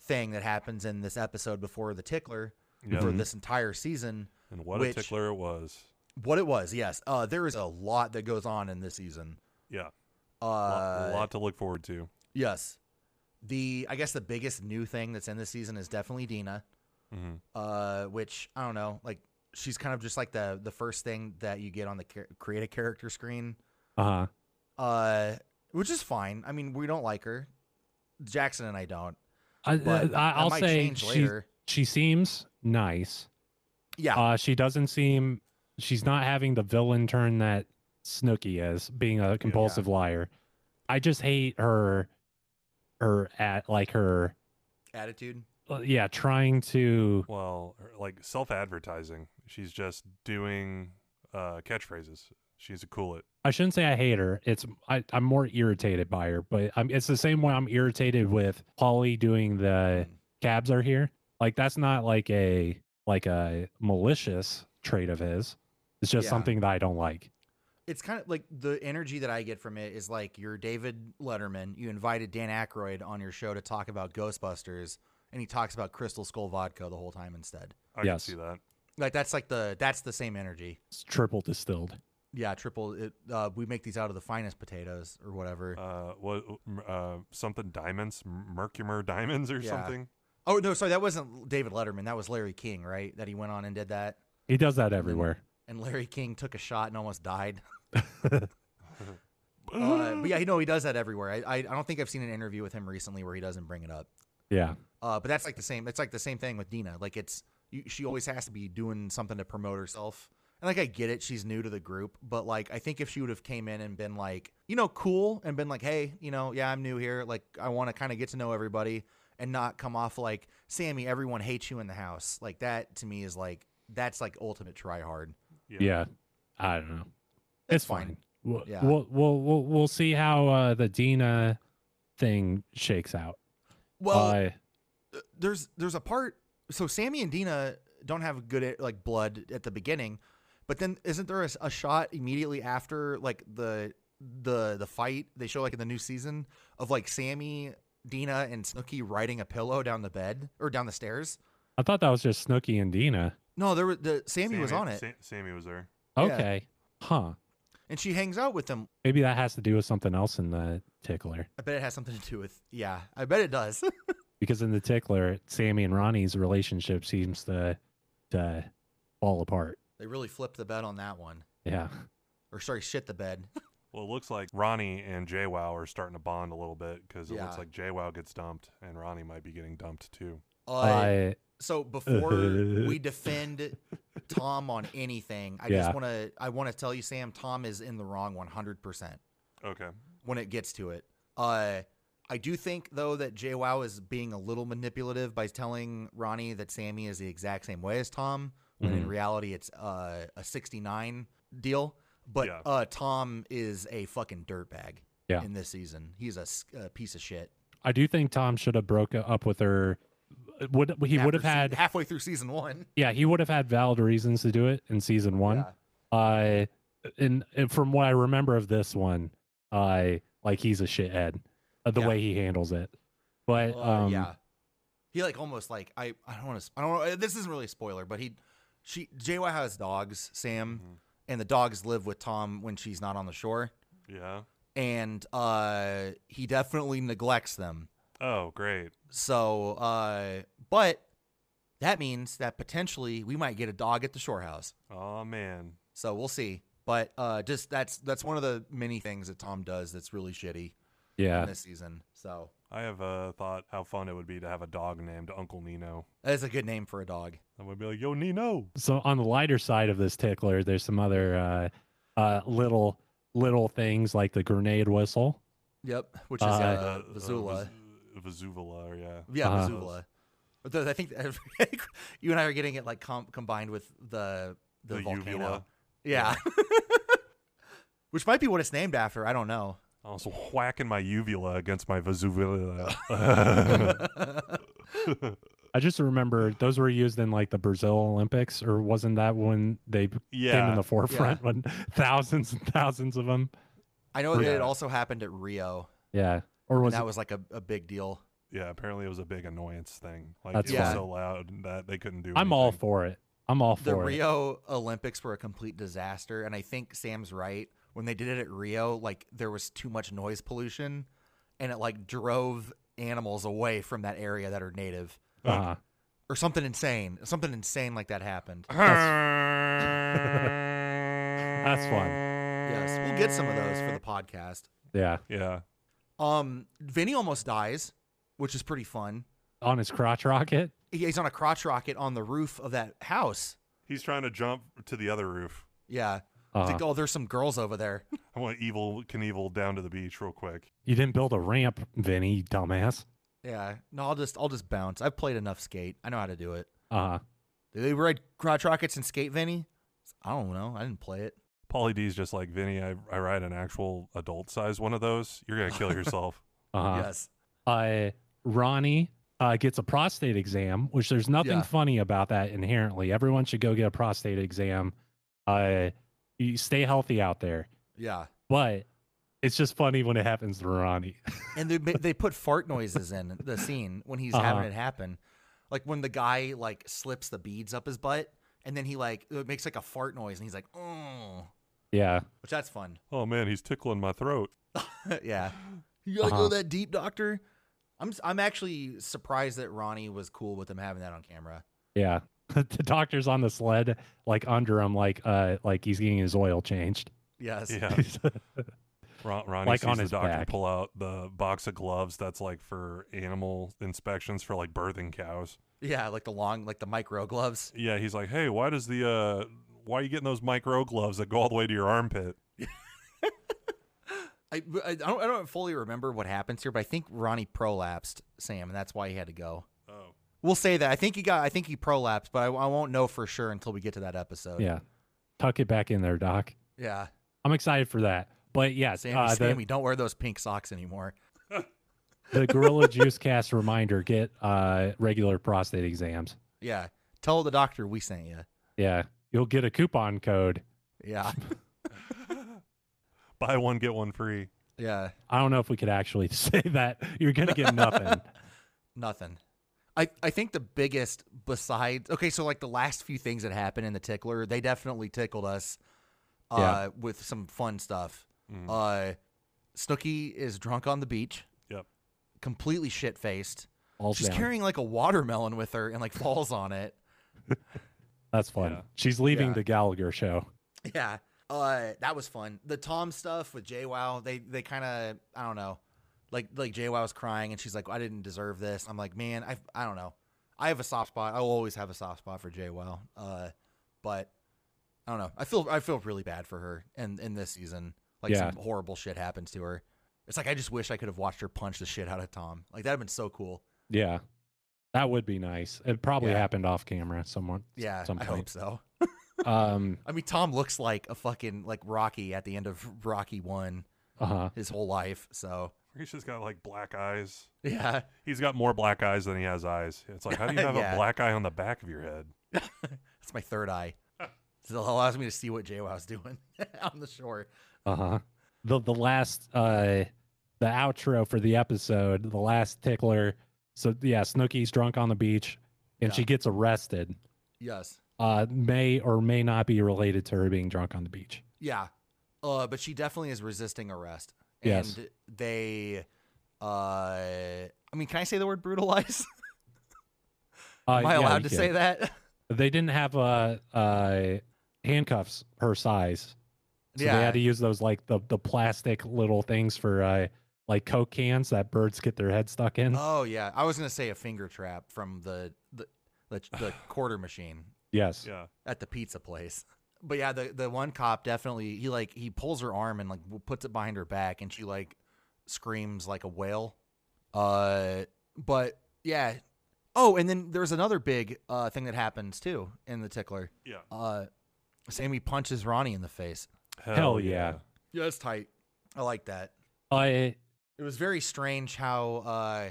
Speaker 6: thing that happens in this episode before the tickler
Speaker 5: Yeah. Mm-hmm.
Speaker 6: for this entire season.
Speaker 5: And what
Speaker 6: Which-
Speaker 5: a tickler it was.
Speaker 6: What it was, yes. Uh, there is a lot that goes on in this season.
Speaker 5: Yeah.
Speaker 6: Uh,
Speaker 5: A lot to look forward to.
Speaker 6: yes. The I guess the biggest new thing that's in this season is definitely Dina,
Speaker 5: hmm
Speaker 6: uh, which I don't know, like she's kind of just like the the first thing that you get on the char- create a character screen.
Speaker 7: uh-huh.
Speaker 6: uh, which is fine. I mean, we don't like her. Jackson and I don't.
Speaker 7: I,
Speaker 6: But
Speaker 7: I,
Speaker 6: that
Speaker 7: Uh, I'll
Speaker 6: might
Speaker 7: say
Speaker 6: change
Speaker 7: she,
Speaker 6: later.
Speaker 7: she seems nice.
Speaker 6: Yeah,
Speaker 7: Uh, she doesn't seem. She's not having the villain turn that Snooky is, being a compulsive liar. I just hate her. Her at like her,
Speaker 6: attitude.
Speaker 7: uh, yeah, trying to.
Speaker 5: Well, her- like self advertising. She's just doing uh, catchphrases. She's a cool it.
Speaker 7: I shouldn't say I hate her. It's I, I'm more irritated by her, but I'm, it's the same way I'm irritated with Holly doing the
Speaker 6: Mm.
Speaker 7: cabs are here. Like that's not like a like a malicious trait of his. It's just
Speaker 6: Yeah.
Speaker 7: something that I don't like.
Speaker 6: It's kind of like the energy that I get from it is like you're David Letterman. You invited Dan Aykroyd on your show to talk about Ghostbusters, and he talks about Crystal Skull vodka the whole time instead.
Speaker 5: I
Speaker 7: Yes.
Speaker 5: can see that.
Speaker 6: Like that's like the that's the same energy.
Speaker 7: It's triple distilled.
Speaker 6: Yeah, triple. It, uh, we make these out of the finest potatoes or whatever.
Speaker 5: Uh, what? Uh, something diamonds, M- Mercumer diamonds or
Speaker 6: Yeah.
Speaker 5: something.
Speaker 6: oh no, sorry, that wasn't David Letterman. That was Larry King, right? That he went on and did that,
Speaker 7: He does
Speaker 6: Mm-hmm.
Speaker 7: that everywhere.
Speaker 6: and Larry King took a shot and almost died. Uh, but yeah, he- no, he does that everywhere. I, I I don't think I've seen an interview with him recently where he doesn't bring it up.
Speaker 7: Yeah.
Speaker 6: Uh, but that's like the same. That's like the same thing with Dina. Like it's you, she always has to be doing something to promote herself. And like I get it, she's new to the group, but like I think if she would have came in and been like, you know, cool and been like, hey, you know, yeah, I'm new here. Like I want to kind of get to know everybody and not come off like Sammy. Everyone hates you in the house. Like that to me is like that's like ultimate try hard.
Speaker 5: Yeah.
Speaker 7: Yeah. I don't know.
Speaker 6: It's
Speaker 7: It's,
Speaker 6: fine.
Speaker 7: fine. We'll,
Speaker 6: Yeah.
Speaker 7: we'll, we'll, we'll, we'll see how uh, the Dina thing shakes out.
Speaker 6: Well,
Speaker 7: Uh,
Speaker 6: there's there's a part so Sammy and Dina don't have good like blood at the beginning, but then isn't there a, s- a shot immediately after like the the the fight they show like in the new season of like Sammy, Dina, and Snooky riding a pillow down the bed or down the stairs?
Speaker 7: I thought that was just Snooky and Dina.
Speaker 6: No, there was the Sammy, was on it,
Speaker 5: Sa- Sammy was there.
Speaker 6: Yeah.
Speaker 7: Okay. Huh.
Speaker 6: and she hangs out with them.
Speaker 7: Maybe that has to do with something else in the tickler.
Speaker 6: I bet it has something to do with yeah. I bet it does.
Speaker 7: Because in the tickler, Sammy and Ronnie's relationship seems to, to fall apart.
Speaker 6: they really flipped the bed on that one,
Speaker 7: Yeah.
Speaker 6: or sorry, shit the bed.
Speaker 5: Well, it looks like Ronnie and JWoww are starting to bond a little bit because it
Speaker 6: Yeah.
Speaker 5: looks like JWoww gets dumped and Ronnie might be getting dumped too.
Speaker 7: I,
Speaker 6: So before we defend Tom on anything, I
Speaker 7: Yeah.
Speaker 6: just want to I want to tell you, Sam, Tom is in the wrong 100 percent
Speaker 5: Okay.
Speaker 6: when it gets to it. Uh, I do think though that JWoww is being a little manipulative by telling Ronnie that Sammy is the exact same way as Tom, when in
Speaker 7: Mhm.
Speaker 6: reality it's uh, a '69 deal. But
Speaker 5: Yeah.
Speaker 6: uh, Tom is a fucking dirtbag
Speaker 7: Yeah.
Speaker 6: in this season. He's a, s- a piece of shit.
Speaker 7: I do think Tom should have broke up with her. Would he would
Speaker 6: After
Speaker 7: have
Speaker 6: se-
Speaker 7: had
Speaker 6: halfway through season one.
Speaker 7: yeah he would have had valid reasons to do it in season one.
Speaker 6: Yeah.
Speaker 7: I and, and from what I remember of this one, I like he's a shithead, uh, the
Speaker 6: Yeah.
Speaker 7: way he handles it. But
Speaker 6: Uh,
Speaker 7: um,
Speaker 6: yeah, he like almost like I I don't want to I don't wanna- this isn't really a spoiler, but he she JY has dogs Sam,
Speaker 7: Mm-hmm.
Speaker 5: Mhm.
Speaker 6: and the dogs live with Tom when she's not on the shore,
Speaker 5: Yeah.
Speaker 6: and uh he definitely neglects them.
Speaker 5: Oh, great.
Speaker 6: So, uh but that means that potentially we might get a dog at the shore house.
Speaker 5: Oh man.
Speaker 6: So we'll see. But uh just that's that's one of the many things that Tom does that's really shitty
Speaker 7: yeah,
Speaker 6: in this season. So
Speaker 5: I have uh, thought how fun it would be to have a dog named Uncle Nino.
Speaker 6: that's a good name for a dog.
Speaker 5: I would be like, "Yo, Nino."
Speaker 7: so on the lighter side of this tickler, there's some other uh, uh, little little things like the grenade whistle.
Speaker 6: Yep, which is uh,
Speaker 7: Uh,
Speaker 6: Vizsla.
Speaker 5: Viz- Vizsula, yeah.
Speaker 6: Yeah,
Speaker 7: Uh-huh.
Speaker 6: Missoula. But the- I think you and I are getting it like com- combined with the the,
Speaker 5: The
Speaker 6: volcano.
Speaker 5: uvula.
Speaker 6: Yeah. Which might be what it's named after. I don't know.
Speaker 5: I was whacking my uvula against my Vesuvula.
Speaker 7: I just remember those were used in like the Brazil Olympics, or wasn't that when they b- came in
Speaker 5: yeah.
Speaker 7: the forefront when thousands and thousands of them?
Speaker 6: I know that
Speaker 5: Yeah.
Speaker 6: it also happened at Rio.
Speaker 7: Yeah, or
Speaker 6: and
Speaker 7: was
Speaker 6: that
Speaker 7: it,
Speaker 6: was like a, a big deal.
Speaker 5: Yeah, apparently it was a big annoyance thing. Like
Speaker 7: That's
Speaker 5: it was
Speaker 6: fine.
Speaker 5: so loud that they couldn't do
Speaker 7: I'm all
Speaker 5: anything.
Speaker 7: for it. I'm all
Speaker 6: The
Speaker 7: for it.
Speaker 6: Rio Olympics were a complete disaster, and I think Sam's right. When they did it at Rio, like there was too much noise pollution, and it like drove animals away from that area that are native,
Speaker 7: Uh-huh.
Speaker 6: or something insane. Something insane like that happened.
Speaker 7: That's fun.
Speaker 6: Yes, we'll get some of those for the podcast.
Speaker 7: Yeah,
Speaker 5: Yeah.
Speaker 6: Um, Vinny almost dies, which is pretty fun.
Speaker 7: on his crotch rocket.
Speaker 6: He- He's on a crotch rocket on the roof of that house.
Speaker 5: He's trying to jump to the other roof.
Speaker 6: Yeah. It's
Speaker 7: Uh,
Speaker 6: like, oh, there's some girls over there.
Speaker 5: I want evil Knievel down to the beach real quick.
Speaker 7: you didn't build a ramp, Vinny, you dumbass.
Speaker 6: Yeah. No, I'll just I'll just bounce. I've played enough skate. I know how to do it.
Speaker 7: Uh,
Speaker 6: Do they ride crotch rockets and skate, Vinny? I don't know. I didn't play it.
Speaker 5: Paulie D's just like Vinny. I, I ride an actual adult size one of those. You're gonna kill yourself.
Speaker 7: uh,
Speaker 6: yes.
Speaker 7: uh, Ronnie uh, gets a prostate exam, which there's nothing
Speaker 6: Yeah.
Speaker 7: funny about that inherently. Everyone should go get a prostate exam. Uh, you stay healthy out there,
Speaker 6: Yeah.
Speaker 7: but it's just funny when it happens to Ronnie.
Speaker 6: And they ma- they put fart noises in the scene when he's having
Speaker 7: Uh-huh.
Speaker 6: it happen, like when the guy like slips the beads up his butt, and then he like it makes like a fart noise, and he's like, oh,
Speaker 7: yeah,
Speaker 6: which that's fun.
Speaker 5: Oh man, he's tickling my throat.
Speaker 6: yeah. You gotta
Speaker 7: Uh-huh.
Speaker 6: go that deep, doctor. I'm s- I'm actually surprised that Ronnie was cool with him having that on camera.
Speaker 7: yeah. the doctor's on the sled, like under him, like uh, like he's getting his oil changed.
Speaker 6: Yes.
Speaker 5: Yeah. Ron, Ronnie
Speaker 7: Like
Speaker 5: sees
Speaker 7: on
Speaker 5: the
Speaker 7: his
Speaker 5: doctor
Speaker 7: back.
Speaker 5: pull out the box of gloves that's like for animal inspections for like birthing cows.
Speaker 6: Yeah, like the long like the micro gloves.
Speaker 5: Yeah, he's like, hey, why does the uh, why are you getting those micro gloves that go all the way to your armpit?
Speaker 6: I, I I don't I don't fully remember what happens here, but I think Ronnie prolapsed Sam, and that's why he had to go.
Speaker 5: Oh,
Speaker 6: We'll say that I think he got I think he prolapsed, but I, I won't know for sure until we get to that episode.
Speaker 7: yeah, tuck it back in there, Doc.
Speaker 6: yeah.
Speaker 7: I'm excited for that. But yeah,
Speaker 6: Sammy,
Speaker 7: uh, the-
Speaker 6: Sammy, don't wear those pink socks anymore.
Speaker 7: the Gorilla Juice Cast reminder: get uh, regular prostate exams.
Speaker 6: Yeah, tell the doctor we sent you.
Speaker 7: Yeah, you'll get a coupon code.
Speaker 6: Yeah,
Speaker 5: buy one get one free.
Speaker 6: yeah.
Speaker 7: I don't know if we could actually say that. You're gonna get nothing.
Speaker 6: Nothing. I, I think the biggest besides okay, so like the last few things that happened in the tickler, they definitely tickled us uh
Speaker 7: Yeah.
Speaker 6: with some fun stuff.
Speaker 5: Mm.
Speaker 6: Uh Snooky is drunk on the beach.
Speaker 5: Yep.
Speaker 6: Completely shit faced.
Speaker 7: All
Speaker 6: She's
Speaker 7: down.
Speaker 6: carrying like a watermelon with her and like falls on it.
Speaker 7: That's fun.
Speaker 5: Yeah.
Speaker 7: She's leaving
Speaker 6: Yeah.
Speaker 7: the Gallagher show.
Speaker 6: Yeah. Uh that was fun. The Tom stuff with JWoww, they they kinda I don't know. Like like JWoww was crying and she's like, I didn't deserve this. I'm like, man, I I don't know. I have a soft spot. I will always have a soft spot for JWoww. Uh but I don't know. I feel I feel really bad for her and in this season. Like
Speaker 7: Yeah.
Speaker 6: some horrible shit happens to her. It's like I just wish I could have watched her punch the shit out of Tom. Like that'd have been so cool.
Speaker 7: Yeah. That would be nice. It probably
Speaker 6: Yeah.
Speaker 7: happened off camera somewhere.
Speaker 6: Yeah,
Speaker 7: Some
Speaker 6: I
Speaker 7: point.
Speaker 6: hope so.
Speaker 7: Um
Speaker 6: I mean, Tom looks like a fucking like Rocky at the end of Rocky One
Speaker 7: uh-huh.
Speaker 6: his whole life. So
Speaker 5: He's just got like black eyes.
Speaker 6: yeah,
Speaker 5: He's got more black eyes than he has eyes. It's like, how do you have
Speaker 6: Yeah.
Speaker 5: a black eye on the back of your head?
Speaker 6: that's my third eye. So it allows me to see what JWoww's doing on the shore.
Speaker 7: Uh-huh. The the last uh the outro for the episode, the last tickler. So yeah, Snooky's drunk on the beach and
Speaker 6: Yeah.
Speaker 7: she gets arrested.
Speaker 6: Yes.
Speaker 7: Uh may or may not be related to her being drunk on the beach.
Speaker 6: Yeah. Uh, but she definitely is resisting arrest.
Speaker 7: Yes.
Speaker 6: And they, uh, I mean, can I say the word brutalize?
Speaker 7: Uh,
Speaker 6: Am I allowed to say that?
Speaker 7: that? They didn't have uh uh handcuffs her size. So they had to use those like the the plastic little things for uh like coke cans that birds get their head stuck in.
Speaker 6: Oh yeah, I was gonna say a finger trap from the the the, the quarter machine
Speaker 7: yes.
Speaker 5: Yeah.
Speaker 6: at the pizza place. But yeah, the the one cop definitely he like he pulls her arm and like w- puts it behind her back, and she like screams like a whale. Uh, but yeah. Oh, and then there's another big uh thing that happens too in the tickler.
Speaker 5: Yeah.
Speaker 6: Uh, Sammy punches Ronnie in the face.
Speaker 5: Hell,
Speaker 7: yeah.
Speaker 6: Yeah, that's tight. I like that.
Speaker 7: I
Speaker 6: It was very strange how uh,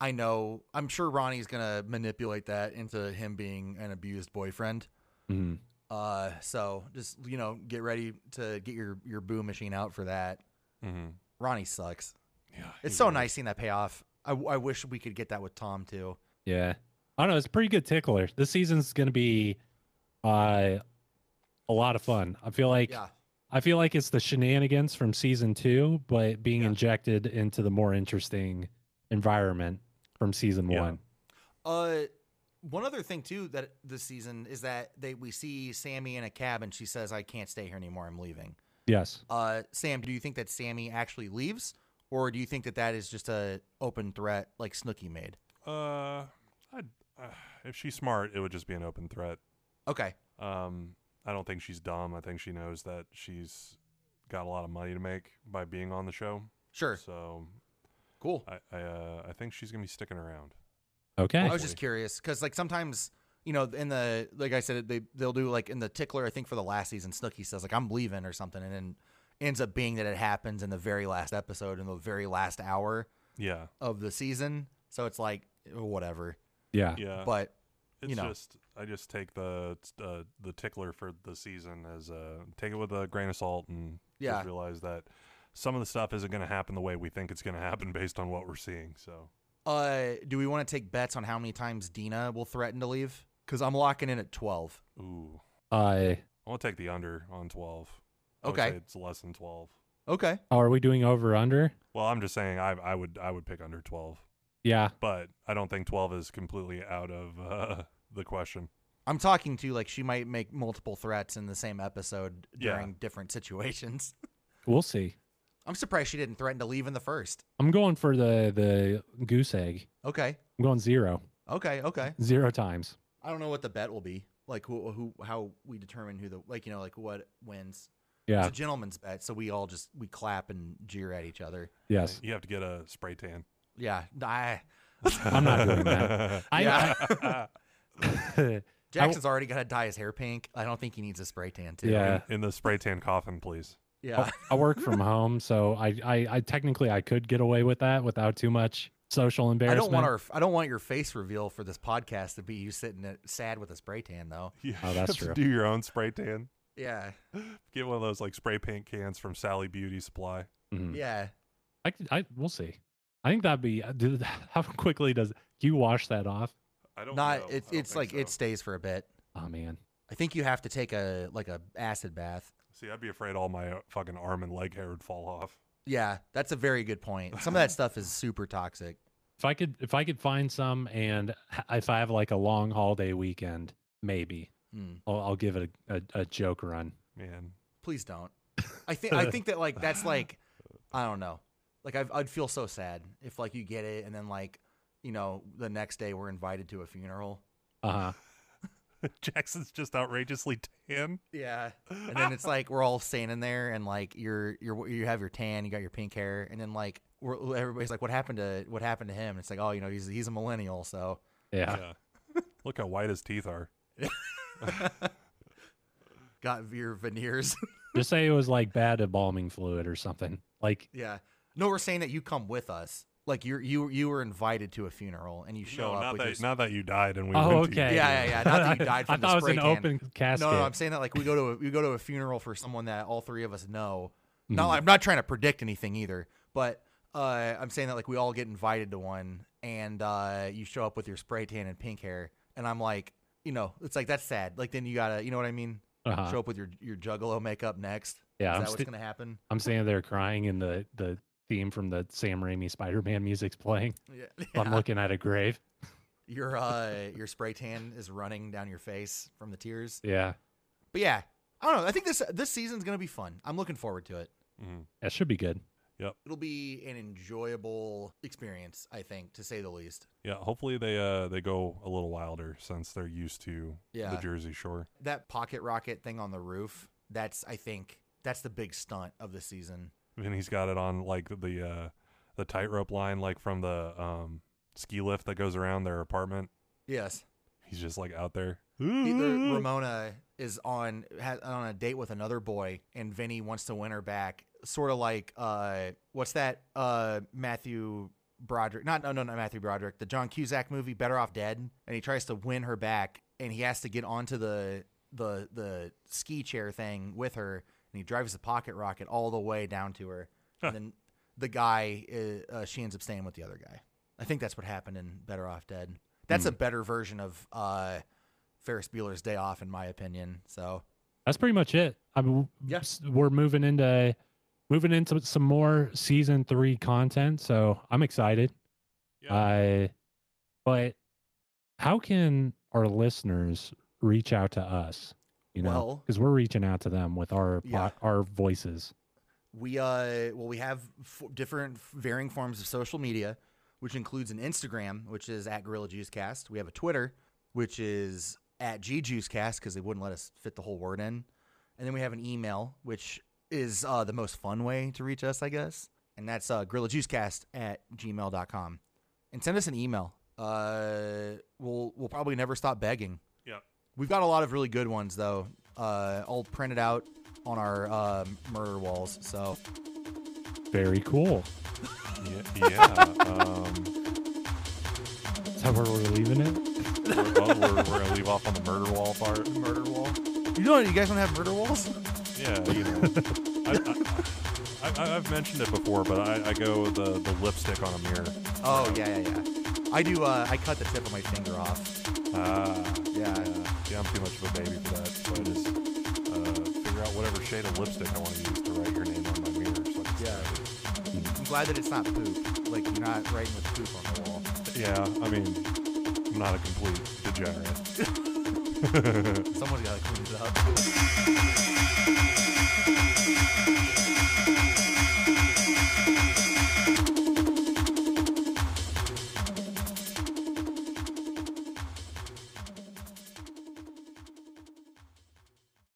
Speaker 6: I know I'm sure Ronnie's gonna manipulate that into him being an abused boyfriend.
Speaker 7: mm,
Speaker 6: Uh, so just you know, get ready to get your your boo machine out for that.
Speaker 5: hmm
Speaker 6: Ronnie sucks.
Speaker 5: yeah
Speaker 6: It's
Speaker 5: he
Speaker 6: so
Speaker 5: really-
Speaker 6: nice seeing that payoff. I, I wish we could get that with Tom too.
Speaker 7: yeah. I don't know, it's a pretty good tickler. This season's gonna be uh a lot of fun. I feel like
Speaker 6: Yeah,
Speaker 7: I feel like it's the shenanigans from season two, but being
Speaker 6: Yeah.
Speaker 7: injected into the more interesting environment from season
Speaker 5: Yeah.
Speaker 7: one.
Speaker 6: Uh, one other thing too that this season is that they we see Sammy in a cab and she says, "I can't stay here anymore. I'm leaving."
Speaker 7: Yes.
Speaker 6: Uh, Sam, do you think that Sammy actually leaves, or do you think that that is just a open threat like Snooky made?
Speaker 5: Uh, I'd, uh, if she's smart, it would just be an open threat.
Speaker 6: Okay,
Speaker 5: Um, I don't think she's dumb. I think she knows that she's got a lot of money to make by being on the show.
Speaker 6: sure,
Speaker 5: So
Speaker 6: cool.
Speaker 5: I, I, uh, I think she's gonna be sticking around.
Speaker 7: Okay.
Speaker 6: I was just curious because like sometimes you know in the like I said they they'll do like in the tickler I think for the last season Snooky says like I'm leaving or something and then ends up being that it happens in the very last episode in the very last hour
Speaker 5: Yeah,
Speaker 6: of the season. So it's like eh, whatever,
Speaker 7: yeah.
Speaker 5: yeah.
Speaker 6: Uh, but
Speaker 5: it's
Speaker 6: you know.
Speaker 5: just I just take the uh, the tickler for the season as uh, take it with a grain of salt and
Speaker 6: Yeah.
Speaker 5: just realize that some of the stuff isn't gonna happen the way we think it's gonna happen based on what we're seeing. So
Speaker 6: Uh, do we want to take bets on how many times Dina will threaten to leave? Because I'm locking in at 12.
Speaker 5: ooh,
Speaker 7: Uh
Speaker 5: I want to take the under on twelve. I would
Speaker 6: Okay.
Speaker 5: say it's less than twelve.
Speaker 6: Okay.
Speaker 7: are we doing over or under?
Speaker 5: Well, I'm just saying I I would I would pick under 12,
Speaker 7: Yeah.
Speaker 5: but I don't think 12 is completely out of uh, the question.
Speaker 6: I'm talking to like she might make multiple threats in the same episode
Speaker 5: Yeah.
Speaker 6: during different situations.
Speaker 7: We'll see.
Speaker 6: I'm surprised she didn't threaten to leave in the first.
Speaker 7: I'm going for the the goose egg.
Speaker 6: Okay.
Speaker 7: I'm going zero,
Speaker 6: Okay. Okay.
Speaker 7: zero times.
Speaker 6: I don't know what the bet will be. Like who, who, how we determine who the, like, you know, like what wins. It's
Speaker 7: Yeah.
Speaker 6: a gentleman's bet. So we all just, we clap and jeer at each other.
Speaker 7: Yes.
Speaker 5: You have to get a spray tan.
Speaker 6: Yeah. I,
Speaker 7: I'm not doing that. I,
Speaker 6: Yeah.
Speaker 7: I-
Speaker 6: Jackson's already got to dye his hair pink. I don't think he needs a spray tan too.
Speaker 7: Yeah.
Speaker 5: In the spray tan coffin, please.
Speaker 6: Yeah.
Speaker 7: I, I work from home, so I, I I technically I could get away with that without too much social
Speaker 6: I
Speaker 7: embarrassment.
Speaker 6: don't want our I don't want your face reveal for this podcast to be you sitting there sad with a spray tan though.
Speaker 5: You
Speaker 7: Oh, that's
Speaker 5: have to
Speaker 7: true.
Speaker 5: Do your own spray tan.
Speaker 6: Yeah.
Speaker 5: Get one of those like spray paint cans from Sally Beauty Supply.
Speaker 7: Mhm.
Speaker 6: Yeah.
Speaker 7: I, could- I we'll see. I think that'd be. do- How quickly does can you wash that off?
Speaker 5: I don't know.
Speaker 6: Not
Speaker 5: I
Speaker 6: it,
Speaker 5: don't
Speaker 6: it's
Speaker 5: think
Speaker 6: like
Speaker 5: so.
Speaker 6: it stays for a bit.
Speaker 7: Oh man.
Speaker 6: I think you have to take a like a acid bath.
Speaker 5: See, I'd be afraid all my uh, fucking arm and leg hair would fall off.
Speaker 6: Yeah, that's a very good point. Some of that stuff is super toxic.
Speaker 7: If I could if I could find some, and h- if I have like a long holiday weekend, maybe
Speaker 6: Mm,
Speaker 7: I'll, I'll give it a, a, a joke run.
Speaker 5: Man.
Speaker 6: please don't. I think I think that like that's like I don't know. Like I've, I'd feel so sad if like you get it and then like you know the next day we're invited to a funeral.
Speaker 7: Uh huh.
Speaker 5: Jackson's just outrageously tan.
Speaker 6: Yeah. And then it's like we're all standing there, and like you're you're you have your tan, you got your pink hair, and then like we're, everybody's like, "What happened to what happened to him?" And it's like, "Oh, you know, he's he's a millennial, so."
Speaker 7: Yeah.
Speaker 5: Yeah. Look how white his teeth are.
Speaker 6: Got your veneers.
Speaker 7: Just say it was like bad embalming fluid or something. Like,
Speaker 6: yeah. No, we're saying that you come with us. Like you're you you were invited to a funeral and you show
Speaker 5: no,
Speaker 6: up
Speaker 5: not
Speaker 6: with
Speaker 5: that,
Speaker 6: your s-
Speaker 5: not that you died and we
Speaker 7: oh,
Speaker 5: went to
Speaker 7: okay.
Speaker 5: you.
Speaker 6: Yeah, yeah, yeah. Not that you died
Speaker 7: I
Speaker 6: from the
Speaker 7: thought it was
Speaker 6: spray
Speaker 7: an
Speaker 6: can.
Speaker 7: open casket.
Speaker 6: No, no, I'm saying that like we go to a, we go to a funeral for someone that all three of us know. No,
Speaker 7: Mhm.
Speaker 6: I'm not trying to predict anything either, but uh, I'm saying that like we all get invited to one, and uh, you show up with your spray tan and pink hair, and I'm like, you know, it's like that's sad. Like then you gotta, you know what I mean?
Speaker 7: Uh-huh.
Speaker 6: Show up with your your juggalo makeup next.
Speaker 7: yeah,
Speaker 6: Is
Speaker 7: I'm,
Speaker 6: that
Speaker 7: sti-
Speaker 6: what's gonna happen?
Speaker 7: I'm standing there crying, and the the theme from the Sam Raimi Spider-Man music's playing.
Speaker 6: Yeah.
Speaker 7: I'm looking at a grave.
Speaker 6: Your uh your spray tan is running down your face from the tears.
Speaker 7: Yeah,
Speaker 6: But yeah, I don't know. I think this this season's gonna be fun. I'm looking forward to it.
Speaker 5: Mhm.
Speaker 7: that should be good.
Speaker 6: It'll be an enjoyable experience, I think, to say the least.
Speaker 5: Yeah, hopefully they uh they go a little wilder since they're used to the
Speaker 6: Yeah.
Speaker 5: Jersey Shore.
Speaker 6: That pocket rocket thing on the roof, that's I think that's the big stunt of the season.
Speaker 5: And he's got it on like the uh the tightrope line like from the um ski lift that goes around their apartment.
Speaker 6: Yes.
Speaker 5: He's just like out there.
Speaker 6: Either Ramona is on has, on a date with another boy and Vinny wants to win her back, sort of like uh what's that uh Matthew Broderick, not no no not Matthew Broderick, the John Cusack movie Better Off Dead, and he tries to win her back and he has to get onto the the the ski chair thing with her and he drives the pocket rocket all the way down to her.
Speaker 5: Huh.
Speaker 6: And then the guy uh, uh, she ends up staying with the other guy. I think that's what happened in Better Off Dead. That's a better version of uh, Ferris Bueller's Day Off, in my opinion. So
Speaker 7: That's pretty much it. I mean, w-
Speaker 6: Yeah.
Speaker 7: s- we're moving into moving into some more season three content, so I'm excited. I, but how can our listeners reach out to us? You know,
Speaker 6: Well-
Speaker 7: because we're reaching out to them with our po-
Speaker 6: Yeah.
Speaker 7: our voices.
Speaker 6: we, uh, well, we have f- different f- varying forms of social media, which includes an Instagram, which is at Gorilla Juice Cast. We have a Twitter, which is at G Juice Cast because they wouldn't let us fit the whole word in, and then we have an email, which is uh, the most fun way to reach us, I guess, and that's uh, GorillaJuiceCast at gmail.com. and send us an email. Uh, we'll we'll probably never stop begging.
Speaker 5: Yep.
Speaker 6: We've got a lot of really good ones though. Uh, I'll print it out on our uh, murder walls. So
Speaker 7: Very cool.
Speaker 5: Yeah. yeah um
Speaker 7: Is that where we're leaving it?
Speaker 5: we're, oh, we're, we're gonna leave off on the murder wall part.
Speaker 6: murder wall. You know you guys don't have murder walls?
Speaker 5: Yeah, you know. I, I, I, I've mentioned it before, but I, I go the, the lipstick on a mirror.
Speaker 6: Oh yeah yeah yeah. I do. Uh, I cut the tip of my finger off.
Speaker 5: Ah,
Speaker 6: Yeah.
Speaker 5: yeah, I'm too much of a baby for that. So I just uh, figure out whatever shade of lipstick I want to use to write your name on my mirror. So I can
Speaker 6: Yeah.
Speaker 5: see
Speaker 6: I'm glad that it's not poop. Like you're not writing with poop on the wall.
Speaker 5: it. yeah, I mean, I'm not a complete degenerate.
Speaker 6: Someone's gotta clean it up.